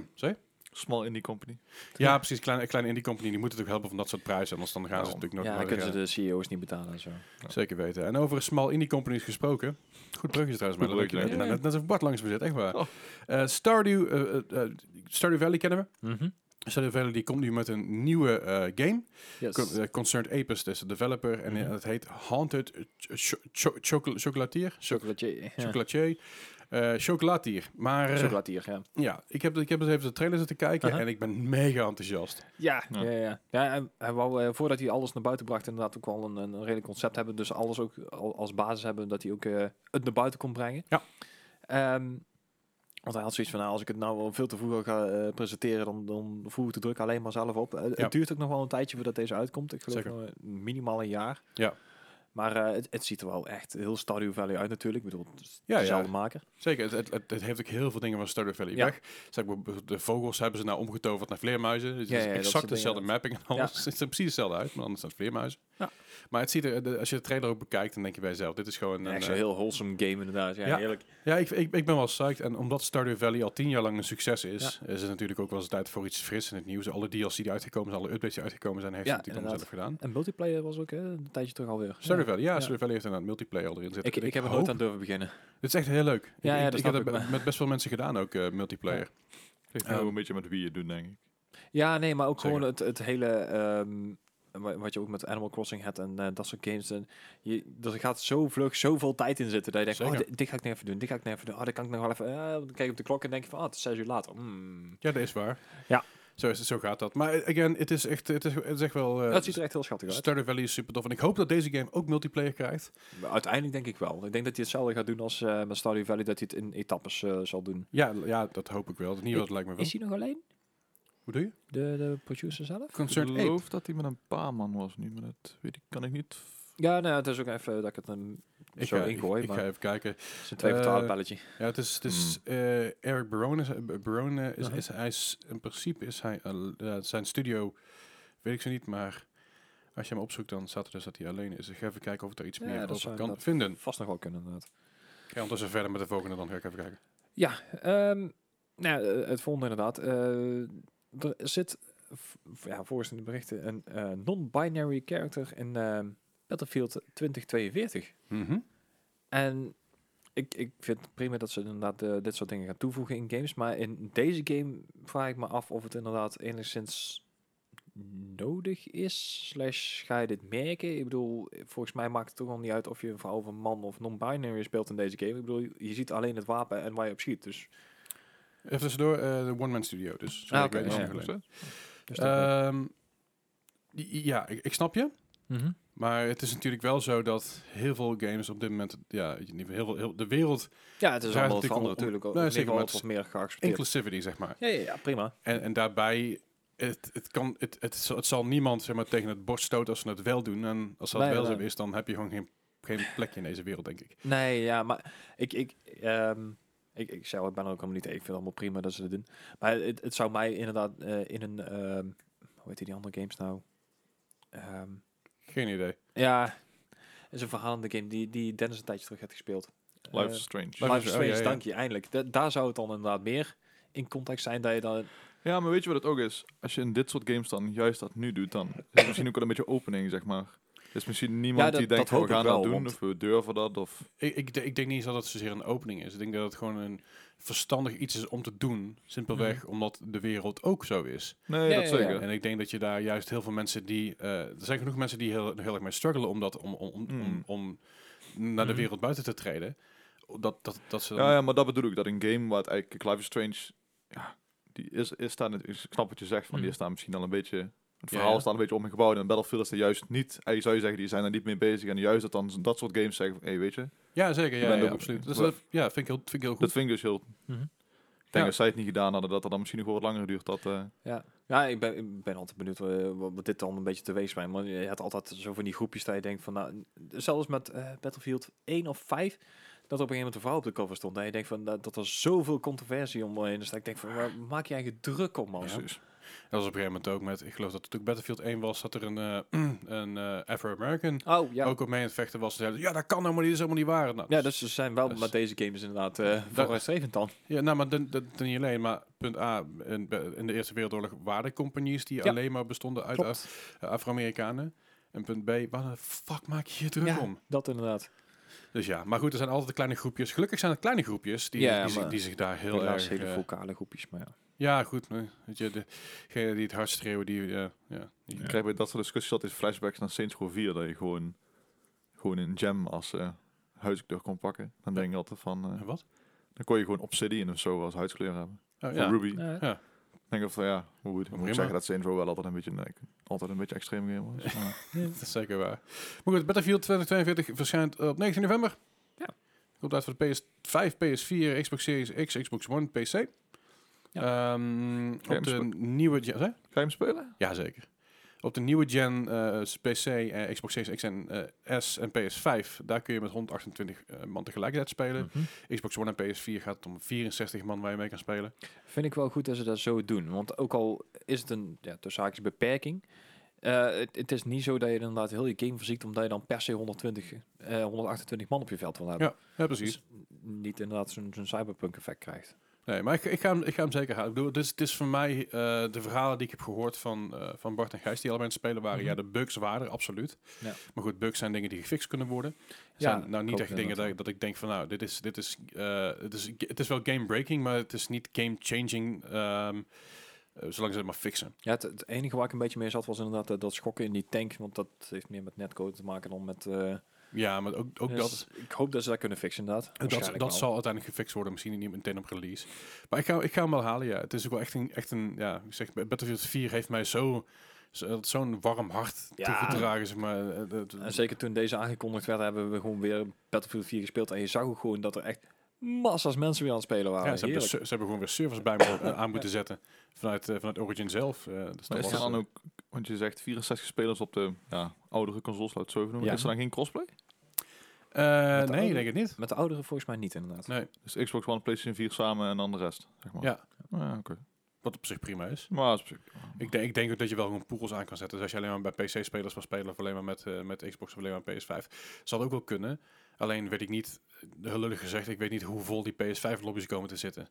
S1: Eh,
S3: Small Indie Company.
S1: ja, precies. Kleine, kleine indie company, die moeten natuurlijk helpen van dat soort prijzen. Anders dan gaan ze
S3: Daarom.
S1: natuurlijk nooit
S2: ja, dan
S1: meer,
S2: kunnen ze
S1: eh,
S2: de CEO's niet betalen en zo.
S1: Zeker weten. En over small indie companies gesproken. Goed brugje trouwens, maar
S3: Goed
S1: leuk.
S3: brugje,
S1: Net,
S2: ja.
S1: net, net als Bart langs me zit, echt waar.
S3: Oh.
S1: Eh, Stardew, eh, eh, eh, Stardew Valley kennen we.
S2: Mhm.
S1: Stardew Valley die komt nu met een nieuwe eh, game.
S2: Yes.
S1: Con- eh, Concerned Apes, dus de developer. En eh,
S2: Mhm.
S1: het heet Haunted Cho- Cho- Choco- Chocolatier.
S2: Chocolatier. Ja.
S1: Chocolatier. Eh, Chocolatier. Maar eh,
S2: Chocolatier, ja.
S1: ja, ik heb, ik heb eens even de trailer zitten kijken
S2: Aha.
S1: en ik ben mega enthousiast.
S2: Ja,
S3: Ja.
S2: ja, ja. ja en hij wou, eh, voordat hij alles naar buiten bracht, inderdaad ook wel een, een, een redelijk concept hebben. Dus alles ook al- als basis hebben, dat hij ook eh, het naar buiten kon brengen.
S1: Ja.
S2: Ehm, want hij had zoiets van, nou, als ik het nou wel veel te vroeg al ga eh, presenteren, dan, dan voer ik de druk alleen maar zelf op. Eh,
S1: Ja.
S2: Het duurt ook nog wel een tijdje voordat deze uitkomt. Ik geloof
S1: Zeker.
S2: nog, eh, minimaal een jaar.
S1: Ja.
S2: Maar eh, het, het ziet er wel echt heel Stardew Valley uit natuurlijk. Ik bedoel, het is
S1: Ja, ja.
S2: dezelfde maker.
S1: Zeker, het, het, het, het heeft ook heel veel dingen van Stardew Valley
S2: Ja.
S1: weg. Zeg maar, de vogels hebben ze nou omgetoverd naar vleermuizen. Het
S2: Ja,
S1: is
S2: ja, dat
S1: exact
S2: soort
S1: dezelfde
S2: dingen.
S1: mapping en alles. Het ziet er precies hetzelfde uit, maar anders zijn het vleermuizen.
S2: Ja.
S1: Maar het ziet er, de- als je de trailer ook bekijkt, dan denk je bij jezelf, dit is gewoon... Een,
S2: Echt
S1: eh,
S2: een heel wholesome game inderdaad. Ja,
S1: Ja.
S2: heerlijk.
S1: ja, ik, ik, ik ben wel psyched. En omdat Stardew Valley al tien jaar lang een succes is, is het natuurlijk ook wel eens tijd voor iets fris in het nieuws. Alle DLC die uitgekomen zijn, alle updates die uitgekomen zijn, heeft
S2: Ja,
S1: ze natuurlijk allemaal zelf gedaan.
S2: En multiplayer was ook eh, een tijdje terug alweer. Ja.
S1: Stardew Valley, ja, Stardew Valley heeft inderdaad multiplayer al erin zitten.
S2: Ik, ik, heb er
S1: hoop-
S2: nooit aan durven beginnen.
S1: Het is echt heel leuk.
S2: Ja, ja,
S1: ik,
S2: dat
S1: ik
S2: snap
S1: heb
S2: ik,
S1: dat
S2: maar-
S1: met best veel mensen gedaan ook, eh, multiplayer.
S3: Ligt
S1: Ehm,
S3: nou een beetje met wie je het doet, denk ik.
S2: Ja, nee, maar ook
S1: Zeker.
S2: gewoon het, het hele... ehm, wa- wat je ook met Animal Crossing hebt en eh, dat soort games. En je, er gaat zo vlug zoveel tijd in zitten dat je denkt, oh,
S1: Zeker.
S2: dit, dit ga ik nog even doen, dit ga ik nog even doen. Oh, dat kan ik nog wel even... eh, dan kijk je op de klok en denk je van, ah, het is zes uur later. Hmm.
S1: Ja, dat is waar.
S2: Ja.
S1: Zo, is, het, zo gaat dat. Maar eh, again, het is echt, het is, het is echt wel... eh,
S2: dat ziet er echt heel schattig uit.
S1: Stardew Valley is super tof. En ik hoop dat deze game ook multiplayer krijgt.
S2: Maar Uiteindelijk denk ik wel. Ik denk dat hij hetzelfde gaat doen als eh met Stardew Valley, dat hij het in etappes eh, zal doen.
S1: Ja, l- ja, dat hoop ik wel. In ieder geval, dat lijkt me wel.
S2: Is hij nog alleen?
S1: Hoe doe je?
S2: De, de producer zelf?
S1: Concert
S3: ik
S1: 8.
S3: geloof dat hij met een paar man was nu, maar dat weet ik, kan ik niet.
S2: Ja, nou, het is ook even dat ik het ehm, een
S1: Ik
S2: zo
S1: ga, ik,
S2: ingooi,
S1: ik
S2: maar Hmm.
S1: ga even kijken.
S2: het is een 2 voor
S1: eh,
S2: 12 balletje.
S1: Ja, het is, het is eh, Eric Barone. Is, eh, B- Barone is,
S2: Aha.
S1: is, hij is, in principe is hij, al- ja, zijn studio, weet ik zo niet, maar als je hem opzoekt, dan staat er dus dat hij alleen is. Ik ga even kijken of ik daar iets
S2: Ja,
S1: meer
S2: dat
S1: over
S2: zou
S1: kan
S2: inderdaad-
S1: vinden.
S2: Vast nog wel kunnen inderdaad.
S1: Ga ondertussen verder met de volgende, dan ga ik even kijken.
S2: Ja, ehm, nou, ja, eh, het volgende inderdaad. Eh, er zit, v- v- ja, volgens de berichten, een eh, non-binary character in ehm, Battlefield 2042.
S1: Mhm.
S2: En ik, ik vind het prima dat ze inderdaad eh, dit soort dingen gaan toevoegen in games. Maar in deze game vraag ik me af of het inderdaad enigszins nodig is. Slash ga je dit merken? Ik bedoel, volgens mij maakt het toch al niet uit of je een vrouw of een man of non-binary speelt in deze game. Ik bedoel, je ziet alleen het wapen en waar je op schiet. Dus,
S1: Even tussendoor, eh, de One Man Studio. Dus
S2: Ah,
S1: ik
S2: oké,
S1: weet het
S2: ja,
S1: niet
S2: ja.
S1: alleen.
S2: dus dat, eh,
S1: Ehm, i- ja, ik, ik snap je. Maar het is natuurlijk wel zo dat heel veel games op dit moment, ja, in ieder geval heel veel, heel, de wereld,
S2: ja, het is
S1: daar
S2: allemaal
S1: natuurlijk
S2: veranderd
S1: om-
S2: natuurlijk.
S1: nou,
S2: Of in ieder
S1: zeker,
S2: geval
S1: maar
S2: het
S1: het
S2: wordt meer geaccepteerd.
S1: inclusivity, zeg maar.
S2: Ja, ja, ja, prima.
S1: En, en daarbij, het, het, kan, het, het, zal, het zal niemand zeg maar, tegen het borst stoten als ze het wel doen. En als dat
S2: Nee,
S1: wel zo
S2: nee.
S1: is, dan heb je gewoon geen, geen plekje in deze wereld, denk ik.
S2: Nee, ja, maar ik, ik, ehm, ik, ik, zou, ik ben er ook allemaal niet tegen. Ik vind het allemaal prima dat ze dat doen. Maar het, het zou mij inderdaad eh, in een, ehm, hoe heet die andere games nou? Ehm,
S1: Geen idee.
S2: ja, het is een verhalende game die, die Dennis een tijdje terug heeft gespeeld.
S3: Life
S2: Eh,
S3: is Strange.
S1: Life
S2: Life
S1: is-
S2: is
S1: oh, ja,
S2: Strange,
S1: ja.
S2: dank je, eindelijk. Da- daar zou het dan inderdaad meer in contact zijn dat je dan...
S3: Ja, maar weet je wat het ook is? Als je in dit soort games dan juist dat nu doet, dan is het misschien ook wel een beetje opening, zeg maar. Er is misschien niemand
S2: Ja, dat-
S3: die denkt,
S2: dat hoop
S3: we gaan
S2: ik wel,
S3: dat doen,
S2: want-
S3: of we durven dat, of...
S1: Ik, ik, de- ik denk niet eens dat het zozeer een opening is. Ik denk dat het gewoon een verstandig iets is om te doen. Simpelweg
S2: Mhm.
S1: omdat de wereld ook zo is.
S3: Nee,
S2: Ja,
S3: dat
S2: ja, ja.
S3: zeker.
S1: En ik denk dat je daar juist heel veel mensen die... eh, er zijn genoeg mensen die heel, heel erg mee struggelen om, dat, om, om, om,
S3: Mm.
S1: om, om naar de
S2: Mhm.
S1: wereld buiten te treden. Dat, dat, dat ze dan-
S3: Ja, ja, maar dat bedoel ik. Dat een game waar het eigenlijk Life is Strange... Ja, die is, is daar net... Ik snap wat je zegt, van die
S2: Mhm.
S3: is daar misschien al een beetje... Het
S1: Ja,
S3: verhaal
S1: ja.
S3: staat een beetje omgebouwd. En Battlefield is er juist niet... Eigenlijk zou je zeggen, die zijn daar niet mee bezig. En juist dat dan z- dat soort games zeggen van... Hé, weet je?
S1: Ja, zeker. Ja,
S3: bent
S1: ja,
S3: ook-
S1: absoluut. Dus
S3: Wa-
S1: dat ja, vind ik heel, vind ik heel
S3: Dat
S1: goed.
S3: vind ik dus heel...
S2: Mhm.
S3: Ik
S1: Ja.
S3: denk als zij het niet gedaan hadden, dat dat dan misschien nog wel wat langer duurt. Dat, eh,
S2: Ja, ja ik, ben, ik ben altijd benieuwd eh, wat, wat dit dan een beetje teweeg brengt. Want je had altijd zo van die groepjes dat je denkt van... Nou, zelfs met eh, Battlefield 1 of 5... Dat er op een gegeven moment een vrouw op de cover stond. En je denkt van, dat, dat er zoveel controversie eh, omheen is. Dat ik denk van, waar maak jij je druk om, man?
S1: Ja. Dat was op een gegeven moment ook met, ik geloof dat het ook Battlefield 1 was, dat er een, eh, een eh, Afro-American
S2: Oh, ja.
S1: ook op mee aan het vechten was. Ze zeiden, ja, dat kan nou, maar die is helemaal niet waar. Nou,
S2: Ja, dus ze zijn wel
S1: dus-
S2: met deze games inderdaad eh vooruitstrevend dan.
S1: ja, nou maar dan- dan dan niet alleen, maar punt A, in, in de Eerste Wereldoorlog waren er compagnies die
S2: Ja.
S1: alleen maar bestonden uit
S2: Klopt.
S1: Af- eh, Afro-Amerikanen. En punt B, waar de fuck maak je je druk
S2: Ja,
S1: om?
S2: dat inderdaad.
S1: Dus ja, maar goed, er zijn altijd de kleine groepjes. Gelukkig zijn het kleine groepjes die,
S2: Ja,
S1: die, zich,
S2: maar-
S1: die zich daar heel
S2: Heel
S1: erg...
S2: hele
S1: eh,
S2: vocale groepjes, maar ja.
S1: ja, goed, maar weet je, degene die het hard schreeuwen, die... eh, ja, die
S3: Ik krijg bij dat soort discussies altijd flashbacks naar Saints Row 4. Dat je gewoon, gewoon een gem als eh huidskleur kon pakken. Dan denk ik altijd van... eh,
S1: Eh, Wat?
S3: dan kon je gewoon Obsidian of zo als huidskleur hebben.
S1: Oh,
S3: Of
S1: ja.
S3: Ruby.
S2: Ja,
S3: Ik denk of ja, hoe moet, moet
S1: Prima.
S3: ik zeggen dat Saints Row wel altijd een beetje een, altijd een beetje extreem game was. maar-
S1: Dat is zeker waar. Maar goed, Battlefield 2042 verschijnt eh, op 19 november.
S2: Ja.
S1: Komt uit voor de PS5, PS4, Xbox Series X, Xbox One, PC. Ehm, op de
S3: gespeeld?
S1: nieuwe gen... Hè?
S3: Ga je hem spelen?
S1: Jazeker. Op de nieuwe gen eh, PC, eh, Xbox Series X en eh, S en PS5, daar kun je met 128 eh, man tegelijkertijd
S2: Hm.
S1: spelen. Xbox One en PS4 gaat het om 64 man waar je mee kan spelen.
S2: Vind ik wel goed dat ze dat zo doen. Want ook al is het een ja, tussen haakjes beperking. eh, het, het is niet zo dat je inderdaad heel je game verziekt omdat je dan per se 120, eh, 128 man op je veld wil hebben.
S1: Ja, precies.
S2: Dus niet inderdaad zo'n zo'n cyberpunk effect krijgt.
S1: Nee, maar ik, ik, ga, hem, ik ga hem zeker halen. Ik bedoel, dit is, dit is voor mij eh, de verhalen die ik heb gehoord van, eh, van Bart en Gijs, die allebei aan het spelen waren.
S2: Mhm.
S1: Ja, de bugs waren er, absoluut.
S2: Ja.
S1: Maar goed, bugs zijn dingen die gefixt kunnen worden.
S2: Ja,
S1: Zijn nou niet
S2: klopt
S1: echt dingen dat, ik-
S2: inderdaad.
S1: dat ik denk van, nou, dit is, dit is, eh, het, is, het is wel game-breaking, maar het is niet game-changing ehm, Eh, zolang ze het maar fixen.
S2: Ja, het, het enige waar ik een beetje mee zat was inderdaad eh, dat schokken in die tank. Want dat heeft meer met netcode te maken dan met... eh,
S1: Ja, maar ook, ook
S2: dus
S1: dat...
S2: Ik hoop dat ze dat kunnen fixen inderdaad.
S1: Dat,
S2: Waarschijnlijk
S1: dat
S2: wel.
S1: zal uiteindelijk gefixt worden, misschien niet meteen op release. Maar ik ga, ik ga hem wel halen, ja. Het is ook wel echt een... Echt een ja, ik zeg, Battlefield 4 heeft mij zo... zo- Zo'n warm hart
S2: Ja.
S1: toegedragen, zeg maar. Eh, dat-
S2: En zeker toen deze aangekondigd werd, hebben we gewoon weer Battlefield 4 gespeeld. En je zag ook gewoon dat er echt massa's mensen weer aan het spelen waren.
S1: ja, ze, hebben,
S2: Heerlijk.
S1: ze hebben gewoon weer servers bij me eh, aan moeten zetten. Vanuit, eh, vanuit Origin zelf. eh, dus
S3: Maar
S1: dat
S3: is er
S1: was,
S3: dan
S1: eh,
S3: ook, want je zegt 64 spelers op de ja, oudere consoles, laat het zo even noemen.
S2: Ja.
S3: Is er dan geen crossplay?
S1: eh,
S2: Met de
S1: nee,
S2: oude-
S1: ik denk het niet.
S2: Met de ouderen volgens mij niet inderdaad.
S1: Nee,
S3: Dus Xbox One, PlayStation 4 samen en dan de rest, zeg maar.
S1: Ja.
S3: Ah, ja, oké.
S1: wat op zich prima is.
S3: Maar dat is op zich-
S1: Ik denk, ik denk ook dat je wel gewoon poegels aan kan zetten. Dus als je alleen maar bij PC-spelers wil spelen of alleen maar met, eh, met Xbox of alleen maar PS5, zal dat ook wel kunnen. Alleen weet ik niet, heel lullig gezegd, ik weet niet hoe vol die PS5-lobby's komen te zitten.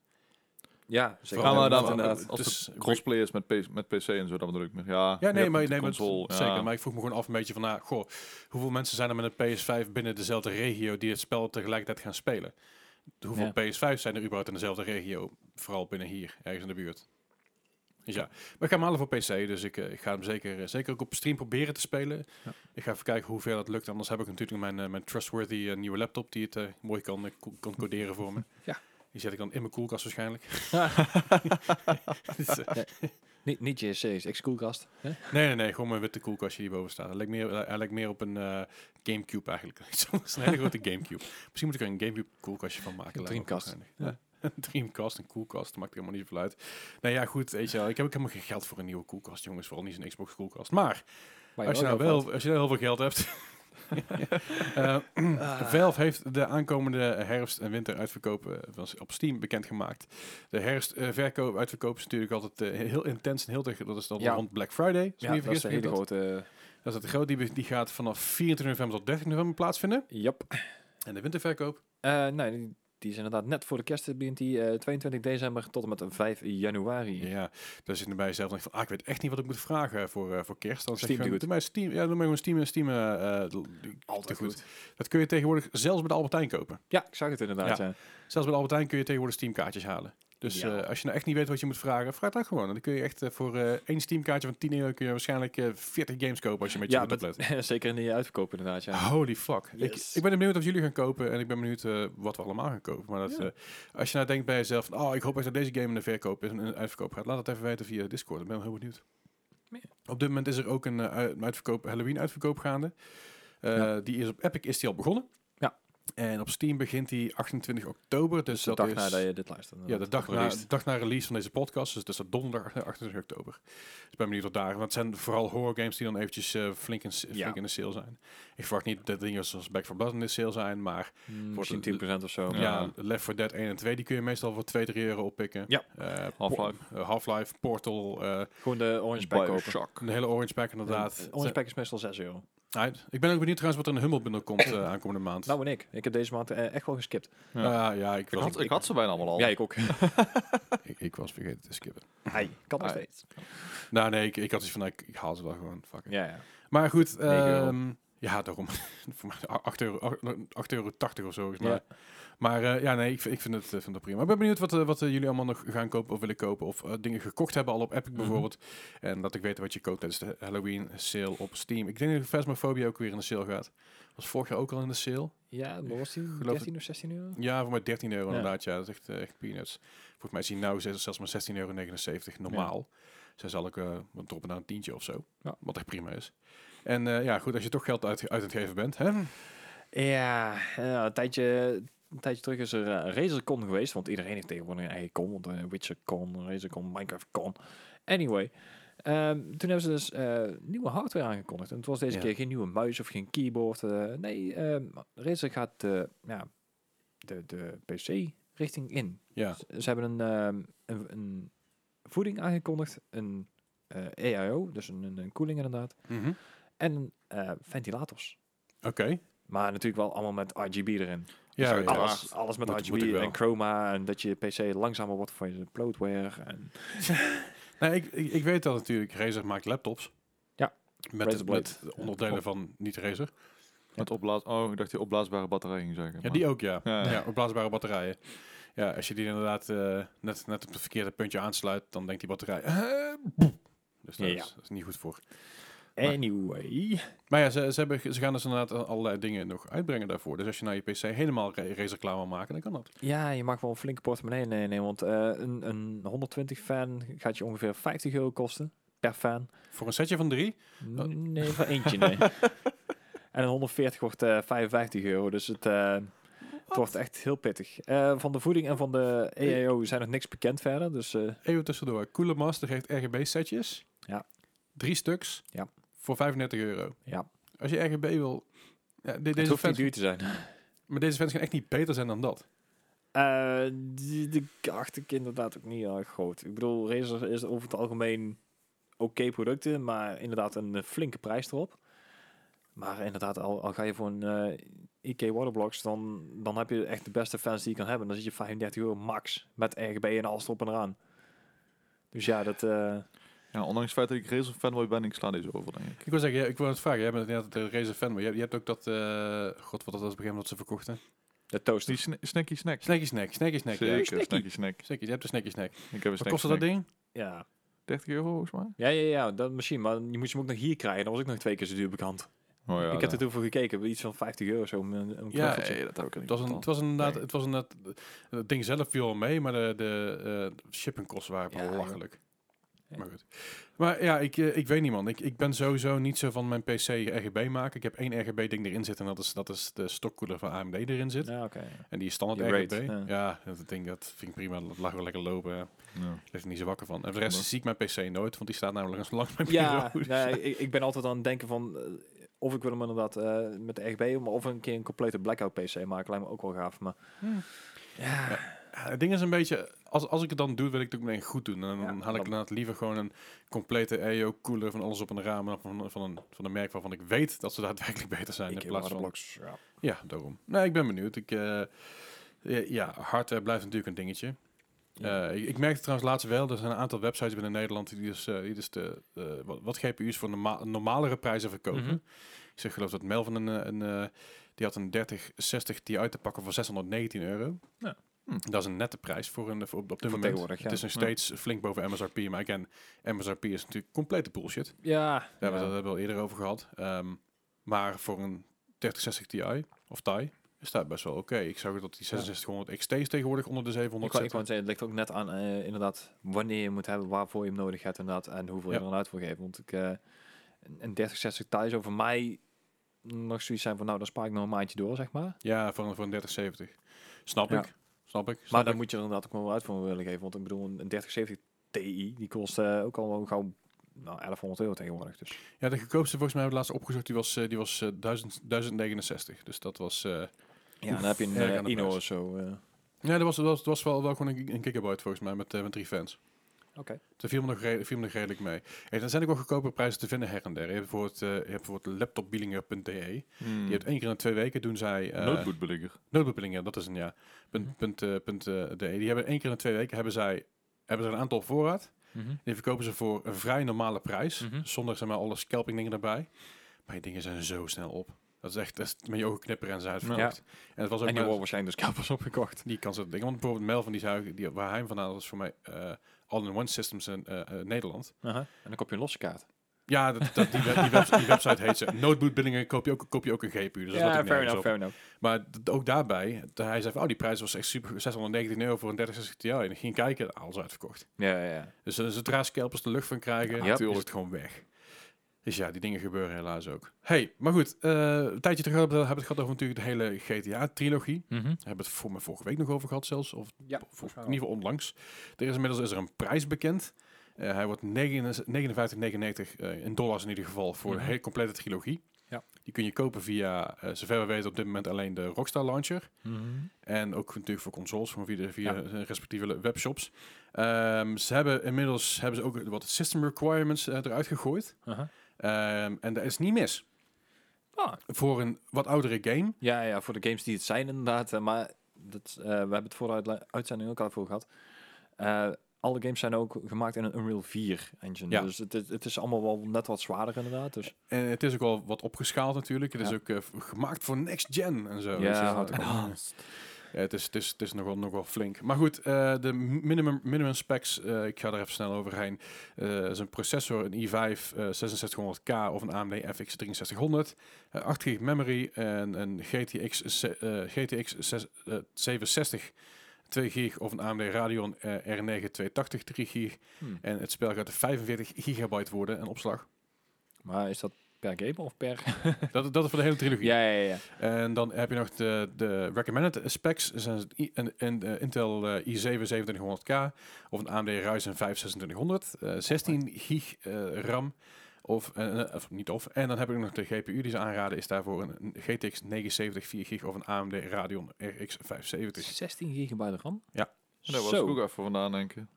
S2: Ja, zeker.
S3: Ja, maar
S1: Vooral
S3: dan,
S1: omdat-
S3: inderdaad,
S1: eh,
S3: als
S1: dus-
S3: het crossplay is met, P- met PC en zo, dan bedoel ik meer. Ja,
S1: Ja,
S3: je
S1: nee,
S3: hebt
S1: maar,
S3: het
S1: nee maar,
S3: console, ja.
S1: zeker. Maar ik vroeg me gewoon af een beetje van, nou, goh, hoeveel mensen zijn er met een PS5 binnen dezelfde regio die het spel tegelijkertijd gaan spelen? Hoeveel
S2: Ja.
S1: PS5 zijn er überhaupt in dezelfde regio? Vooral binnen hier, ergens in de buurt. Dus ja, maar ik ga hem halen voor PC, dus ik, eh, ik ga hem zeker, eh, zeker ook op stream proberen te spelen.
S3: Ja.
S1: Ik ga even kijken hoe ver dat lukt, anders heb ik natuurlijk mijn, eh, mijn trustworthy eh, nieuwe laptop die het eh, mooi kan, eh, co- kan coderen voor me.
S2: Ja.
S1: Die zet ik dan in mijn koelkast waarschijnlijk.
S2: Niet, niet JSC's, ex-koelkast. hè?
S1: Nee, nee, nee. Gewoon mijn witte koelkastje die boven staat. Hij lijkt meer, hij lijkt meer op een eh, Gamecube eigenlijk. Dat is een hele grote Gamecube. Misschien moet ik er een Gamecube koelkastje van maken.
S2: Een
S1: lijkt me
S2: Dreamcast.
S1: waarschijnlijk. Ja. Een Dreamcast, een koelkast. Maakt helemaal niet veel uit. Nou ja, goed. Weet je wel, ik heb ook helemaal geen geld voor een nieuwe koelkast, jongens. Vooral niet zo'n Xbox koelkast. Maar
S2: Waar
S1: als je, nou wel, als je nou heel veel geld hebt... Eh,
S2: Ah.
S1: Valve heeft de aankomende herfst- en winteruitverkoop eh, van- op Steam bekendgemaakt. De herfstverkoop uitverkoop is natuurlijk altijd eh, heel intens en heel tegen. Dat is dan
S2: Ja.
S1: rond Black Friday. als ik me
S2: Ja,
S1: niet
S2: dat is
S1: vergis,
S2: een
S1: begint
S2: hele
S1: dat.
S2: grote...
S1: Dat is het groot. Die, die gaat vanaf 24 november tot 30 november plaatsvinden.
S2: eh, Jap.
S1: En de winterverkoop.
S2: Eh, nee, die, die is inderdaad net voor de kerst begint die eh, 22 december tot en met 5 januari.
S1: Ja, daar zit ik bij jezelf en denk van, ah, ik weet echt niet wat ik moet vragen voor, eh, voor kerst. Dan zeg
S2: Steam
S1: je gewoon,
S2: doet
S1: doe mij Steam. Ja, doe mij gewoon Steam en Steam. eh, eh,
S2: Altijd
S1: te
S2: goed.
S1: Dat kun je tegenwoordig zelfs bij de Albert Heijn kopen.
S2: Ja, ik zag het inderdaad. Ja.
S1: Zelfs bij de Albert Heijn kun je tegenwoordig Steam kaartjes halen. Dus
S2: Ja.
S1: eh, als je nou echt niet weet wat je moet vragen, vraag dat gewoon. En Dan kun je echt eh, voor eh, één Steam kaartje van 10 euro kun je waarschijnlijk eh, 40 games kopen als je met Ah, je
S2: Ja,
S1: goed oplet.
S2: met- zeker in die uitverkoop inderdaad, ja.
S1: Holy fuck.
S2: Yes.
S1: Ik, ik ben benieuwd of jullie gaan kopen en ik ben benieuwd eh, wat we allemaal gaan kopen. Maar dat,
S2: Ja.
S1: eh, als je nou denkt bij jezelf, van, oh, ik hoop echt dat deze game in de verkoop is en in de uitverkoop gaat, laat het even weten via Discord. Ik ben wel heel benieuwd.
S2: Ja.
S1: Op dit moment is er ook een eh, uit- een uitverkoop, Halloween uitverkoop gaande. Eh,
S2: Ja.
S1: Die is op Epic is die al begonnen.
S2: Ja.
S1: En op Steam begint die 28 oktober. Dus,
S2: Dus de
S1: dat
S2: dag
S1: is,
S2: nadat je dit luistert.
S1: ja, de dag na,
S2: Released.
S1: de dag na release van deze podcast. Dus dat is dat donderdag eh, 28 oktober. Dus ik ben benieuwd wat daar... Want het zijn vooral horror games die dan eventjes eh, flink, in, s- flink
S2: Ja.
S1: in de sale zijn. Ik verwacht niet dat dingen zoals Back 4 Blood in de sale zijn. Maar
S2: Mm,
S1: Wordt
S2: Misschien 10% of zo.
S1: ja.
S3: Ja.
S1: Left 4 Dead 1 en 2... die kun je meestal voor 2, 3 euro oppikken.
S2: Ja.
S1: Eh,
S3: Half-Life.
S1: Po- eh, Half-Life, Portal... eh,
S2: Gewoon de Orange Pack kopen.
S3: Bioshock.
S1: een hele Orange Pack inderdaad.
S2: Eh, Orange Pack is meestal 6 euro.
S1: Eh, ik ben ook benieuwd trouwens wat er in de Humble Bundle komt eh, aankomende maand.
S2: Nou en ik. Ik heb deze maand eh, echt wel geskipt.
S1: ja. ja, ik
S3: Ik
S1: was,
S3: had, ik had ze bijna allemaal al.
S2: Ja, ik ook.
S1: ik, ik was vergeten te skippen.
S2: Hij kan nog
S3: Ai.
S2: steeds.
S1: Nou nee, ik, ik had iets van... nou, ik, ik haal ze wel gewoon. Fuck it.
S2: Ja, ja.
S1: Maar goed,
S2: Negen euro.
S1: ehm, ja, daarom. Voor mij 8 euro, 8 euro 80 of zo. volgens
S2: Ja.
S1: mij. Maar eh, ja, nee, ik, vind- ik vind, het, eh, vind het prima. Ik ben benieuwd wat, eh, wat eh, jullie allemaal nog gaan kopen of willen kopen. Of eh, dingen gekocht hebben al op
S2: Mhm.
S1: Epic bijvoorbeeld. En laat ik weten wat je koopt tijdens de Halloween sale op Steam. Ik denk dat Phasmophobia ook weer in de sale gaat. Was vorig jaar ook al in de sale.
S2: Ja, maar was die
S1: geloof
S2: 13 of 16 euro?
S1: Ja, voor mij 13 euro
S2: Ja.
S1: inderdaad. Ja, dat is echt, eh, echt peanuts. Volgens mij zien nou zelfs zelfs maar 16,79 euro normaal. Zij zal ik eh droppen naar een tientje of zo.
S2: Ja.
S1: Wat echt prima is. En eh, ja, goed, als je toch geld uit, uit aan het geven bent,
S2: Hm.
S1: hè?
S2: Ja, ja, een, tijdje, een tijdje terug is er eh, RazorCon geweest. Want iedereen heeft tegenwoordig een eigen con. Want eh, WitcherCon, RazorCon, MinecraftCon. Anyway. ehm, toen hebben ze dus eh, nieuwe hardware aangekondigd. En het was deze
S1: Ja.
S2: keer geen nieuwe muis of geen keyboard. eh, nee, ehm Razer gaat de, ja, de, de PC richting in.
S1: Ja,
S2: Ze- Ze hebben een, ehm, een, een voeding aangekondigd. Een eh EIO, dus een, een, een koeling inderdaad.
S1: Mhm.
S2: En eh, ventilators.
S1: oké.
S2: Maar natuurlijk wel allemaal met RGB erin.
S1: Ja,
S3: uit
S1: ja.
S3: alles.
S2: Alles, alles met
S1: Moet-
S2: RGB
S1: moet ik wel.
S2: en chroma en dat je PC langzamer wordt voor je bloatware. En
S1: Nee, ik, ik, ik weet dat natuurlijk. Razer maakt laptops.
S2: Ja.
S1: Met,
S2: Razer Blade.
S1: met de onderdelen van niet-Razer.
S3: Met opblaas... Oh, ik dacht die opblaasbare batterij ging zeggen.
S1: Ja,
S3: maar-
S1: die ook, ja.
S3: Ja,
S1: Ja,
S3: ja.
S1: opblaasbare batterijen. Ja, als je die inderdaad eh, net, net op het verkeerde puntje aansluit, dan denkt die batterij... "Eh, dus dat,
S2: Ja.
S1: is, dat is niet goed voor.
S2: Anyway.
S1: Maar ja, ze, ze, hebben, ge- ze gaan dus inderdaad allerlei dingen nog uitbrengen daarvoor. Dus als je nou je PC helemaal ra- raceklaar wil maken, dan kan dat.
S2: Ja, je mag wel een flinke portemonnee nemen. Want eh, een, een 120 fan gaat je ongeveer 50 euro kosten. Per fan.
S1: Voor een setje van drie?
S2: Nee, voor eentje nee. En een 140 wordt eh 55 euro. Dus het, eh, het wordt echt heel pittig. Eh, van de voeding en van de EAO zijn nog niks bekend verder. Dus eh,
S1: Even tussendoor. Cooler Master heeft RGB-setjes.
S2: Ja.
S1: Drie stuks.
S2: Ja.
S1: Voor 35 euro.
S2: ja,
S1: Als je RGB wil... Ja, de-
S2: het
S1: deze
S2: hoeft niet
S1: fans,
S2: duur te zijn.
S1: maar deze fans gaan echt niet beter zijn dan dat.
S2: Eh, die, die acht ik inderdaad ook niet heel erg groot. Ik bedoel, Razer is over het algemeen oké producten, maar inderdaad een eh, flinke prijs erop. Maar inderdaad, al, al ga je voor een eh, IK Waterblocks, dan, dan heb je echt de beste fans die je kan hebben. Dan zit je 35 euro max met RGB en alles erop en eraan. Dus ja, dat... eh,
S3: Ja, ondanks het feit dat ik Razer fanboy ben, ik sla deze over, denk ik.
S1: Ik wil zeggen, ja, ik wil het vragen. Jij bent inderdaad de Razer fan, maar je, je hebt ook dat... eh, God, wat dat was op een gegeven moment dat ze verkochten.
S2: de toaster.
S3: Die sna snacky snack.
S1: Snacky snack, snacky snack. ja.
S3: Zeker,
S2: Snacky.
S3: snacky snack.
S1: Snacky, je hebt de snacky snack. Wat
S3: Ik heb een snack
S1: kostte dat
S3: snack.
S1: ding?
S2: Ja.
S3: 30 euro, volgens mij.
S2: Ja, ja, ja, dat misschien. Maar je moet je hem ook nog hier krijgen. Dan was ik nog twee keer zo duur bekend.
S3: Oh, ja,
S2: ik heb er toen voor gekeken. Iets van 50 euro zo. om Een, een
S1: Ja,
S2: knuffeltje.
S3: dat heb ik
S1: Het was, een, het was inderdaad, het was inderdaad, eh, het ding zelf viel al mee, maar de, de eh, shippingkosten waren
S2: Ja,
S1: belachelijk.
S2: joh.
S1: Maar goed. Maar ja, ik, eh, ik weet niet man. Ik, ik ben sowieso niet zo van mijn PC RGB maken. Ik heb één RGB ding erin zitten en dat is, dat is de stokkoeler van AMD die erin
S3: eh,
S1: zit.
S2: Ja, oké.
S1: En die is standaard
S2: Die
S1: RGB.
S2: Raid, ja.
S1: ja. dat ding dat vind ik prima. Dat lag wel lekker lopen. Daar
S3: Ja.
S1: lig ik niet zo wakker van. En voor de rest
S3: Maar-
S1: zie ik mijn PC nooit, want die staat namelijk als langs mijn
S2: Ja,
S1: bureau.
S2: nee, ik, ik ben altijd aan het denken van... eh, of ik wil hem inderdaad eh, met de RGB... maar of een keer een complete blackout PC maken. Lijkt me ook wel gaaf, maar... Ja,
S1: Ja, Het ding is een beetje, als, als ik het dan doe, wil ik het ook meteen goed doen. En dan,
S2: Ja,
S1: haal ik
S2: dan-
S1: inderdaad liever gewoon een complete EO cooler van alles op een raam dan van, van, een, van een merk waarvan ik weet dat ze daadwerkelijk beter zijn.
S2: ik
S1: in
S2: heb
S1: plaats van,
S2: Waterblocks, ja.
S1: ja, daarom. Nee, ik ben benieuwd. Ik, eh, eh, ja, hardware blijft natuurlijk een dingetje.
S2: Ja.
S1: Eh, ik, ik merkte trouwens laatst wel, er zijn een aantal websites binnen Nederland die dus, eh, die dus de, eh, wat, wat GPU's voor norma- normalere prijzen verkopen. Dus
S2: Mhm.
S1: Ik zeg geloof dat Melvin een, eh, een, eh, die had een 3060 die uit te pakken voor 619 euro.
S2: Ja.
S3: Hm.
S1: Dat is een nette prijs voor een voor op, op dit
S2: Voor
S1: moment.
S2: tegenwoordig, ja.
S1: Het is nog
S3: Ja.
S1: steeds flink boven MSRP, maar again, MSRP is natuurlijk complete bullshit. Daar
S2: Ja,
S1: hebben we
S2: ja.
S1: het hebben we al eerder over gehad. Ehm, maar voor een 3060 Ti of Ti is dat best wel oké. Ik zag dat die 6600 XT's tegenwoordig onder de
S2: Ik
S1: 700
S2: wou,
S1: zitten.
S2: ik wou zeggen, het ligt ook net aan eh, inderdaad wanneer je hem moet hebben, waarvoor je hem nodig hebt inderdaad en hoeveel
S1: Ja.
S2: je er aan uit wil geven. Want ik, eh, een- een 3060 Ti zou voor mij nog zoiets zijn van nou, dan spaar ik nog een maandje door, zeg maar.
S1: Ja, voor een, voor een 3070. Snap
S2: Ja.
S1: ik. Snap ik.
S2: Maar
S1: snap
S2: daar
S1: ik.
S2: moet je er inderdaad ook wel uit voor willen geven. Want ik bedoel, een 3070 Ti, die kost eh, ook al wel gauw nou, 1100 euro tegenwoordig. Dus
S1: Ja, de goedkoopste volgens mij hebben we laatst opgezocht, die was, eh, die was eh, 1000, 1069. Dus dat was... eh,
S2: ja, dan heb je een
S1: erg
S2: eh,
S1: aan de
S2: Ino
S1: prijs.
S2: of zo. eh.
S1: Ja, dat was, dat was, dat was wel, wel gewoon een, een gigabyte volgens mij met, eh, met drie fans.
S2: Oké.
S1: Daar viel me nog, re- viel me nog redelijk mee. En dan zijn ook wel goedkope prijzen te vinden her en der. Je hebt bijvoorbeeld, eh, je hebt bijvoorbeeld laptopbielingen.de.
S3: Hmm.
S1: E. Die hebt één keer in de twee weken doen zij... eh,
S3: Notebootbelegger.
S1: Notebookbillingen, dat is een ja.
S2: Hmm.
S1: Punt, punt, eh, punt, eh, de. Die hebben één keer in de twee weken hebben zij, hebben ze een aantal op voorraad. Die verkopen ze voor een vrij normale prijs.
S2: Mhm.
S1: Zonder zeg maar alle scalping dingen erbij. Maar die dingen zijn zo snel op. Dat is echt, dat is met je ogen knipperen en ze zijn uitverkocht. En het was ook
S2: En die
S1: met-
S2: worden waarschijnlijk dus kapers opgekocht.
S1: die kans dat dingen. Want bijvoorbeeld Melvin, die zou, die, waar hij hem vandaan was voor mij, eh, all-in-one systems in eh, eh, Nederland.
S2: En dan koop je een losse
S1: Dus
S2: kaart.
S1: Ja, dat, dat, die, web- die, webs- die website heet ze. Noteboot Billingen koop je ook, koop je ook een GPU. Dus dat slaat ook nergens op.
S2: fair enough.
S1: Maar d- ook daarbij, d- hij zei van, oh, die prijs was echt super, 619 euro voor een 3060 Ti. En ik ging kijken, alles uitverkocht.
S2: Ja, ja, ja.
S1: Dus eh, zodra scalpers de lucht van krijgen,
S2: Ja,
S1: is
S3: tuurlijk.
S1: het gewoon weg. Dus ja, die dingen gebeuren helaas ook. hey, maar goed, eh, een tijdje terug hebben we het gehad over natuurlijk de hele GTA-trilogie.
S2: Mhm.
S1: We hebben het voor me vorige week nog over gehad zelfs. Of
S2: Ja,
S1: of-
S2: volgens
S1: in
S2: mij
S1: ieder geval onlangs. Er is inmiddels is er een prijs bekend. Eh, hij wordt 59,99 eh, in dollars in ieder geval voor
S2: Mhm.
S1: de hele complete trilogie.
S2: Ja.
S1: Die kun je kopen via, eh, zover we weten op dit moment alleen de Rockstar Launcher. Mhm. En ook natuurlijk voor consoles, gewoon via de via
S2: Ja.
S1: hun respectieve webshops. Ehm, ze hebben inmiddels hebben ze ook wat system requirements eh, eruit gegooid.
S2: Aha.
S1: Ehm, en dat is niet mis.
S2: Ah.
S1: Voor een wat oudere game
S2: Ja, ja, voor de games die het zijn inderdaad. eh, Maar dat, eh, we hebben het voor de uitle- uitzending ook al voor gehad. Eh, alle games zijn ook gemaakt in een Unreal 4 engine.
S1: Ja.
S2: Dus het, is- het is allemaal wel net wat zwaarder inderdaad. Dus
S1: En het is ook wel wat opgeschaald natuurlijk. Het
S2: Ja.
S1: is ook eh, v- gemaakt voor next gen en zo.
S2: Ja,
S1: Dus, eh,
S2: houdt ook
S1: en-
S2: wel.
S1: Ja, het is, het is, het is nogal, nogal flink. Maar goed, eh, de minimum, minimum specs, eh, ik ga er even snel overheen. Eh is een processor, een i5 eh, 6600K of een AMD FX 6300. eh, 8 GB memory en een GTX, se- eh, GTX zes- eh, 67 2 GB of een AMD Radeon eh, R9 280 3 GB.
S3: Hmm.
S1: En het spel gaat 45 gigabyte worden en opslag.
S2: Maar is dat per game of per...
S1: Dat, dat is voor de hele trilogie.
S2: ja, ja, ja.
S1: En dan heb je nog de, de recommended specs. Dat zijn i- een, een, eh, Intel eh, i7 2700K of een AMD Ryzen 5 2600.
S3: Oh,
S1: eh, 16 gig eh, RAM. Of, eh, eh, of niet of. En dan heb ik nog de GPU die ze aanraden. Is daarvoor een GTX 970 4 gig of een AMD Radeon RX 570.
S2: 16 gigabyte RAM?
S1: Ja.
S3: Daar was ik
S2: Zo.
S3: ook even van nadenken.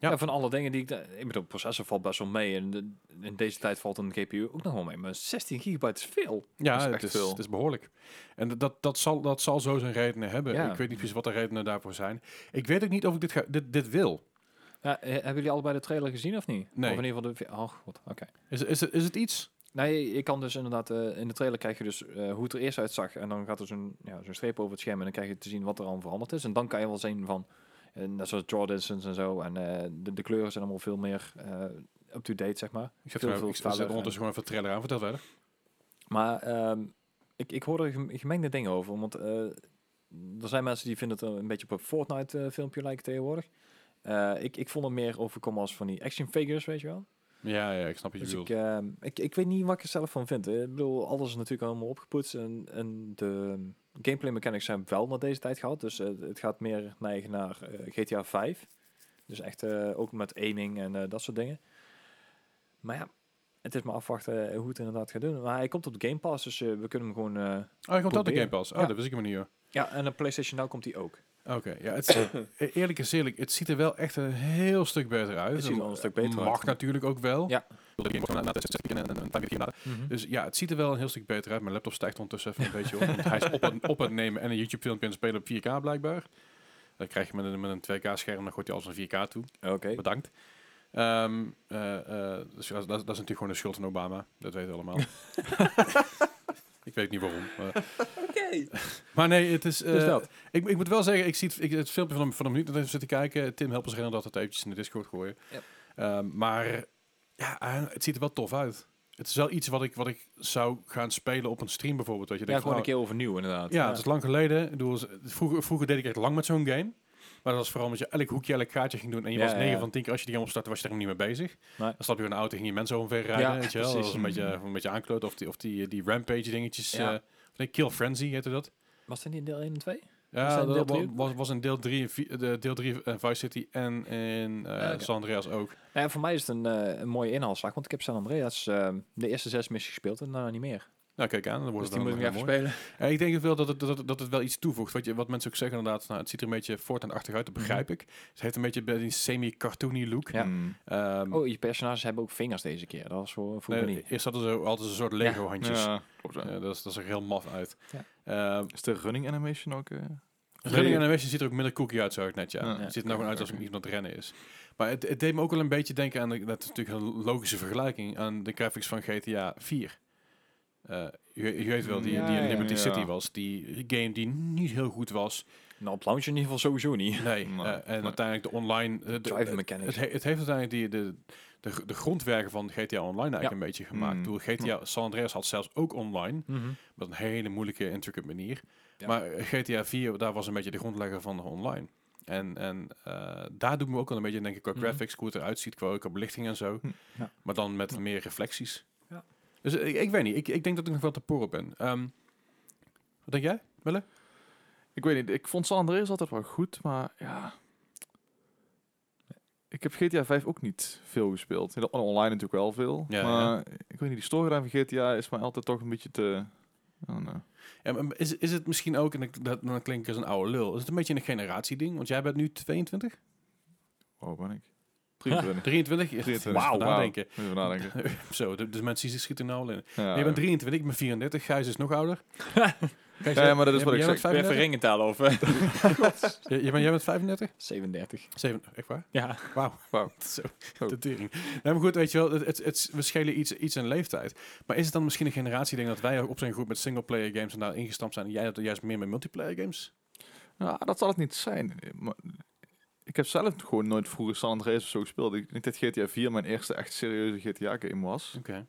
S1: Ja.
S2: Ja. van alle dingen die ik... da- Ik bedoel, processor valt best wel mee. En de- in deze tijd valt een GPU ook nog wel mee. Maar 16 gigabyte is veel.
S1: Ja,
S3: is
S1: het
S3: echt
S1: is,
S3: veel.
S1: het is behoorlijk. En dat, dat, zal, dat zal zo zijn redenen hebben.
S2: Ja.
S1: Ik weet niet precies wat de redenen daarvoor zijn. Ik weet ook niet of ik dit, ga, dit, dit wil.
S2: Ja, eh, hebben jullie allebei de trailer gezien of niet?
S1: Nee.
S2: Of in ieder geval de... Oh god, oké.
S1: Is, is, het- is het iets?
S2: Nee, je kan dus inderdaad... eh, in de trailer krijg je dus eh, hoe het er eerst uitzag. En dan gaat er zo'n ja, zo'n streep over het scherm. En dan krijg je te zien wat er allemaal veranderd is. En dan kan je wel zien van... eh, net zoals draw distance en zo. En eh, de, de kleuren zijn allemaal veel meer eh, up-to-date, zeg maar.
S1: Ik zet,
S2: Veel,
S1: er
S2: veel
S1: ik zet
S2: stalen-
S1: ondertussen gewoon even de trailer aan. Vertel verder.
S2: Maar ehm, ik, ik hoor er gem- gemengde dingen over. Want eh, er zijn mensen die vinden het een beetje op een Fortnite-filmpje lijken tegenwoordig. Eh, ik, ik vond het meer overkomen als van die action figures, weet je wel.
S1: Ja, ja, ik snap wat je
S2: Dus
S1: bedoelt.
S2: ik, ehm, ik, ik weet niet wat ik er zelf van vind. Eh, Ik bedoel, alles is natuurlijk allemaal opgepoetst. En, en de gameplay mechanics zijn wel naar deze tijd gehad. Dus eh, het gaat meer neigen naar eh, GTA 5. Dus echt eh, ook met aiming en eh, dat soort dingen. Maar ja, het is maar afwachten eh, hoe het inderdaad gaat doen. Maar hij komt op de Game Pass, dus eh, we kunnen hem gewoon... eh,
S1: Oh, hij komt op de
S2: Proberen.
S1: Game Pass. Oh,
S2: Ja.
S1: dat wist ik helemaal niet hoor.
S2: ja, en op PlayStation Now komt hij ook.
S1: Oké, ja, het, eh, eerlijk is eerlijk, het ziet er wel echt een heel stuk beter uit.
S2: Het ziet er wel een stuk beter
S1: mag
S2: uit.
S1: natuurlijk ook wel.
S2: Ja. Dus
S1: Dus ja, het ziet er wel een heel stuk beter uit. Mijn laptop stijgt ondertussen even een beetje op. Want hij is op en op aan het nemen en een YouTube filmpje aan het spelen op 4K blijkbaar. Dan krijg je met een, met een 2K scherm, dan gooit hij alles naar 4K toe.
S2: Oké.
S1: Bedankt. Ehm, eh, eh, dus ja, dat, dat is natuurlijk gewoon de schuld van Obama. Dat weten we allemaal. ik weet niet waarom. maar- Maar nee, het is... eh,
S2: Dus dat.
S1: Ik, ik moet wel zeggen, ik zie het, ik, het filmpje van hem, van hem niet dat even zitten kijken. Tim, help ons erin dat het eventjes in de Discord gooien.
S2: Yep.
S1: Ehm, maar ja, eh, het ziet er wel tof uit. Het is wel iets wat ik, wat ik zou gaan spelen op een stream bijvoorbeeld. Dat je
S2: Ja,
S1: denkt,
S2: gewoon een
S1: van,
S2: keer overnieuw inderdaad.
S1: nou, ja, het is lang geleden. Ik bedoel, vroeger, vroeger deed ik echt lang met zo'n game. Maar dat was vooral omdat je elk hoekje, elk gaatje ging doen. En je
S2: Ja,
S1: was
S2: ja,
S1: 9
S2: ja.
S1: van 10 keer als je die game opstartte, was je er niet mee bezig.
S2: Nee.
S1: Dan stap je in een auto, ging je mensen omver rijden.
S2: Ja,
S1: weet je wel. Dat was
S2: precies.
S1: een beetje, een beetje aankloot. Of die, of die, die rampage dingetjes.
S2: Ja.
S1: eh, nee, Kill Frenzy heette dat.
S2: Was dat niet deel 1 en 2? Was
S1: Ja,
S2: dat
S1: dat
S2: in deel
S1: wa-
S2: drie ook?
S1: was, was in deel 3 deel drie, eh, Vice City en in eh
S2: Ah, oké.
S1: San Andreas ook.
S2: Nou ja, voor mij is het een, eh, een mooie inhaalslag, want ik heb San Andreas ehm, de eerste zes missies gespeeld en daarna niet meer.
S1: Nou, kijk aan, dan wordt
S2: Dus
S1: het dan
S2: die moet ik
S1: nog
S2: even
S1: mooi.
S2: spelen.
S1: Eh, ik denk ook wel dat het, dat, het- dat het wel iets toevoegt. Wat, je, wat mensen ook zeggen inderdaad, nou, het ziet er een beetje Fortnite-achtig uit, dat begrijp ik. Het heeft een beetje bij die semi-cartoony look.
S2: Mhm. Ja.
S3: Hmm.
S1: Ehm,
S2: Oh, je personages hebben ook vingers deze keer. Dat was voor, voor
S1: nee,
S2: me niet.
S1: eerst hadden ze altijd een soort Lego-handjes. Ja.
S3: Ja, klopt. ja.
S1: dat, is- dat zag er heel maf uit.
S2: Ja.
S1: Ehm,
S3: Is de running animation ook... eh,
S1: Running animation ziet er ook minder cookie uit, zou ik net, ja.
S3: Ja.
S1: Het ziet er nou gewoon uit als iemand aan het rennen is. Maar het, het deed me ook wel een beetje denken aan, de, dat is natuurlijk een logische vergelijking, aan de graphics van GTA 4. Eh, je, je weet wel, die,
S2: Ja,
S1: die in
S2: ja,
S1: Liberty
S3: ja.
S1: City was, die game die niet heel goed was.
S2: Nou, op launch in ieder geval sowieso niet.
S1: Nee,
S3: Nee,
S1: eh, en
S3: nee.
S1: uiteindelijk de online... eh, de-
S2: Driving
S1: het,
S2: mechanics.
S1: he- het heeft uiteindelijk die, de, de, gr- de grondwerken van GTA Online eigenlijk
S2: Ja.
S1: een beetje gemaakt.
S3: Mm.
S1: Ik bedoel, GTA San Andreas had zelfs ook online,
S2: Mhm.
S1: met een hele moeilijke, intricate manier.
S2: Ja.
S1: Maar eh, GTA 4, daar was een beetje de grondlegger van online. En, en eh, daar doet me ook wel een beetje aan denken qua
S2: Mhm.
S1: graphics, hoe het eruit ziet, qua, qua belichting en zo.
S3: Hm.
S2: Ja.
S1: Maar dan met meer reflecties.
S2: Ja.
S1: Dus eh, ik, ik weet niet, ik, ik denk dat ik nog wel te poren ben. Ehm, wat denk jij, Wille?
S3: Ik weet niet, ik vond San Andreas altijd wel goed, maar ja... Ik heb GTA 5 ook niet veel gespeeld. Ja, Online natuurlijk wel veel.
S1: Ja,
S3: maar ik weet niet, die storyline van GTA is mij altijd toch een beetje te... Oh, I don't know.
S1: Ja, maar is, is het misschien ook, en ik- dat, dan klink ik als een oude lul, is het een beetje een generatieding? Want jij bent nu 22?
S3: Hoe oud ben ik? 23.
S1: 23? Ja,
S3: 23.
S1: moet je
S3: Wauw,
S1: even nadenken.
S3: Moet je dus even nadenken.
S1: Zo, de- dus mensen die schieten nou al in.
S3: Ja,
S1: je bent 23, ik ben 34, Gijs is nog ouder. Gijs,
S3: Ja, ja, maar dat is
S1: jij-
S3: wat ik
S1: jij bent
S3: zeg.
S2: Even
S1: 35?
S2: ringentaal over.
S1: J- jij bent- jij bent 35?
S2: 37.
S1: Zeven, echt waar?
S2: Ja.
S1: Wauw.
S3: Wauw.
S1: Zo, de tering. Nou, maar goed, weet je wel, het, het, het- we schelen iets, iets in leeftijd. Maar is het dan misschien een generatie, denk dat wij op zijn goed met singleplayer games en daar ingestampt zijn en jij dat juist meer met multiplayer games?
S3: Ja, dat zal het niet zijn. Maar ik heb zelf gewoon nooit vroeger San Andreas of zo gespeeld. Ik denk dat GTA 4 mijn eerste echt serieuze GTA-game was.
S1: Oké.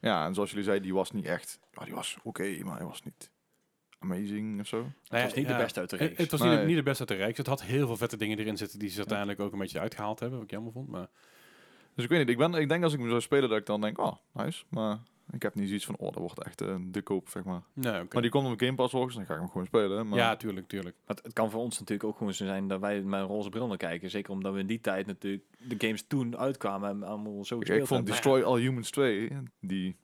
S3: Ja, en zoals jullie zeiden, die was niet echt... Ja, die was oké, maar hij was niet amazing of zo.
S2: Het was niet de beste uit de
S1: Nou Het, het
S2: reeks.
S1: was niet, de-
S3: Nee.
S1: niet de beste uit de reeks. Het had heel veel vette dingen erin zitten die ze uiteindelijk ook een beetje uitgehaald hebben, wat ik jammer vond. Maar
S3: Dus ik weet niet, ik, ben, ik denk als ik hem zou spelen dat ik dan denk, oh, nice. Maar ik heb niet zoiets van, oh, dat wordt echt eh, de koop, zeg maar.
S1: nee, oké.
S3: Maar die eh, komt op Game Pass volgens, dan ga ik hem gewoon spelen. Maar
S1: Ja, tuurlijk, tuurlijk.
S2: Het, het kan voor ons natuurlijk ook gewoon zo zijn dat wij met een roze bril naar kijken. Zeker omdat we in die tijd natuurlijk de games toen uitkwamen en allemaal zo
S3: ik,
S2: gespeeld
S3: ik vond
S2: hebben.
S3: Destroy All Humans 2, die een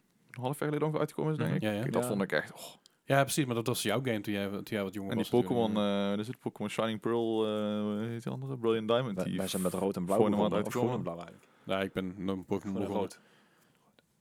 S3: half jaar geleden ongeveer uitgekomen is, denk
S1: Mhm.
S3: ik.
S1: Ja, ja.
S3: Kijk, Dat
S2: Ja.
S3: vond ik echt, oh.
S1: Ja, precies, maar dat was jouw game toen jij, toen jij wat jonger
S3: En die
S1: was.
S3: Pokémon,
S1: natuurlijk.
S3: eh is het Pokémon Shining Pearl, eh hoe heet die andere? Brilliant Diamond.
S2: Wij,
S3: die
S2: wij zijn met rood en blauw
S3: voor een
S2: begonnen.
S3: hand
S2: Of groen en
S3: uitgekomen.
S2: blauw eigenlijk.
S3: eh,
S1: Ja, ik ben nog een Pokémon
S2: Groen en
S1: begonnen.
S2: rood.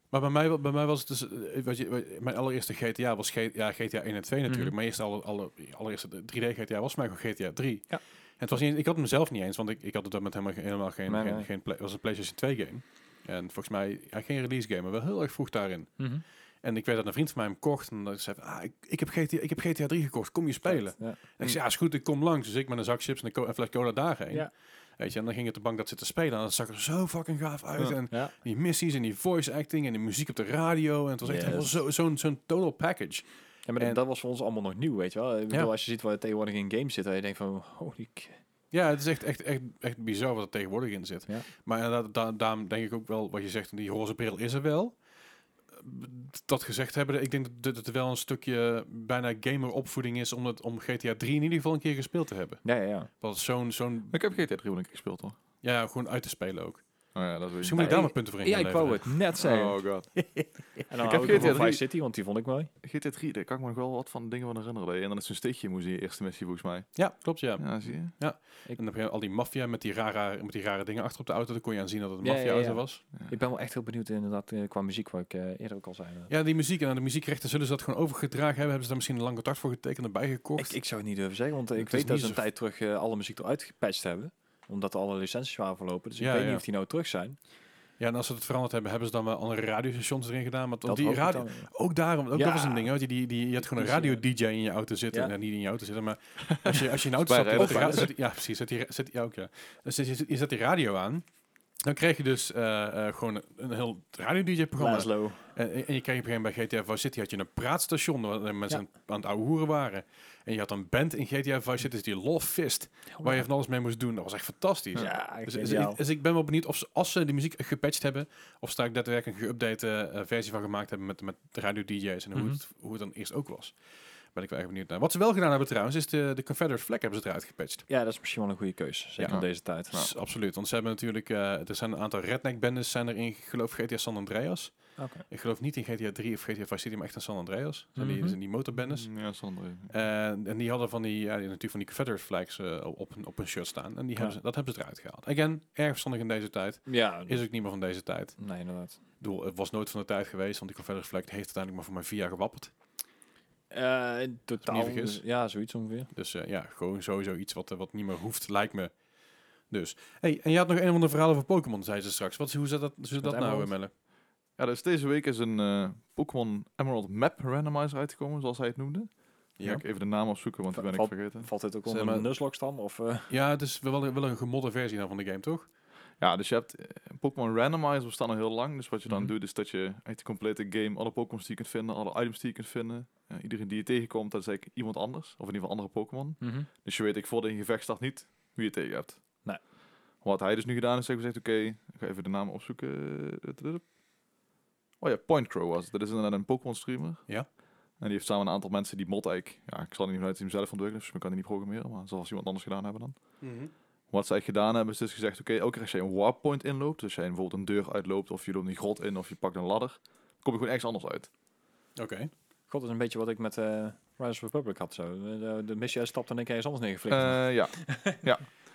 S1: Maar bij mij, bij mij was het dus... eh, Wat je, wat- mijn allereerste GTA was G, ja, GTA 1 en 2 natuurlijk.
S2: Mhm.
S1: Mijn eerste, alle, alle, allereerste 3D GTA was mij gewoon GTA 3.
S2: Ja.
S1: En het was niet, ik had hem zelf niet eens, want ik, ik had het op dat moment helemaal, geen- helemaal geen...
S2: Nee,
S1: geen,
S2: nee.
S1: geen play- het was een PlayStation 2 game. En volgens mij, ja, geen release game, maar wel heel erg vroeg daarin.
S3: Mhm.
S1: En ik weet dat een vriend van mij hem kocht. En dat zei van, ah, ik, ik, heb GTA, ik heb GTA 3 gekocht, kom je spelen?
S2: Ja.
S1: En ik zei, ja, is goed, ik kom langs. Dus ik met een zak chips en een, co- en fles cola daarheen.
S2: Mm. Ja.
S1: Weet je, en dan ging het de bank dat zitten spelen. En dat zag er zo fucking gaaf uit.
S3: Ja.
S1: En
S2: Ja.
S1: die missies en die voice acting en die muziek op de radio. En het was echt
S2: Yes.
S1: helemaal zo- zo'n zo'n total package.
S2: Ja, maar
S1: En-
S2: dat was voor ons allemaal nog nieuw, weet je wel. Ik bedoel, als je ziet waar het tegenwoordig in games zit, dan je denkt van, holy... k-
S1: Ja, het is echt, echt, echt, echt bizar wat er tegenwoordig in zit.
S2: Ja.
S1: Maar inderdaad, da- daarom denk ik ook wel wat je zegt, die roze bril is er wel. Dat gezegd hebben, ik denk dat het wel een stukje bijna gameropvoeding is om, het, om GTA 3 in ieder geval een keer gespeeld te hebben.
S2: Ja, ja, ja.
S1: Dat is zo'n, zo'n
S3: Ik heb GTA 3 wel een keer gespeeld, hoor.
S1: ja, gewoon uit te spelen ook.
S3: Oh ja, dat weet ik
S1: Misschien moet ik
S2: Ja,
S1: daar
S2: Nou,
S1: maar punten
S2: ik-
S1: voor in
S2: Ja,
S1: gaan
S2: ik wou
S1: leveren.
S2: het net zeggen.
S3: Oh god.
S2: En dan ik
S3: Ik heb
S2: heb ik
S3: GTA
S2: van Vice
S3: drie-
S2: City, want die vond ik mooi.
S3: GTA 3, daar kan ik me nog wel wat van dingen van herinneren. En dan is zo'n steegje moest in je eerste missie, volgens mij.
S1: Ja, klopt ja.
S3: Ja, zie je?
S1: En dan heb je al die maffia met, die rare- met die rare dingen achter op de auto. Dan kon je aan zien dat het een
S2: Ja, ja,
S1: maffia-auto
S2: ja.
S1: was.
S2: Ik ben wel echt heel benieuwd inderdaad eh, qua muziek, wat ik eh, eerder ook al zei.
S1: Ja, die muziek en aan de muziekrechten zullen ze dat gewoon overgedragen hebben. Hebben ze daar misschien een lang contract voor getekend en bijgekocht?
S2: Ik, ik zou het niet durven zeggen, want eh,
S1: Het
S2: ik
S1: is
S2: weet dat
S1: niet
S2: ze een
S1: zo-
S2: tijd terug eh, alle muziek eruit gepatcht hebben. Omdat alle licenties waren verlopen. Dus ik
S1: Ja,
S2: weet
S1: ja.
S2: niet of die nou terug zijn.
S1: Ja, en als ze het veranderd hebben, hebben ze dan wel andere radiostations erin gedaan. Want
S2: Dat
S1: die
S2: hoop ik
S1: radio...
S2: dan.
S1: Ook daarom, ook
S2: Ja.
S1: dat was een ding. Weet je, die, die, je had gewoon een
S2: Dus, eh,
S1: radio-dj in je auto zitten.
S2: ja.
S1: Nou, niet in je auto zitten, maar als je, als je in een auto
S3: Bij
S1: zat... die-
S3: rijden.
S1: zet- ja, precies. Zet die, zet, ja, ook, ja. Dus je, je zet die radio aan. Dan kreeg je dus eh, eh, gewoon een heel radio-dj-programma.
S2: Laszlo.
S1: En, en je kreeg op een gegeven moment bij GTA Vice City had je een praatstation waar de mensen aan het ouwehoeren waren. En je had een band in GTA Vice City, dus die Love Fist, waar je van alles mee moest doen. Dat was echt fantastisch.
S2: Oh, Ja, ik
S1: Dus,
S2: weet
S1: dus
S2: jou.
S1: ik, dus ik ben wel benieuwd of ze, als ze die muziek gepatcht hebben, of ze daar ook daadwerkelijk een geüpdate eh, eh, versie van gemaakt hebben met, met radio-dj's en hoe,
S2: Mhm.
S1: het, hoe het dan eerst ook was. Ben ik wel erg benieuwd naar. Wat ze wel gedaan hebben trouwens, is de, de Confederate flag hebben ze eruit gepatcht.
S2: Ja, dat is misschien wel een goede keuze. Zeker
S3: Ja.
S2: in deze tijd.
S1: Dus absoluut, want ze hebben natuurlijk, eh, er zijn een aantal redneck-bendes zijn er in, ik geloof GTA San Andreas.
S2: Oké.
S1: Ik geloof niet in GTA 3 of GTA Vice City, maar echt in San Andreas. Zijn die,
S2: Mhm.
S1: zijn die motorbendes.
S3: Mm,
S1: Eh,
S3: Ja, Sander.
S1: En, en die hadden van die, ja, die- natuurlijk van die Confederate flags eh, op, hun- op hun shirt staan. En die hebben
S2: Ja.
S1: ze, dat hebben ze eruit gehaald. Again, erg verstandig in deze tijd.
S2: Ja,
S1: Is ook niet meer van deze tijd.
S2: nee, inderdaad.
S1: Ik bedoel, het was nooit van de tijd geweest, want die Confederate flag heeft uiteindelijk maar voor maar vier jaar gewapperd.
S2: Eh, in totaal.
S1: vergis.
S2: dus- Ja, zoiets ongeveer.
S1: Dus eh, ja, gewoon sowieso iets wat, eh, wat niet meer hoeft, lijkt me. Dus, hey, en je had nog een of ander verhaal over Pokémon, zei ze straks. Wat, is- hoe zit dat, hoe zit dat nou,
S2: Emerald?
S1: eh, Melle?
S3: Ja, dus deze week is een eh, Pokémon Emerald Map Randomizer uitgekomen, zoals hij het noemde. Ja. Ga ik even de naam opzoeken, want die ben ik
S2: Val-
S3: vergeten.
S2: Valt dit ook
S1: Zeg
S2: onder
S1: maar-
S2: een Nuzlocke-stam? Of, eh,
S1: ja, dus het is wel, wel een gemodde versie dan van de game, toch?
S3: Ja, dus je hebt eh, Pokémon Randomizer bestaan al heel lang. Dus wat je dan
S2: Mhm.
S3: doet, is dat je uit de complete game alle Pokémon die je kunt vinden, alle items die je kunt vinden. eh, iedereen die je tegenkomt, dat is eigenlijk iemand anders. Of in ieder geval andere Pokémon.
S2: Mhm.
S3: Dus je weet ik voor de gevecht start niet wie je tegen hebt.
S2: Nee.
S3: Wat hij dus nu gedaan is, heeft gezegd, oké, ik ga even de naam opzoeken. Oh ja, Pointcrow was het. Dat is inderdaad een Pokémon streamer.
S1: Ja.
S3: En die heeft samen een aantal mensen die mod eigenlijk... Ja, ik zal er niet vanuit dat hij hem zelf ontwikkelen, dus ik kan die niet programmeren. Maar zoals iemand anders gedaan hebben dan. Wat zij gedaan hebben, is dus gezegd, oké, elke keer als jij een warp point inloopt, dus als jij bijvoorbeeld een deur uitloopt, of je loopt een grot in, of je pakt een ladder, kom je gewoon ergens anders uit.
S1: Oké.
S2: God, dat is een beetje wat ik met eh Rise of Republic had zo. De, de, de missie uitstapt en ik ergens anders neergeflikt.
S3: Eh, ja,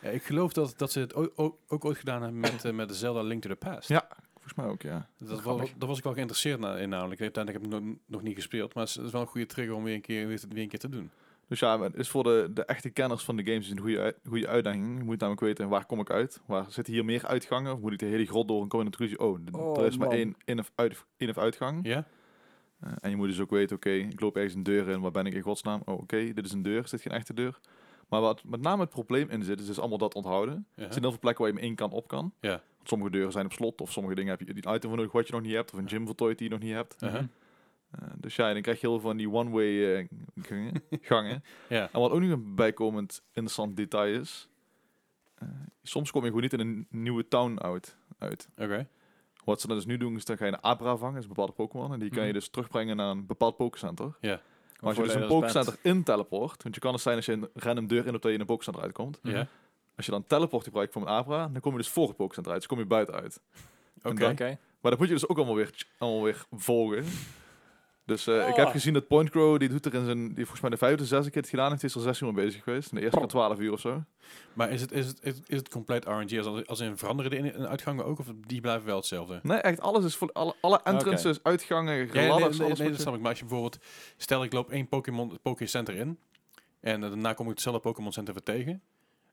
S1: Ja, ik geloof dat, dat ze het o- o- ook ooit gedaan hebben met, eh, met de Zelda Link to the Past.
S3: Ja. volgens mij ook, ja.
S1: Dat, was,
S3: Grappig.
S1: dat was ik wel geïnteresseerd na- in namelijk. Ik heb het uiteindelijk heb ik nog, nog niet gespeeld, maar het is wel een goede trigger om weer een keer, weer, te- weer een keer te doen.
S3: Dus ja, het is voor de, de echte kenners van de games een goede, uit- goede uitdaging. Je moet namelijk weten, waar kom ik uit? Waar zitten hier meer uitgangen? Of moet ik de hele grot door en kom in het ruzie? Oh, d-
S2: Oh,
S3: er is maar
S2: man.
S3: één in- of, uit, in- of uitgang.
S1: Ja?
S3: Eh, en je moet dus ook weten, oké, ik loop ergens een deur in, waar ben ik in godsnaam? Oh, oké, dit is een deur, is dit geen echte deur? Maar wat met name het probleem in zit, is dus allemaal dat onthouden.
S1: Ja.
S3: Er zijn heel veel plekken waar je hem in kan op kan.
S1: Ja.
S3: Want sommige deuren zijn op slot, of sommige dingen heb je die item voor nodig wat je nog niet hebt, of een gym voltooid die je nog niet hebt.
S1: Uh-huh.
S3: Eh, dus ja, dan krijg je heel veel van die one-way eh, gangen. gangen.
S1: Ja.
S3: En wat ook nog een bijkomend interessant detail is, eh, soms kom je gewoon niet in een nieuwe town uit. uit.
S1: Oké.
S3: Wat ze dan dus nu doen, is dan ga je een Abra vangen, dat is een bepaalde Pokémon, en die kan je
S1: Mhm.
S3: dus terugbrengen naar een bepaald Pokécenter. Maar
S2: Voor
S3: als je dus
S2: de
S3: een
S2: hele band.
S3: Pokécenter in teleport, want je kan het zijn als je een random deur in op dat je in een Pokécenter uitkomt.
S1: Ja.
S3: Als je dan teleport gebruikt van een Abra, dan kom je dus voor het Pokécenter uit, dus kom je buiten uit.
S1: Oké.
S3: En dan-
S2: Oké.
S3: Maar dat moet je dus ook allemaal weer, allemaal weer volgen. Dus eh, ik
S2: Ah.
S3: heb gezien dat Point Crow, die doet er in zijn, die volgens mij de vijfde, zesde keer het gedaan heeft, die is er zes uur mee bezig geweest. En de
S1: Oh.
S3: eerste keer twaalf uur of zo.
S1: Maar is het, is, het, is, het- is het compleet RNG? Als, als in veranderen de in- en uitgangen ook? Of die blijven wel hetzelfde?
S3: Nee, echt alles is voor alle, alle entrances, uitgangen,
S1: Ja, nee, nee,
S3: ladders,
S1: nee,
S3: alles.
S1: nee, dat
S3: moet je-
S1: snap ik. Maar als je bijvoorbeeld... Stel, ik loop één Pokémon Poké Center in. En eh, daarna kom ik hetzelfde Pokémon Center weer tegen.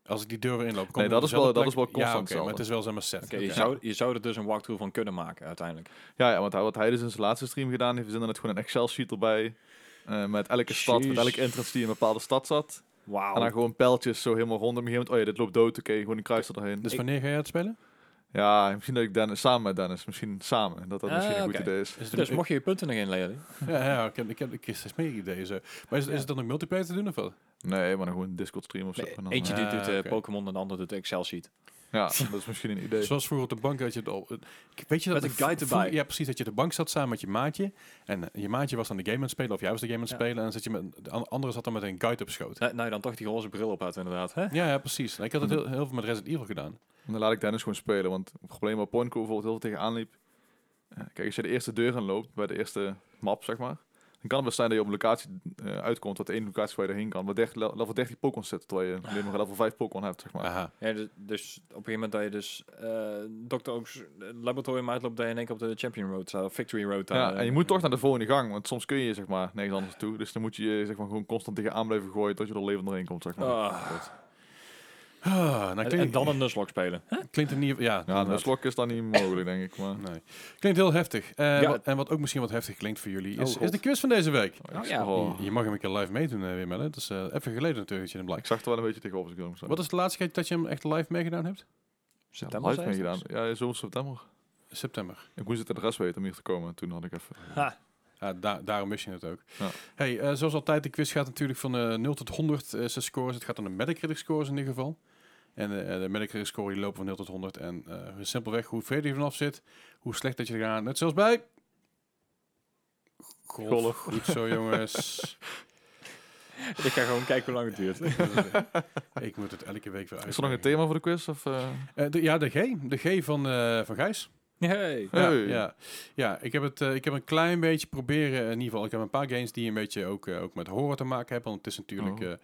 S1: Als ik die deur weer inloop, kom
S3: Nee,
S1: ik
S3: dat
S1: op
S3: is wel-
S1: dezelfde
S3: dat is wel
S1: plek. Ja,
S3: constant
S1: oké, maar het is wel zeg maar set.
S2: Oké,
S1: Oké.
S2: je zou- Je zou er dus een walkthrough van kunnen maken uiteindelijk.
S3: ja, ja, want hij, wat hij dus in zijn laatste stream gedaan heeft, is inderdaad gewoon een Excel-sheet erbij. eh, met elke stad, met
S2: Jeez.
S3: elke entrance die in een bepaalde stad zat. En dan
S2: Wauw.
S3: gewoon pijltjes zo helemaal rondom. Op een gegeven moment, oh ja, dit loopt dood, oké, gewoon een kruis erheen.
S1: Dus
S3: Dus,
S1: wanneer ga jij het spelen?
S3: ja, misschien dat ik Dennis, samen met Dennis, misschien samen, dat dat
S2: Ah,
S3: misschien een
S2: oké.
S3: goed idee is.
S1: Is het
S2: Dus
S1: een-
S2: mocht je je punten nog inleren.
S1: Ja, ja ik, heb, ik, heb, ik heb steeds meer ideeën. Zo. Maar is, is het dan ook multiplayer te doen of wat?
S3: Nee, maar dan gewoon een Discord-stream of zo.
S2: Nee,
S3: En dan,
S2: Eentje
S3: eh,
S2: die
S1: Ah,
S2: doet eh,
S1: oké.
S2: Pokémon en de ander doet Excel sheet.
S3: Ja, dat is misschien een idee.
S1: Zoals vroeger op de bank dat je het al... Ik- Weet je dat
S2: Met een
S1: de v-
S2: guide
S1: vroeger-
S2: erbij.
S1: Ja, precies. Dat je op de bank zat samen met je maatje. En eh, je maatje was dan de game aan het spelen. Of jij was de game aan het
S2: Ja.
S1: spelen. En dan zat je met, de an- andere zat dan met een guide op schoot.
S2: Nou, nou je dan toch die roze bril op had inderdaad. Hè?
S1: Ja, ja, precies. Nou, Ik had het heel, heel veel met Resident Evil gedaan.
S3: Dan laat ik Dennis gewoon spelen, want het probleem waar Poinco bijvoorbeeld heel veel tegenaan liep... eh, Kijk, als je de eerste deur in loopt, bij de eerste map, zeg maar... Dan kan het best zijn dat je op een locatie eh, uitkomt, wat één locatie waar je erheen kan. Maar 30, le- level 13 Pokémon zit, terwijl je alleen maar level 5 Pokémon hebt, zeg maar.
S1: Aha.
S2: Ja, dus, dus op een gegeven moment dat je dus eh Dr. Oaks laboratorium uitloopt, dat je in één keer op de Champion Road staat, of Victory Road staat.
S3: Ja,
S2: eh,
S3: en je moet toch naar de volgende gang, want soms kun je zeg maar nergens anders toe. Dus dan moet je je, zeg maar, gewoon constant tegenaan blijven gooien tot je er levend doorheen komt, zeg maar.
S2: Ah.
S1: Ah, nou,
S2: en, en
S1: klinkt,
S2: dan een Nuzlocke spelen.
S1: klinkt het niet... Ja,
S3: Ja, een
S1: inderdaad.
S3: slok is dan niet mogelijk, denk ik. Maar...
S1: Nee. Klinkt heel heftig. Eh,
S2: Ja.
S1: wat- en wat ook misschien wat heftig klinkt voor jullie is,
S3: God.
S1: is de quiz van deze week.
S2: Oh, ja.
S3: Oh.
S1: Nou Je, je mag hem een keer live meedoen, eh, Wim. hè. Het is eh, even geleden natuurlijk dat je hem
S3: Ik
S1: liked.
S3: zag er wel een beetje tegenop. als ik eerlijk moet zijn.
S1: Wat is de laatste keer dat je hem echt live meegedaan hebt?
S3: Ja,
S2: September
S3: live
S2: zei je
S3: meegedaan.
S2: straks?
S3: Ja, zo in september.
S1: September.
S3: Ik moest het adres weten om hier te komen. Toen had ik even...
S2: Ha.
S1: Ja, da- daarom wist je het ook.
S3: Ja.
S1: Hey, eh, zoals altijd, de quiz gaat natuurlijk van eh 0 tot 100 eh, zijn scores. Het gaat om de Metacritic scores in ieder geval. En eh, de Metacritic score die loopt van 0 tot 100. En eh, simpelweg hoe ver je vanaf zit, hoe slecht dat je eraan... Net zoals bij... Golf.
S3: Golf.
S1: Goed zo, jongens.
S2: Ik ga gewoon kijken hoe lang het duurt.
S1: Ik moet het elke week weer uit.
S3: Is er nog een thema voor de quiz? Of, eh?
S1: ja, de G. De G van, eh, van Gijs.
S2: Hey.
S1: Ja,
S3: Hey.
S1: ja, ja ik, heb het, eh, ik heb een klein beetje proberen. In ieder geval, ik heb een paar games die een beetje ook, eh, ook met horror te maken hebben. Want het is natuurlijk. eh,
S3: Oh.
S1: het,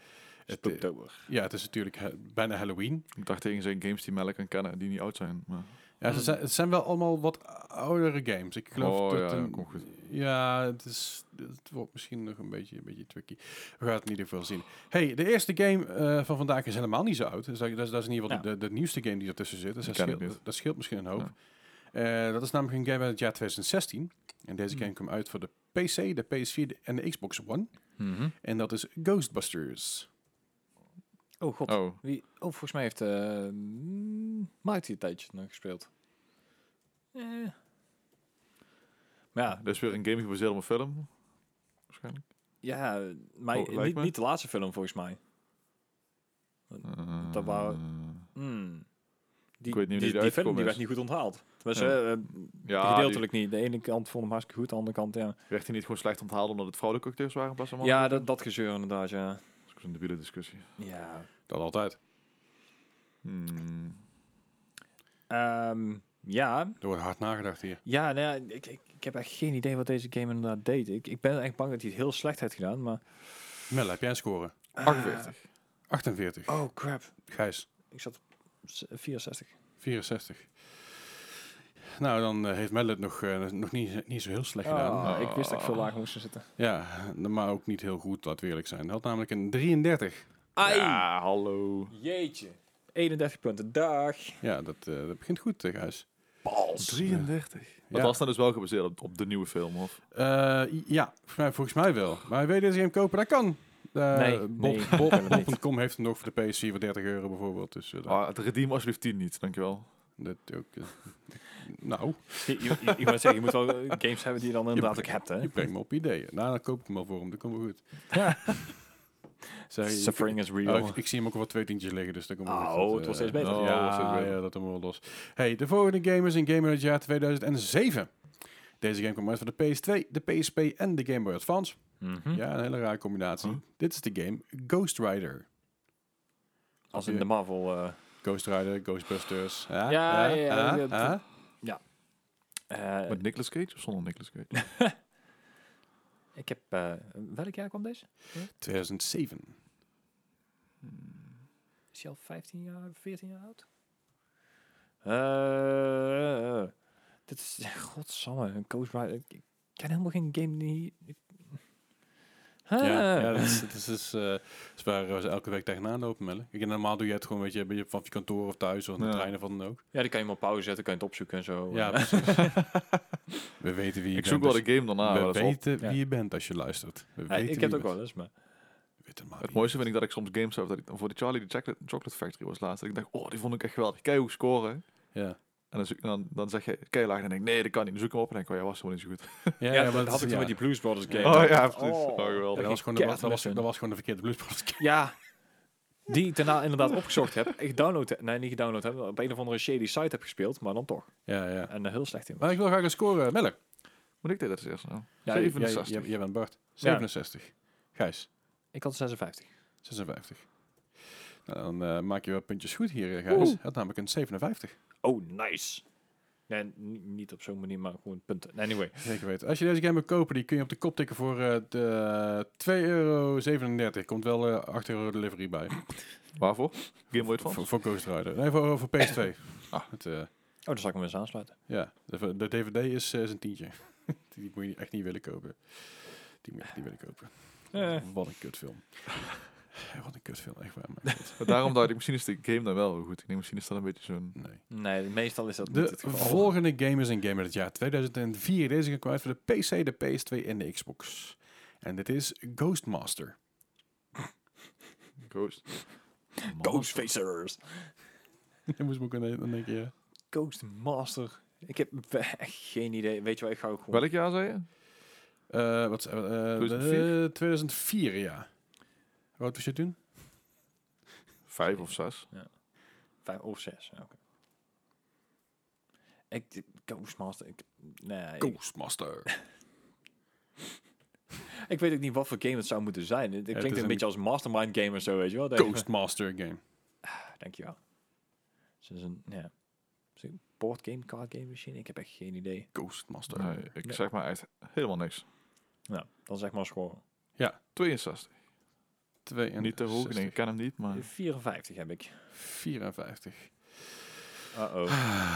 S1: eh,
S2: Spooktober.
S1: ja, het is natuurlijk eh, bijna Halloween.
S3: Ik dacht tegen zijn games die melk en kennen, die niet oud zijn. Maar...
S1: Ja, ze
S2: Hmm.
S1: zijn, het zijn wel allemaal wat oudere games. Ik geloof dat.
S3: Mm. Oh, ja, ja,
S1: een-
S3: komt goed.
S1: ja, het, is, het wordt misschien nog een beetje, een beetje tricky. We gaan het in ieder geval zien. Hey, de eerste game eh, van vandaag is helemaal niet zo oud. Dus dat, dat is, dat is in ieder geval de, de, de nieuwste game die ertussen zit. Dus
S3: Die
S1: dat,
S3: ken ik
S1: scheelt,
S3: niet.
S1: dat, dat scheelt misschien een hoop.
S3: Ja.
S1: Eh, dat is namelijk een game uit het jaar 2016. En deze
S3: Hmm.
S1: game kwam uit voor de PC, de PS4 de- en de Xbox One.
S2: Mhm.
S1: En dat is Ghostbusters.
S2: Oh god.
S3: Oh,
S2: Wie, oh, volgens mij heeft eh Maarten die een tijdje nog gespeeld. Eh. Maar ja,
S3: dat is weer een game gebaseerd op een film. Waarschijnlijk.
S2: ja maar
S3: Oh, lijkt
S2: niet,
S3: me.
S2: niet de laatste film volgens mij.
S3: Eh,
S2: Dat waren- Hmm. Die,
S3: Ik weet niet
S2: die, die
S3: hoe die
S2: film
S3: uitgekomen
S2: die
S3: is.
S2: werd niet goed onthaald. Dus
S3: Ja.
S2: ja,
S3: Ja,
S2: gedeeltelijk niet. De ene kant vond hem hartstikke goed, de andere kant ja.
S3: die- werd hij niet gewoon slecht onthaald omdat het vrouwelijke acteurs waren? Bas en Mannen?
S2: Ja, dat, dat gezeur inderdaad, ja.
S3: Dat is ook zo'n debiele discussie.
S2: Ja.
S1: Dat altijd.
S3: Hmm.
S2: Ehm, ja,
S1: Er wordt hard nagedacht hier.
S2: ja, nou ja ik, ik, ik heb echt geen idee wat deze game inderdaad deed. Ik, ik ben echt bang dat hij het heel slecht heeft gedaan, maar...
S1: Mel, heb jij een score?
S3: 48.
S1: 48.
S2: Oh, crap.
S1: Gijs.
S2: Ik zat op s- 64.
S1: 64. Nou, dan eh, heeft Mellet nog, eh, nog niet, niet zo heel slecht gedaan.
S2: Ah, Ik wist dat ik veel lager moest gaan zitten.
S1: Ja, maar ook niet heel goed, laat we eerlijk zijn. Hij had namelijk een 33.
S3: Ja, hallo.
S2: Jeetje. 31 punten, dag.
S1: Ja, dat, eh, dat begint goed, eh, Gijs.
S2: Pals.
S3: 33. Dat
S1: Ja.
S3: was dan dus wel gebaseerd op, op de nieuwe film, of?
S1: Eh, ja, volgens mij, volgens mij wel. Maar wil je deze game kopen? Dat kan. Eh,
S2: Nee,
S1: Bob-
S2: nee, ik
S1: Bob-
S2: ken het niet.
S1: Bob.com heeft hem nog voor de PS4 voor 30 euro bijvoorbeeld. Dus eh, dat-
S3: Ah, het redeem alsjeblieft 10 niet, dankjewel.
S1: dat ook. eh, nou,
S2: Je, je, je- ik wou zeggen, je moet wel eh, games hebben die je dan inderdaad ook hebt, hè?
S1: je brengt me op ideeën. Nou, dan koop ik hem wel voor hem. Dat komt wel goed. Zeg, je-
S2: Suffering is real.
S1: Oh, ik, ik zie hem ook al wat twee tientjes liggen, dus dat komt wel
S2: Ah,
S1: goed.
S2: oh,
S1: Dat,
S2: het wordt
S1: eh,
S2: steeds beter.
S1: Ja,
S3: Oh, het wordt steeds
S1: ja,
S3: beter.
S1: dat hem wel los. Hey, de volgende game is een game uit het jaar 2007. Deze game kwam uit voor de PS2, de PSP en de Game Boy Advance.
S2: Mhm.
S1: Ja, een hele rare combinatie.
S3: Huh?
S1: Dit is de game Ghost Rider.
S2: Als in de Marvel. eh,
S1: Ghost Rider, Ghostbusters. Ja,
S2: Ja, ja, ja,
S1: ah,
S2: dat-
S1: ah.
S2: eh,
S3: Met Nicolas Cage of zonder Nicolas Cage?
S2: ik heb. eh, welk jaar kwam deze?
S1: 2007.
S2: Is hij al 15 jaar, 14 jaar oud? Eh, dit is, godsamme, een Ghost Rider. Ik ik ken helemaal geen game die... ik- Huh.
S1: Ja, ja, dat is, dat is, dus, eh, dat is waar we ze elke week tegenaan lopen, Melle. Ik, normaal doe je het gewoon, weet je, ben je van je kantoor of thuis of in de
S3: Ja.
S1: trein of wat dan ook.
S2: Ja, die kan je maar op pauze zetten, kan je het opzoeken en zo.
S1: Ja,
S2: Eh,
S1: precies. we weten wie je
S3: ik
S1: bent. dus
S3: zoek wel
S1: als-
S3: de game daarna. maar
S1: we
S3: dat is wel-
S1: weten
S2: Ja.
S1: wie je bent als je luistert. We
S2: eh,
S1: weten
S2: ik
S1: wie
S2: heb
S1: je
S2: het ook
S1: bent.
S2: wel eens, maar...
S1: We weten maar
S3: Het
S1: wie.
S3: mooiste vind ik dat ik soms games heb. Dat ik, voor die Charlie the Chocolate, Chocolate Factory was laatst. Ik dacht, oh, die vond ik echt geweldig. Kijk hoe scoren.
S1: Ja,
S3: En dan, zoek- dan, dan zeg je, kijk laag. En dan denk ik, nee, dat kan niet. Dan zoek ik hem op en denk ik, oh, ja, was helemaal niet zo goed.
S1: ja,
S2: Ja,
S1: maar
S2: dat
S1: is-
S2: had ik toen
S1: ja.
S2: met die Blues Brothers game.
S1: Ja.
S3: Oh ja, precies. Oh,
S1: Ja,
S3: geweldig.
S1: dat, was gewoon de,
S2: keihard
S1: dat, was,
S2: missen.
S1: dat was gewoon de verkeerde bloedpot.
S2: Ja, die ik daarna inderdaad opgezocht heb. Ik gedownload, heb- nee, niet gedownload heb, op een of andere shady site heb gespeeld, maar dan toch.
S1: Ja, ja.
S2: En eh, heel slecht in. was.
S1: Maar ik wil graag een score. eh, Melle.
S3: Moet ik dit als eerste? Nou?
S2: Ja,
S1: jij-
S3: 67.
S1: Jij, jij bent Bart. 67. Gijs.
S2: Ik had 56.
S1: 56. Nou, dan eh, maak je wel puntjes goed hier, eh, Gijs. Had namelijk een 57.
S2: Oh, nice. Nee, n- niet op zo'n manier, maar gewoon punten. Anyway.
S1: Zeker weten. Als je deze game wil kopen, die kun je op de kop tikken voor eh de 2,37 euro. Komt wel eh 8 euro delivery bij.
S3: Waarvoor? Game Boy Advance?
S1: voor, voor Ghost Rider. Nee, voor, voor PS2.
S3: Ah.
S1: Het, eh,
S2: Oh, dan zal ik hem eens aansluiten.
S1: ja, de, de DVD is, eh, is een tientje. die moet je echt niet willen kopen. Die moet je echt niet willen kopen.
S2: Eh.
S1: Wat een kutfilm. Wat een kutfilm, echt waar. mijn god.
S3: Maar Daarom dacht ik, misschien is de game dan wel heel goed. Ik denk, misschien is dat een beetje zo'n...
S1: Nee.
S2: Nee, meestal is dat niet
S1: De
S2: het geval.
S1: volgende game is een game uit het jaar 2004. Deze ging uit voor de PC, de PS2 en de Xbox. En dit is Ghostmaster.
S3: Ghost.
S2: Ghostfacers.
S1: Dat moest me ook aan aan denken, ja.
S2: Ghostmaster. Ik heb echt geen idee. Weet je wat, ik ga ook gewoon...
S3: Welk jaar zei je?
S1: Eh, wat, eh, eh,
S3: 2004?
S1: eh, 2004, ja. Wat was je toen?
S3: Vijf of zes.
S2: Vijf of zes. ja, Oké. Ik, de- Ghostmaster. Ik, nee, ik,
S1: Ghostmaster.
S2: ik weet ook niet wat voor game het zou moeten zijn. Het, het
S1: het
S2: klinkt
S1: is
S2: een
S1: een-
S2: beetje als Mastermind game of zo, weet je wel. Dat je-
S1: Ghostmaster game.
S2: Dankjewel. Dus het is een, ja. Is het een board game, card game machine? Ik heb echt geen idee.
S1: Ghostmaster.
S3: Nee, ik
S2: Nee.
S3: zeg maar echt helemaal niks.
S2: Nou, dan zeg maar scoren.
S3: 62.
S1: Twee en
S3: Niet te hoog, ik denk,
S1: 60.
S3: ik ken hem niet, maar...
S2: 54 heb ik.
S1: 54.
S2: Uh-oh.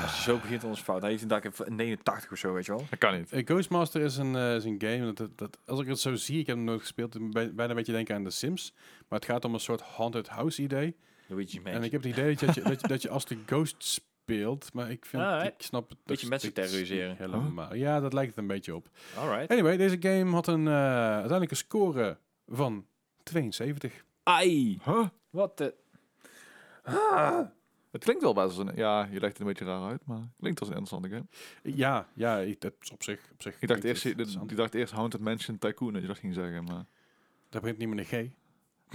S2: Als je zo begint ons fout. Hij heeft een dak in 89 of zo, weet je wel.
S3: Dat kan niet.
S1: Eh, Ghostmaster is een, eh, is een game, dat, dat, als ik het zo zie, ik heb hem nooit gespeeld, het bij- bijna een beetje denken aan The Sims. Maar het gaat om een soort haunted house idee.
S2: Luigi's
S1: En ik
S2: Mansion.
S1: heb het idee dat je, dat je, dat je als de ghost speelt, maar ik vind,
S2: Alright.
S1: ik snap het.
S2: Beetje
S1: nog
S2: mensen
S1: steeds
S2: terroriseren.
S1: niet Helemaal. Ja, dat lijkt het een beetje op.
S2: Alright.
S1: Anyway, deze game had een eh, uiteindelijk een score van 72.
S2: Ai!
S3: Huh?
S2: Wat de...
S3: Het klinkt wel best als een... Ja, je legt het een beetje raar uit, maar het klinkt als een interessante game.
S1: Ja, ja, ik, dat is op zich. Op zich
S3: Ik dacht
S1: klinkt
S3: eerst,
S1: het
S3: ik
S1: interessant.
S3: dacht eerst Haunted Mansion Tycoon, dat je dat ging zeggen, maar...
S1: dat begint niet met een G.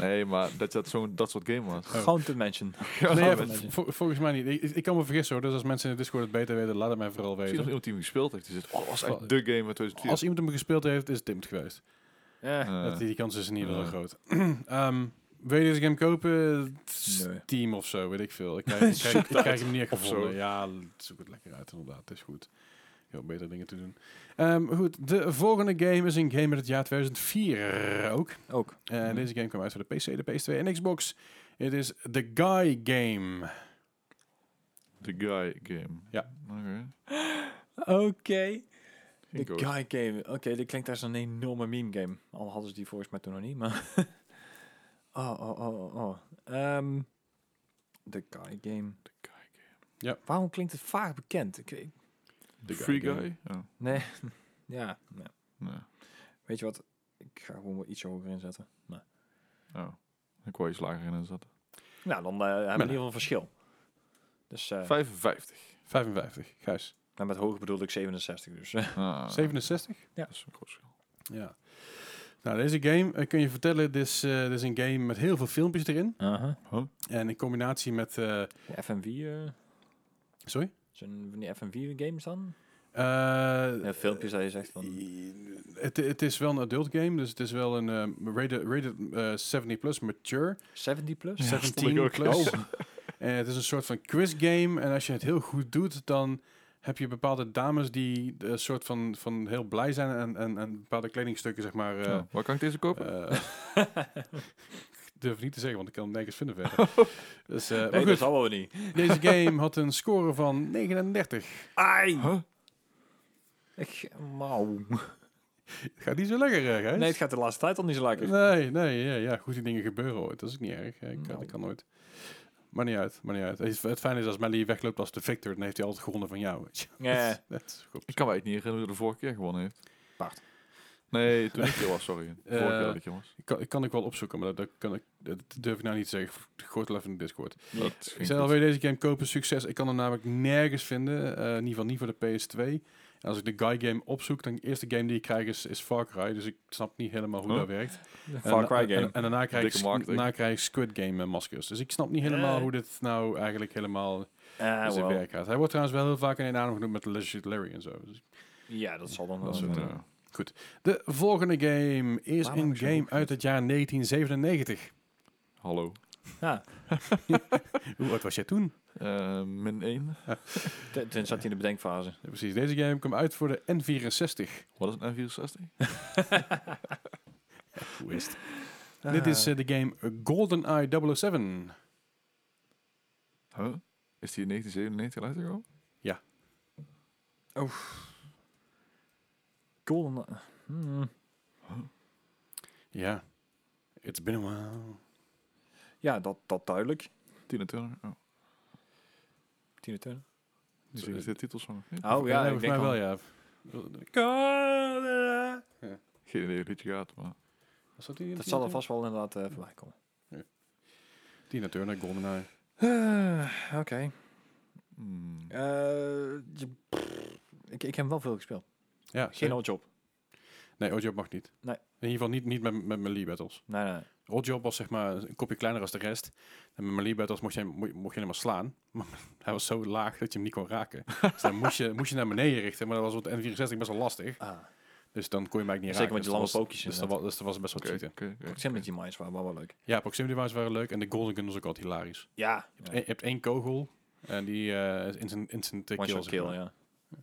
S3: Nee, maar dat dat zo'n dat soort game was.
S2: Haunted Mansion.
S1: nee,
S2: dat
S1: Oh. ja,
S2: weet
S1: vol-
S2: je.
S1: vol- volgens mij niet. Ik, ik kan me vergissen hoor. Dus als mensen in de Discord het beter weten, laat het mij vooral
S3: Misschien als
S1: weten.
S3: iemand die hem gespeeld heeft, die zegt, oh, dat was
S1: Wel,
S3: echt de game uit 2004.
S1: Als iemand hem gespeeld heeft, is het Tim het geweest.
S2: Eh.
S3: Eh,
S1: dat, die kans is in ieder geval
S3: eh.
S1: groot. Ehm wil je deze game kopen? Steam of zo, weet ik veel. Ik krijg, ik krijg, ik krijg hem niet echt
S3: Of zo.
S1: gevonden. Ja, zoek het lekker uit inderdaad. Het is goed. Heel betere dingen te doen. Ehm, goed, de volgende game is een game uit het jaar 2004 ook.
S2: Ook.
S1: En deze game kwam uit voor de PC, de PS2 en Xbox. Het is The Guy Game.
S3: The Guy Game.
S1: Ja.
S3: Oké.
S2: Oké.
S3: Geen
S2: De
S3: ghost.
S2: Guy Game. Oké, dit klinkt als een enorme meme game. Al hadden ze die volgens mij toen nog niet, maar... oh, oh, oh, oh, oh. Ehm, de Guy Game.
S3: The Guy Game.
S2: Waarom klinkt het vaak bekend? Ik, ik-
S3: The
S1: The
S3: Free
S1: Guy
S3: Guy?
S1: Game.
S3: Oh,
S2: nee. ja, nee.
S3: nee.
S2: Weet je wat? Ik ga gewoon wel iets hoger inzetten. Nee.
S3: Oh. Ik wou iets lager in zetten.
S2: Nou, dan eh, hebben we in ieder geval een verschil. Dus, eh
S3: 55.
S1: 55, Gijs.
S2: en met hoog bedoel ik 67 dus.
S3: Ah,
S1: 67?
S3: Dat is een groot verschil.
S1: Ja. Nou, deze game, eh, kun je vertellen, dit is, eh, dit is een game met heel veel filmpjes erin. En in combinatie met... eh,
S2: De FMV, eh,
S1: sorry?
S2: zijn van die FMV games dan? Eh,
S1: Eh,
S2: Ja, filmpjes dat je zegt van...
S1: i- het, het is wel een adult game, dus het is wel een eh, rated, rated eh, 70 plus mature.
S2: 70 plus?
S3: Ja. stond ik
S1: 17
S3: ook.
S1: plus.
S3: Oh.
S1: En het is een soort van quiz game. En als je het heel goed doet, dan heb je bepaalde dames die eh, een soort van, van heel blij zijn en, en, en bepaalde kledingstukken, zeg maar. eh,
S3: Ja. Waar kan ik deze kopen?
S1: eh, ik durf het niet te zeggen, want ik kan hem nergens vinden verder. dus, eh, maar
S2: Oh. Nee, dat
S1: goed,
S2: zal wel niet.
S1: deze game had een score van 39.
S2: Ai!
S1: Eh.
S3: Huh?
S2: Ik, mauw.
S1: Gaat niet zo lekker, hè, Gijs?
S2: Nee, het gaat de laatste tijd al niet zo lekker.
S1: Nee, nee, ja, ja, goede dingen gebeuren ooit. Dat is ook niet erg. hè. Ik kan,
S2: Nou.
S1: ik kan nooit. Maar niet uit, maar niet uit. Het, het fijne is als Melly wegloopt als de victor, dan heeft hij altijd gewonnen van jou. Weet je.
S2: Ja.
S1: Dat is goed.
S3: Ik kan me eigenlijk niet herinneren hoe de vorige keer gewonnen heeft.
S2: Bart.
S3: Nee, toen ik hier was, sorry. De vorige
S1: Eh,
S3: keer dat ik hier was.
S1: Ik kan, ik kan ik wel opzoeken, maar dat, dat kan ik, dat durf ik nou niet te zeggen. Gooi het wel even in de Discord.
S2: Nee.
S3: Dat ging
S1: Ik zei
S3: goed.
S1: alweer, deze game kopen, succes. Ik kan hem namelijk nergens vinden. eh, in ieder geval niet voor de PS2. En als ik de Guy game opzoek, dan de eerste game die ik krijg is, is Far Cry. Dus ik snap niet helemaal hoe
S3: Huh?
S1: dat werkt.
S2: Oh. Far
S1: En-
S2: Cry
S1: en-
S2: game.
S1: En, daarna, krijg ik,
S3: Dikke
S1: squ-
S3: marketing.
S1: daarna krijg ik Squid Game eh, maskers. Dus ik snap niet helemaal
S2: Eh.
S1: hoe dit nou eigenlijk helemaal
S2: Eh,
S1: in zijn
S2: wel.
S1: werk gaat. Hij wordt trouwens wel heel vaak in één adem genoemd met Legit Larry en zo. Dus
S2: Ja, dat zal dan wel.
S1: dat
S3: Ja.
S1: soort dingen. De volgende game is
S2: Waarom
S1: een
S2: heb ik zo'n
S1: game
S2: boek
S1: uit het jaar 1997.
S3: Hallo.
S2: Ja,
S1: Hoe oud was jij toen?
S3: Eh, min 1.
S2: ten- ten zat hij in de bedenkfase.
S1: Ja, precies, deze game kwam uit voor de N64.
S3: Wat is een N64?
S1: Hoe is het? Dit is eh, de game GoldenEye 007.
S3: Huh? Is die in 1997 uitgekomen?
S2: Golden... Hmm.
S1: Ja. It's been a while.
S2: Ja, dat, dat duidelijk.
S3: Tina Turner. Oh,
S2: Tina Turner.
S3: die
S1: Sorry.
S3: is de titelsong. Ja.
S1: Ah.
S2: Oh ja, ik
S1: volgens mij
S2: denk
S1: wel,
S2: wel.
S1: ja.
S3: Geen idee hoe het liedje gaat, maar...
S1: Was dat die?
S2: Dat zal er vast wel inderdaad eh, voorbij komen.
S1: Tina Turner, GoldenEye.
S2: Oké.
S3: Hmm.
S2: Eh, je- pff, ik, ik heb wel veel gespeeld.
S1: Ja,
S2: Geen
S1: zeker.
S2: oddjob.
S1: Nee, Oddjob mag niet.
S2: Nee.
S1: In ieder geval niet, niet met, met melee battles.
S2: Nee, nee. nee.
S1: Oddjob was zeg maar een kopje kleiner als de rest. En met melee battles mocht je, hem- mo- mocht je hem maar slaan. Maar hij was zo laag dat je hem niet kon raken. dus dan moest je, moest je naar beneden richten. Maar dat was op de N64 best wel lastig.
S2: Ah,
S1: Dus dan kon je hem eigenlijk niet
S2: Zeker
S1: raken.
S2: met die lange
S1: Dus dat was-
S2: pookjes
S1: Dus dat was, dus dat was best wel
S3: Oké,
S1: cheaten.
S3: oké, oké.
S2: proximity mines waren wel, wel leuk.
S1: Ja, proximity wise waren leuk. En de golden gun was ook altijd hilarisch. E-
S2: Ja.
S1: Je hebt- Je hebt één kogel. En die eh, is instant, instant eh,
S2: One
S1: kill.
S2: shot
S1: zeg
S2: kill,
S1: maar.
S2: ja.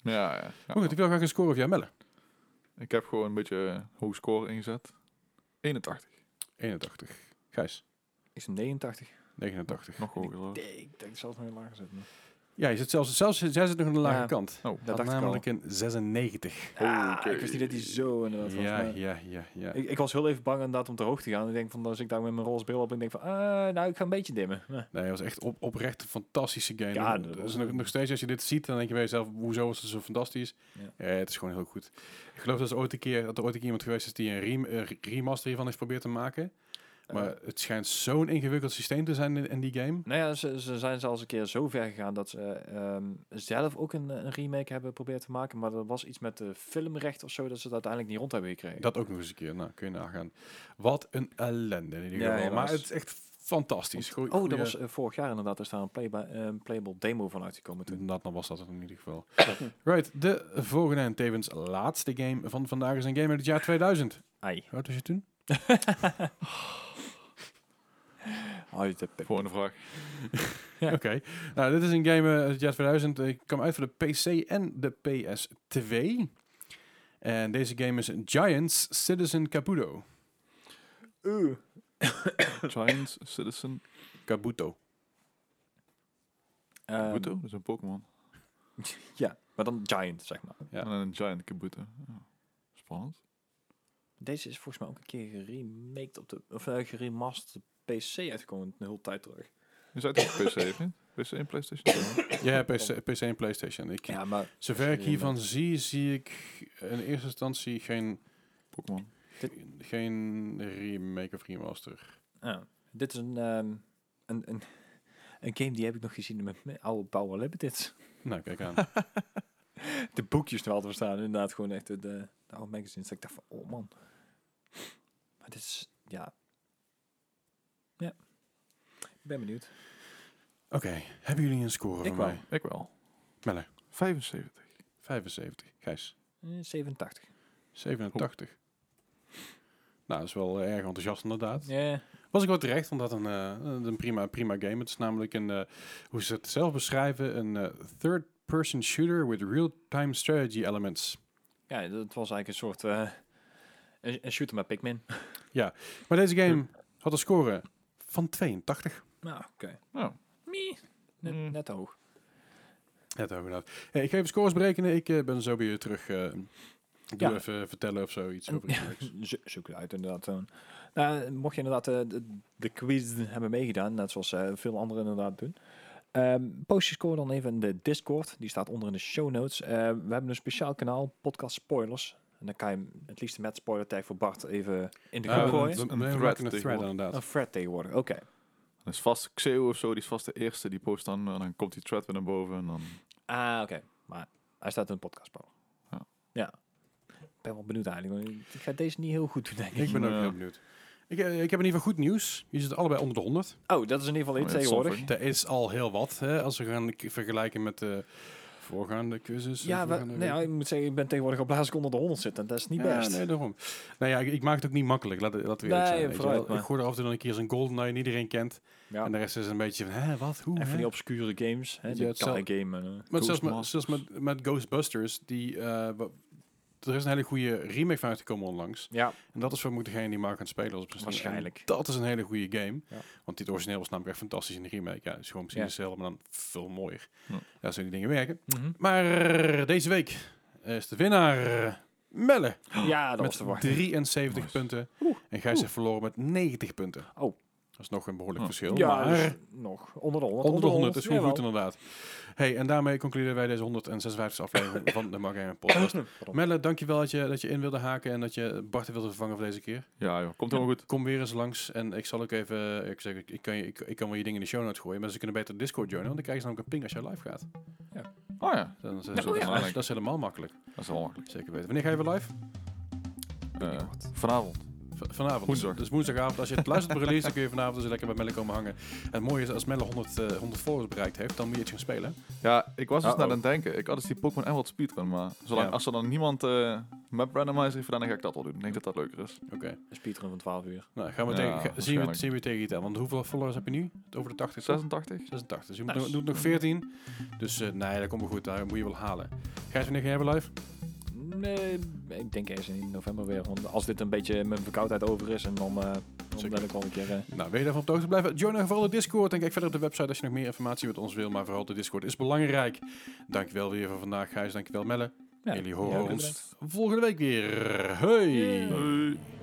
S3: Ja, ja. ja.
S1: Hoe goed, ik wil graag een score of jou mellen.
S3: Ik heb gewoon een beetje eh, hoog score ingezet. 81.
S1: 81. Gijs,
S2: Is een 89.
S1: 89.
S3: Nog hoger. hoor.
S2: Nee, ik denk zelfs nog lager zitten.
S1: Ja, je zit zelfs, zelfs jij zit nog aan de lage
S2: Ja.
S1: kant.
S3: Oh,
S2: Dat
S1: Had
S2: dacht ik al.
S1: namelijk een 96.
S2: Ah,
S3: Oké.
S2: Ik wist niet dat hij zo inderdaad was.
S1: Ja,
S2: maar-
S1: ja, ja, ja.
S2: Ik, ik was heel even bang inderdaad om te hoog te gaan. Ik denk van, als ik daar met mijn roze bril op ben, denk van, ah, nou, ik ga een beetje dimmen. Ja.
S1: Nee, het was echt op, oprecht een fantastische game.
S2: Ja,
S1: En
S2: dat
S1: dus
S2: was-
S1: nog, nog steeds als je dit ziet, dan denk je bij jezelf, hoezo was het zo fantastisch?
S2: Ja.
S1: Eh, het is gewoon heel goed. Ik geloof dat er ooit een keer, dat er ooit een keer iemand geweest is die een rem- eh, re- remaster hiervan heeft geprobeerd te maken. Maar het schijnt zo'n ingewikkeld systeem te zijn in, in die game.
S2: Nou ja, ze, ze zijn zelfs een keer zo ver gegaan dat ze ehm, zelf ook een, een remake hebben geprobeerd te maken. Maar dat was iets met de filmrecht of zo, dat ze het uiteindelijk niet rond hebben gekregen.
S1: Dat ook nog eens een keer. Nou, kun je nagaan. Wat een ellende in ieder
S2: Ja,
S1: geval. maar
S2: helaas.
S1: het is echt fantastisch. Goeie-
S2: oh,
S1: goeie-
S2: dat was eh, vorig jaar inderdaad. Er is daar een playba- eh, een playable demo van uitgekomen toen.
S1: Dat dan was dat het in ieder geval. right, de volgende en tevens laatste game van vandaag is een game uit het jaar 2000.
S2: Ai.
S1: Hoe oud was je toen?
S2: Uit de pip.
S3: Volgende vraag.
S1: Oké. Nou, dit is een game eh, uit het jaar 2000. Ik kwam uit voor de PC en de PS2. En deze game is Giants Citizen Caputo.
S3: Giants Citizen
S1: Kabuto.
S2: Ehm,
S3: Kabuto? Dat is een Pokémon.
S2: ja, maar dan Giant, zeg maar.
S1: Ja.
S3: En een Giant Kabuto. Ja. Spannend.
S2: Deze is volgens mij ook een keer geremaked op de, of eh, geremasterd op de PC uitgekomen een hele tijd terug.
S3: Je zei het op PC, heeft niet? PC en PlayStation 2.
S1: Ja, PC, PC en PlayStation. Ik,
S2: Ja, maar
S1: Zover ik
S2: eh,
S1: hiervan zie, zie ik in eerste instantie geen,
S3: Pokémon.
S1: geen remake of remaster.
S2: Ja. Dit is een, ehm, een, een, een game die heb ik nog gezien met mijn oude Power Limiteds.
S1: Nou, kijk aan.
S2: De boekjes er altijd voor staan. Inderdaad, gewoon echt de, de, de oude magazines. Dat ik dacht van, oh man. Maar dit is, ja. Ja. Ik ben benieuwd.
S1: Oké, hebben jullie een score
S2: Ik
S1: van
S2: wel.
S1: mij?
S3: Ik wel.
S1: Melle,
S3: 75.
S1: 75. Gijs,
S2: Eh, 87.
S1: 87. Nou, dat is wel eh, erg enthousiast inderdaad.
S2: Ja.
S1: Was ik wel terecht, want dat een, eh, een prima, prima game. Het is namelijk een, eh, hoe ze het zelf beschrijven, een eh, third-person shooter with real-time strategy elements.
S2: Ja, het was eigenlijk een soort... eh, een, een shooter met Pikmin.
S1: Maar deze game had een score van 82.
S2: Nou, oké.
S3: Nou.
S2: Mie. Net,
S3: Mm.
S2: net te hoog.
S1: Net hebben we dat. Hey, ik ga even scores berekenen. Ik eh, ben zo bij je terug. eh ik doe
S2: Ja.
S1: even vertellen of zo iets
S2: En-
S1: over iets leuks.
S2: Zo- Zoek het uit, inderdaad. eh. Nou, mocht je inderdaad eh, de, de quiz hebben meegedaan, net zoals eh, veel anderen inderdaad doen, ehm, post je score dan even in de Discord. Die staat onder in de show notes. Eh, we hebben een speciaal kanaal, Podcast Spoilers. En dan kan je hem het liefst met spoiler tag voor Bart even in de
S1: Eh,
S2: groep
S1: we-
S2: gooien.
S1: we-
S3: Een
S1: we
S3: thread
S1: maken een thread
S3: tegenwoordig. Oh,
S1: inderdaad.
S2: Een thread tegenwoordig, oké.
S3: Dat is vast Xeo of zo, die is vast de eerste. Die post dan en dan komt die thread weer naar boven. En dan...
S2: Ah, oké. Maar hij staat in de podcast
S3: Ja.
S2: ja. Ik ben wel benieuwd eigenlijk. want Ik ga deze niet heel goed doen, denk ik.
S1: Ik ben ook
S3: Ja.
S1: heel benieuwd. Ik, eh, ik heb in ieder geval goed nieuws. Je zitten allebei onder de 100.
S2: Oh, dat is in ieder geval
S3: Oh,
S2: iets
S3: ja, dat zal
S2: tegenwoordig.
S3: voor
S1: Dat
S3: je.
S1: is al heel wat, hè, als we gaan k- vergelijken met de voorgaande quizzes. de
S2: Ja, we,
S1: voorgaande
S2: nee, ja, ik moet zeggen, ik ben tegenwoordig op blaas ik onder de 100 zit. En dat is niet
S1: Ja,
S2: best.
S1: nee, daarom. Nou ja, ik, ik maak het ook niet makkelijk, laten laten we
S2: Nee,
S1: eerlijk zijn. weet je
S2: vooruit,
S1: wel.
S2: maar.
S1: Ik gooi er af en toe dan een keer zo'n golden die iedereen kent.
S2: Ja.
S1: En de rest is een beetje van, hè, wat, hoe,
S2: En van
S1: hè?
S2: die obscure games. Hè,
S1: Ja,
S2: die
S1: het zal-
S2: kaai game. en, eh.
S1: Maar zelfs, met,
S3: Ghostbusters.
S1: zelfs met, met Ghostbusters, die, eh, wa- er is een hele goede remake van uitgekomen onlangs.
S2: ja,
S1: En dat is voor moet degene die maar gaan spelen. Als precies.
S2: Waarschijnlijk.
S1: En dat is een hele goede game.
S2: Ja.
S1: Want dit origineel was namelijk echt fantastisch in de remake. Ja, het is gewoon precies
S2: Ja. Hm.
S1: hetzelfde, maar dan veel mooier.
S3: Ja.
S1: Ja, zo die dingen werken.
S2: Mhm.
S1: Maar deze week is de winnaar Melle
S2: ja dat was te
S1: Oh, met
S2: wachten.
S1: 73
S3: Nice.
S1: punten.
S2: Oeh.
S1: En Gijs heeft verloren met 90 punten.
S2: Oh.
S1: Dat is nog een behoorlijk
S3: Oh.
S1: verschil.
S2: Ja,
S1: maar
S2: dus nog. Onder de 100.
S1: onder de 100 is gewoon
S2: jawel.
S1: goed inderdaad. Hey, en daarmee concluderen wij deze 156 aflevering van de Mark Gamer Podcast.
S2: Pardon.
S1: Melle, dankjewel dat je, dat je in wilde haken en dat je Bart wilde vervangen voor deze keer.
S3: Ja, joh, komt helemaal goed.
S1: Kom weer eens langs en ik zal ook even. Ik, zeg, ik, ik, kan, je- ik, ik kan wel je dingen in de show notes gooien, maar ze kunnen beter Discord joinen, want dan krijgen ze namelijk een ping als jij live gaat.
S3: Oh ja,
S1: Dan is,
S2: oh ja.
S1: dat is helemaal makkelijk.
S3: dat is wel makkelijk.
S1: Zeker weten. Wanneer ga je weer live?
S3: Eh, vanavond.
S1: V- vanavond.
S3: Woensdag.
S1: Dus woensdagavond. Als je het luistert op release, dan kun je vanavond dus lekker bij Melle komen hangen. En het mooie is, als Melle 100, eh, 100 followers bereikt heeft, dan moet je iets gaan spelen.
S3: Ja, ik was dus
S2: Uh-oh.
S3: naar aan het denken. Ik had dus die Pokémon Emerald Speedrun, maar zolang,
S1: Ja.
S3: als er dan niemand eh, map randomizer heeft gedaan, dan ga ik dat wel doen. Ik denk dat dat leuker is.
S1: Oké.
S2: Een speedrun van 12 uur.
S1: Nou, gaan we
S3: Ja,
S1: tegen, ga- zien, we,
S3: waarschijnlijk.
S1: zien we tegen iets aan. Want hoeveel followers heb je nu? Over de 80? toch?
S3: 86?
S1: 86. Dus je moet
S2: Nice.
S1: nog, doet nog 14. Dus eh, nee, dat komt wel goed. Daar moet je wel halen. Gijs, wanneer ga jij weer live?
S2: Nee, ik denk eerst in november weer. Want als dit een beetje mijn verkoudheid over is, en dan, eh dan
S1: Zeker.
S2: ben ik wel een keer... eh,
S1: Nou, wil je daarvan op de hoogte blijven? Join dan vooral de Discord en kijk verder op de website als je nog meer informatie met ons wil. Maar vooral de Discord is belangrijk. Dankjewel weer voor vandaag, Gijs. Dankjewel, Melle.
S2: ja,
S1: Jullie
S2: ja,
S1: horen
S2: bedankt.
S1: ons volgende week weer. Hoi!
S2: Hey.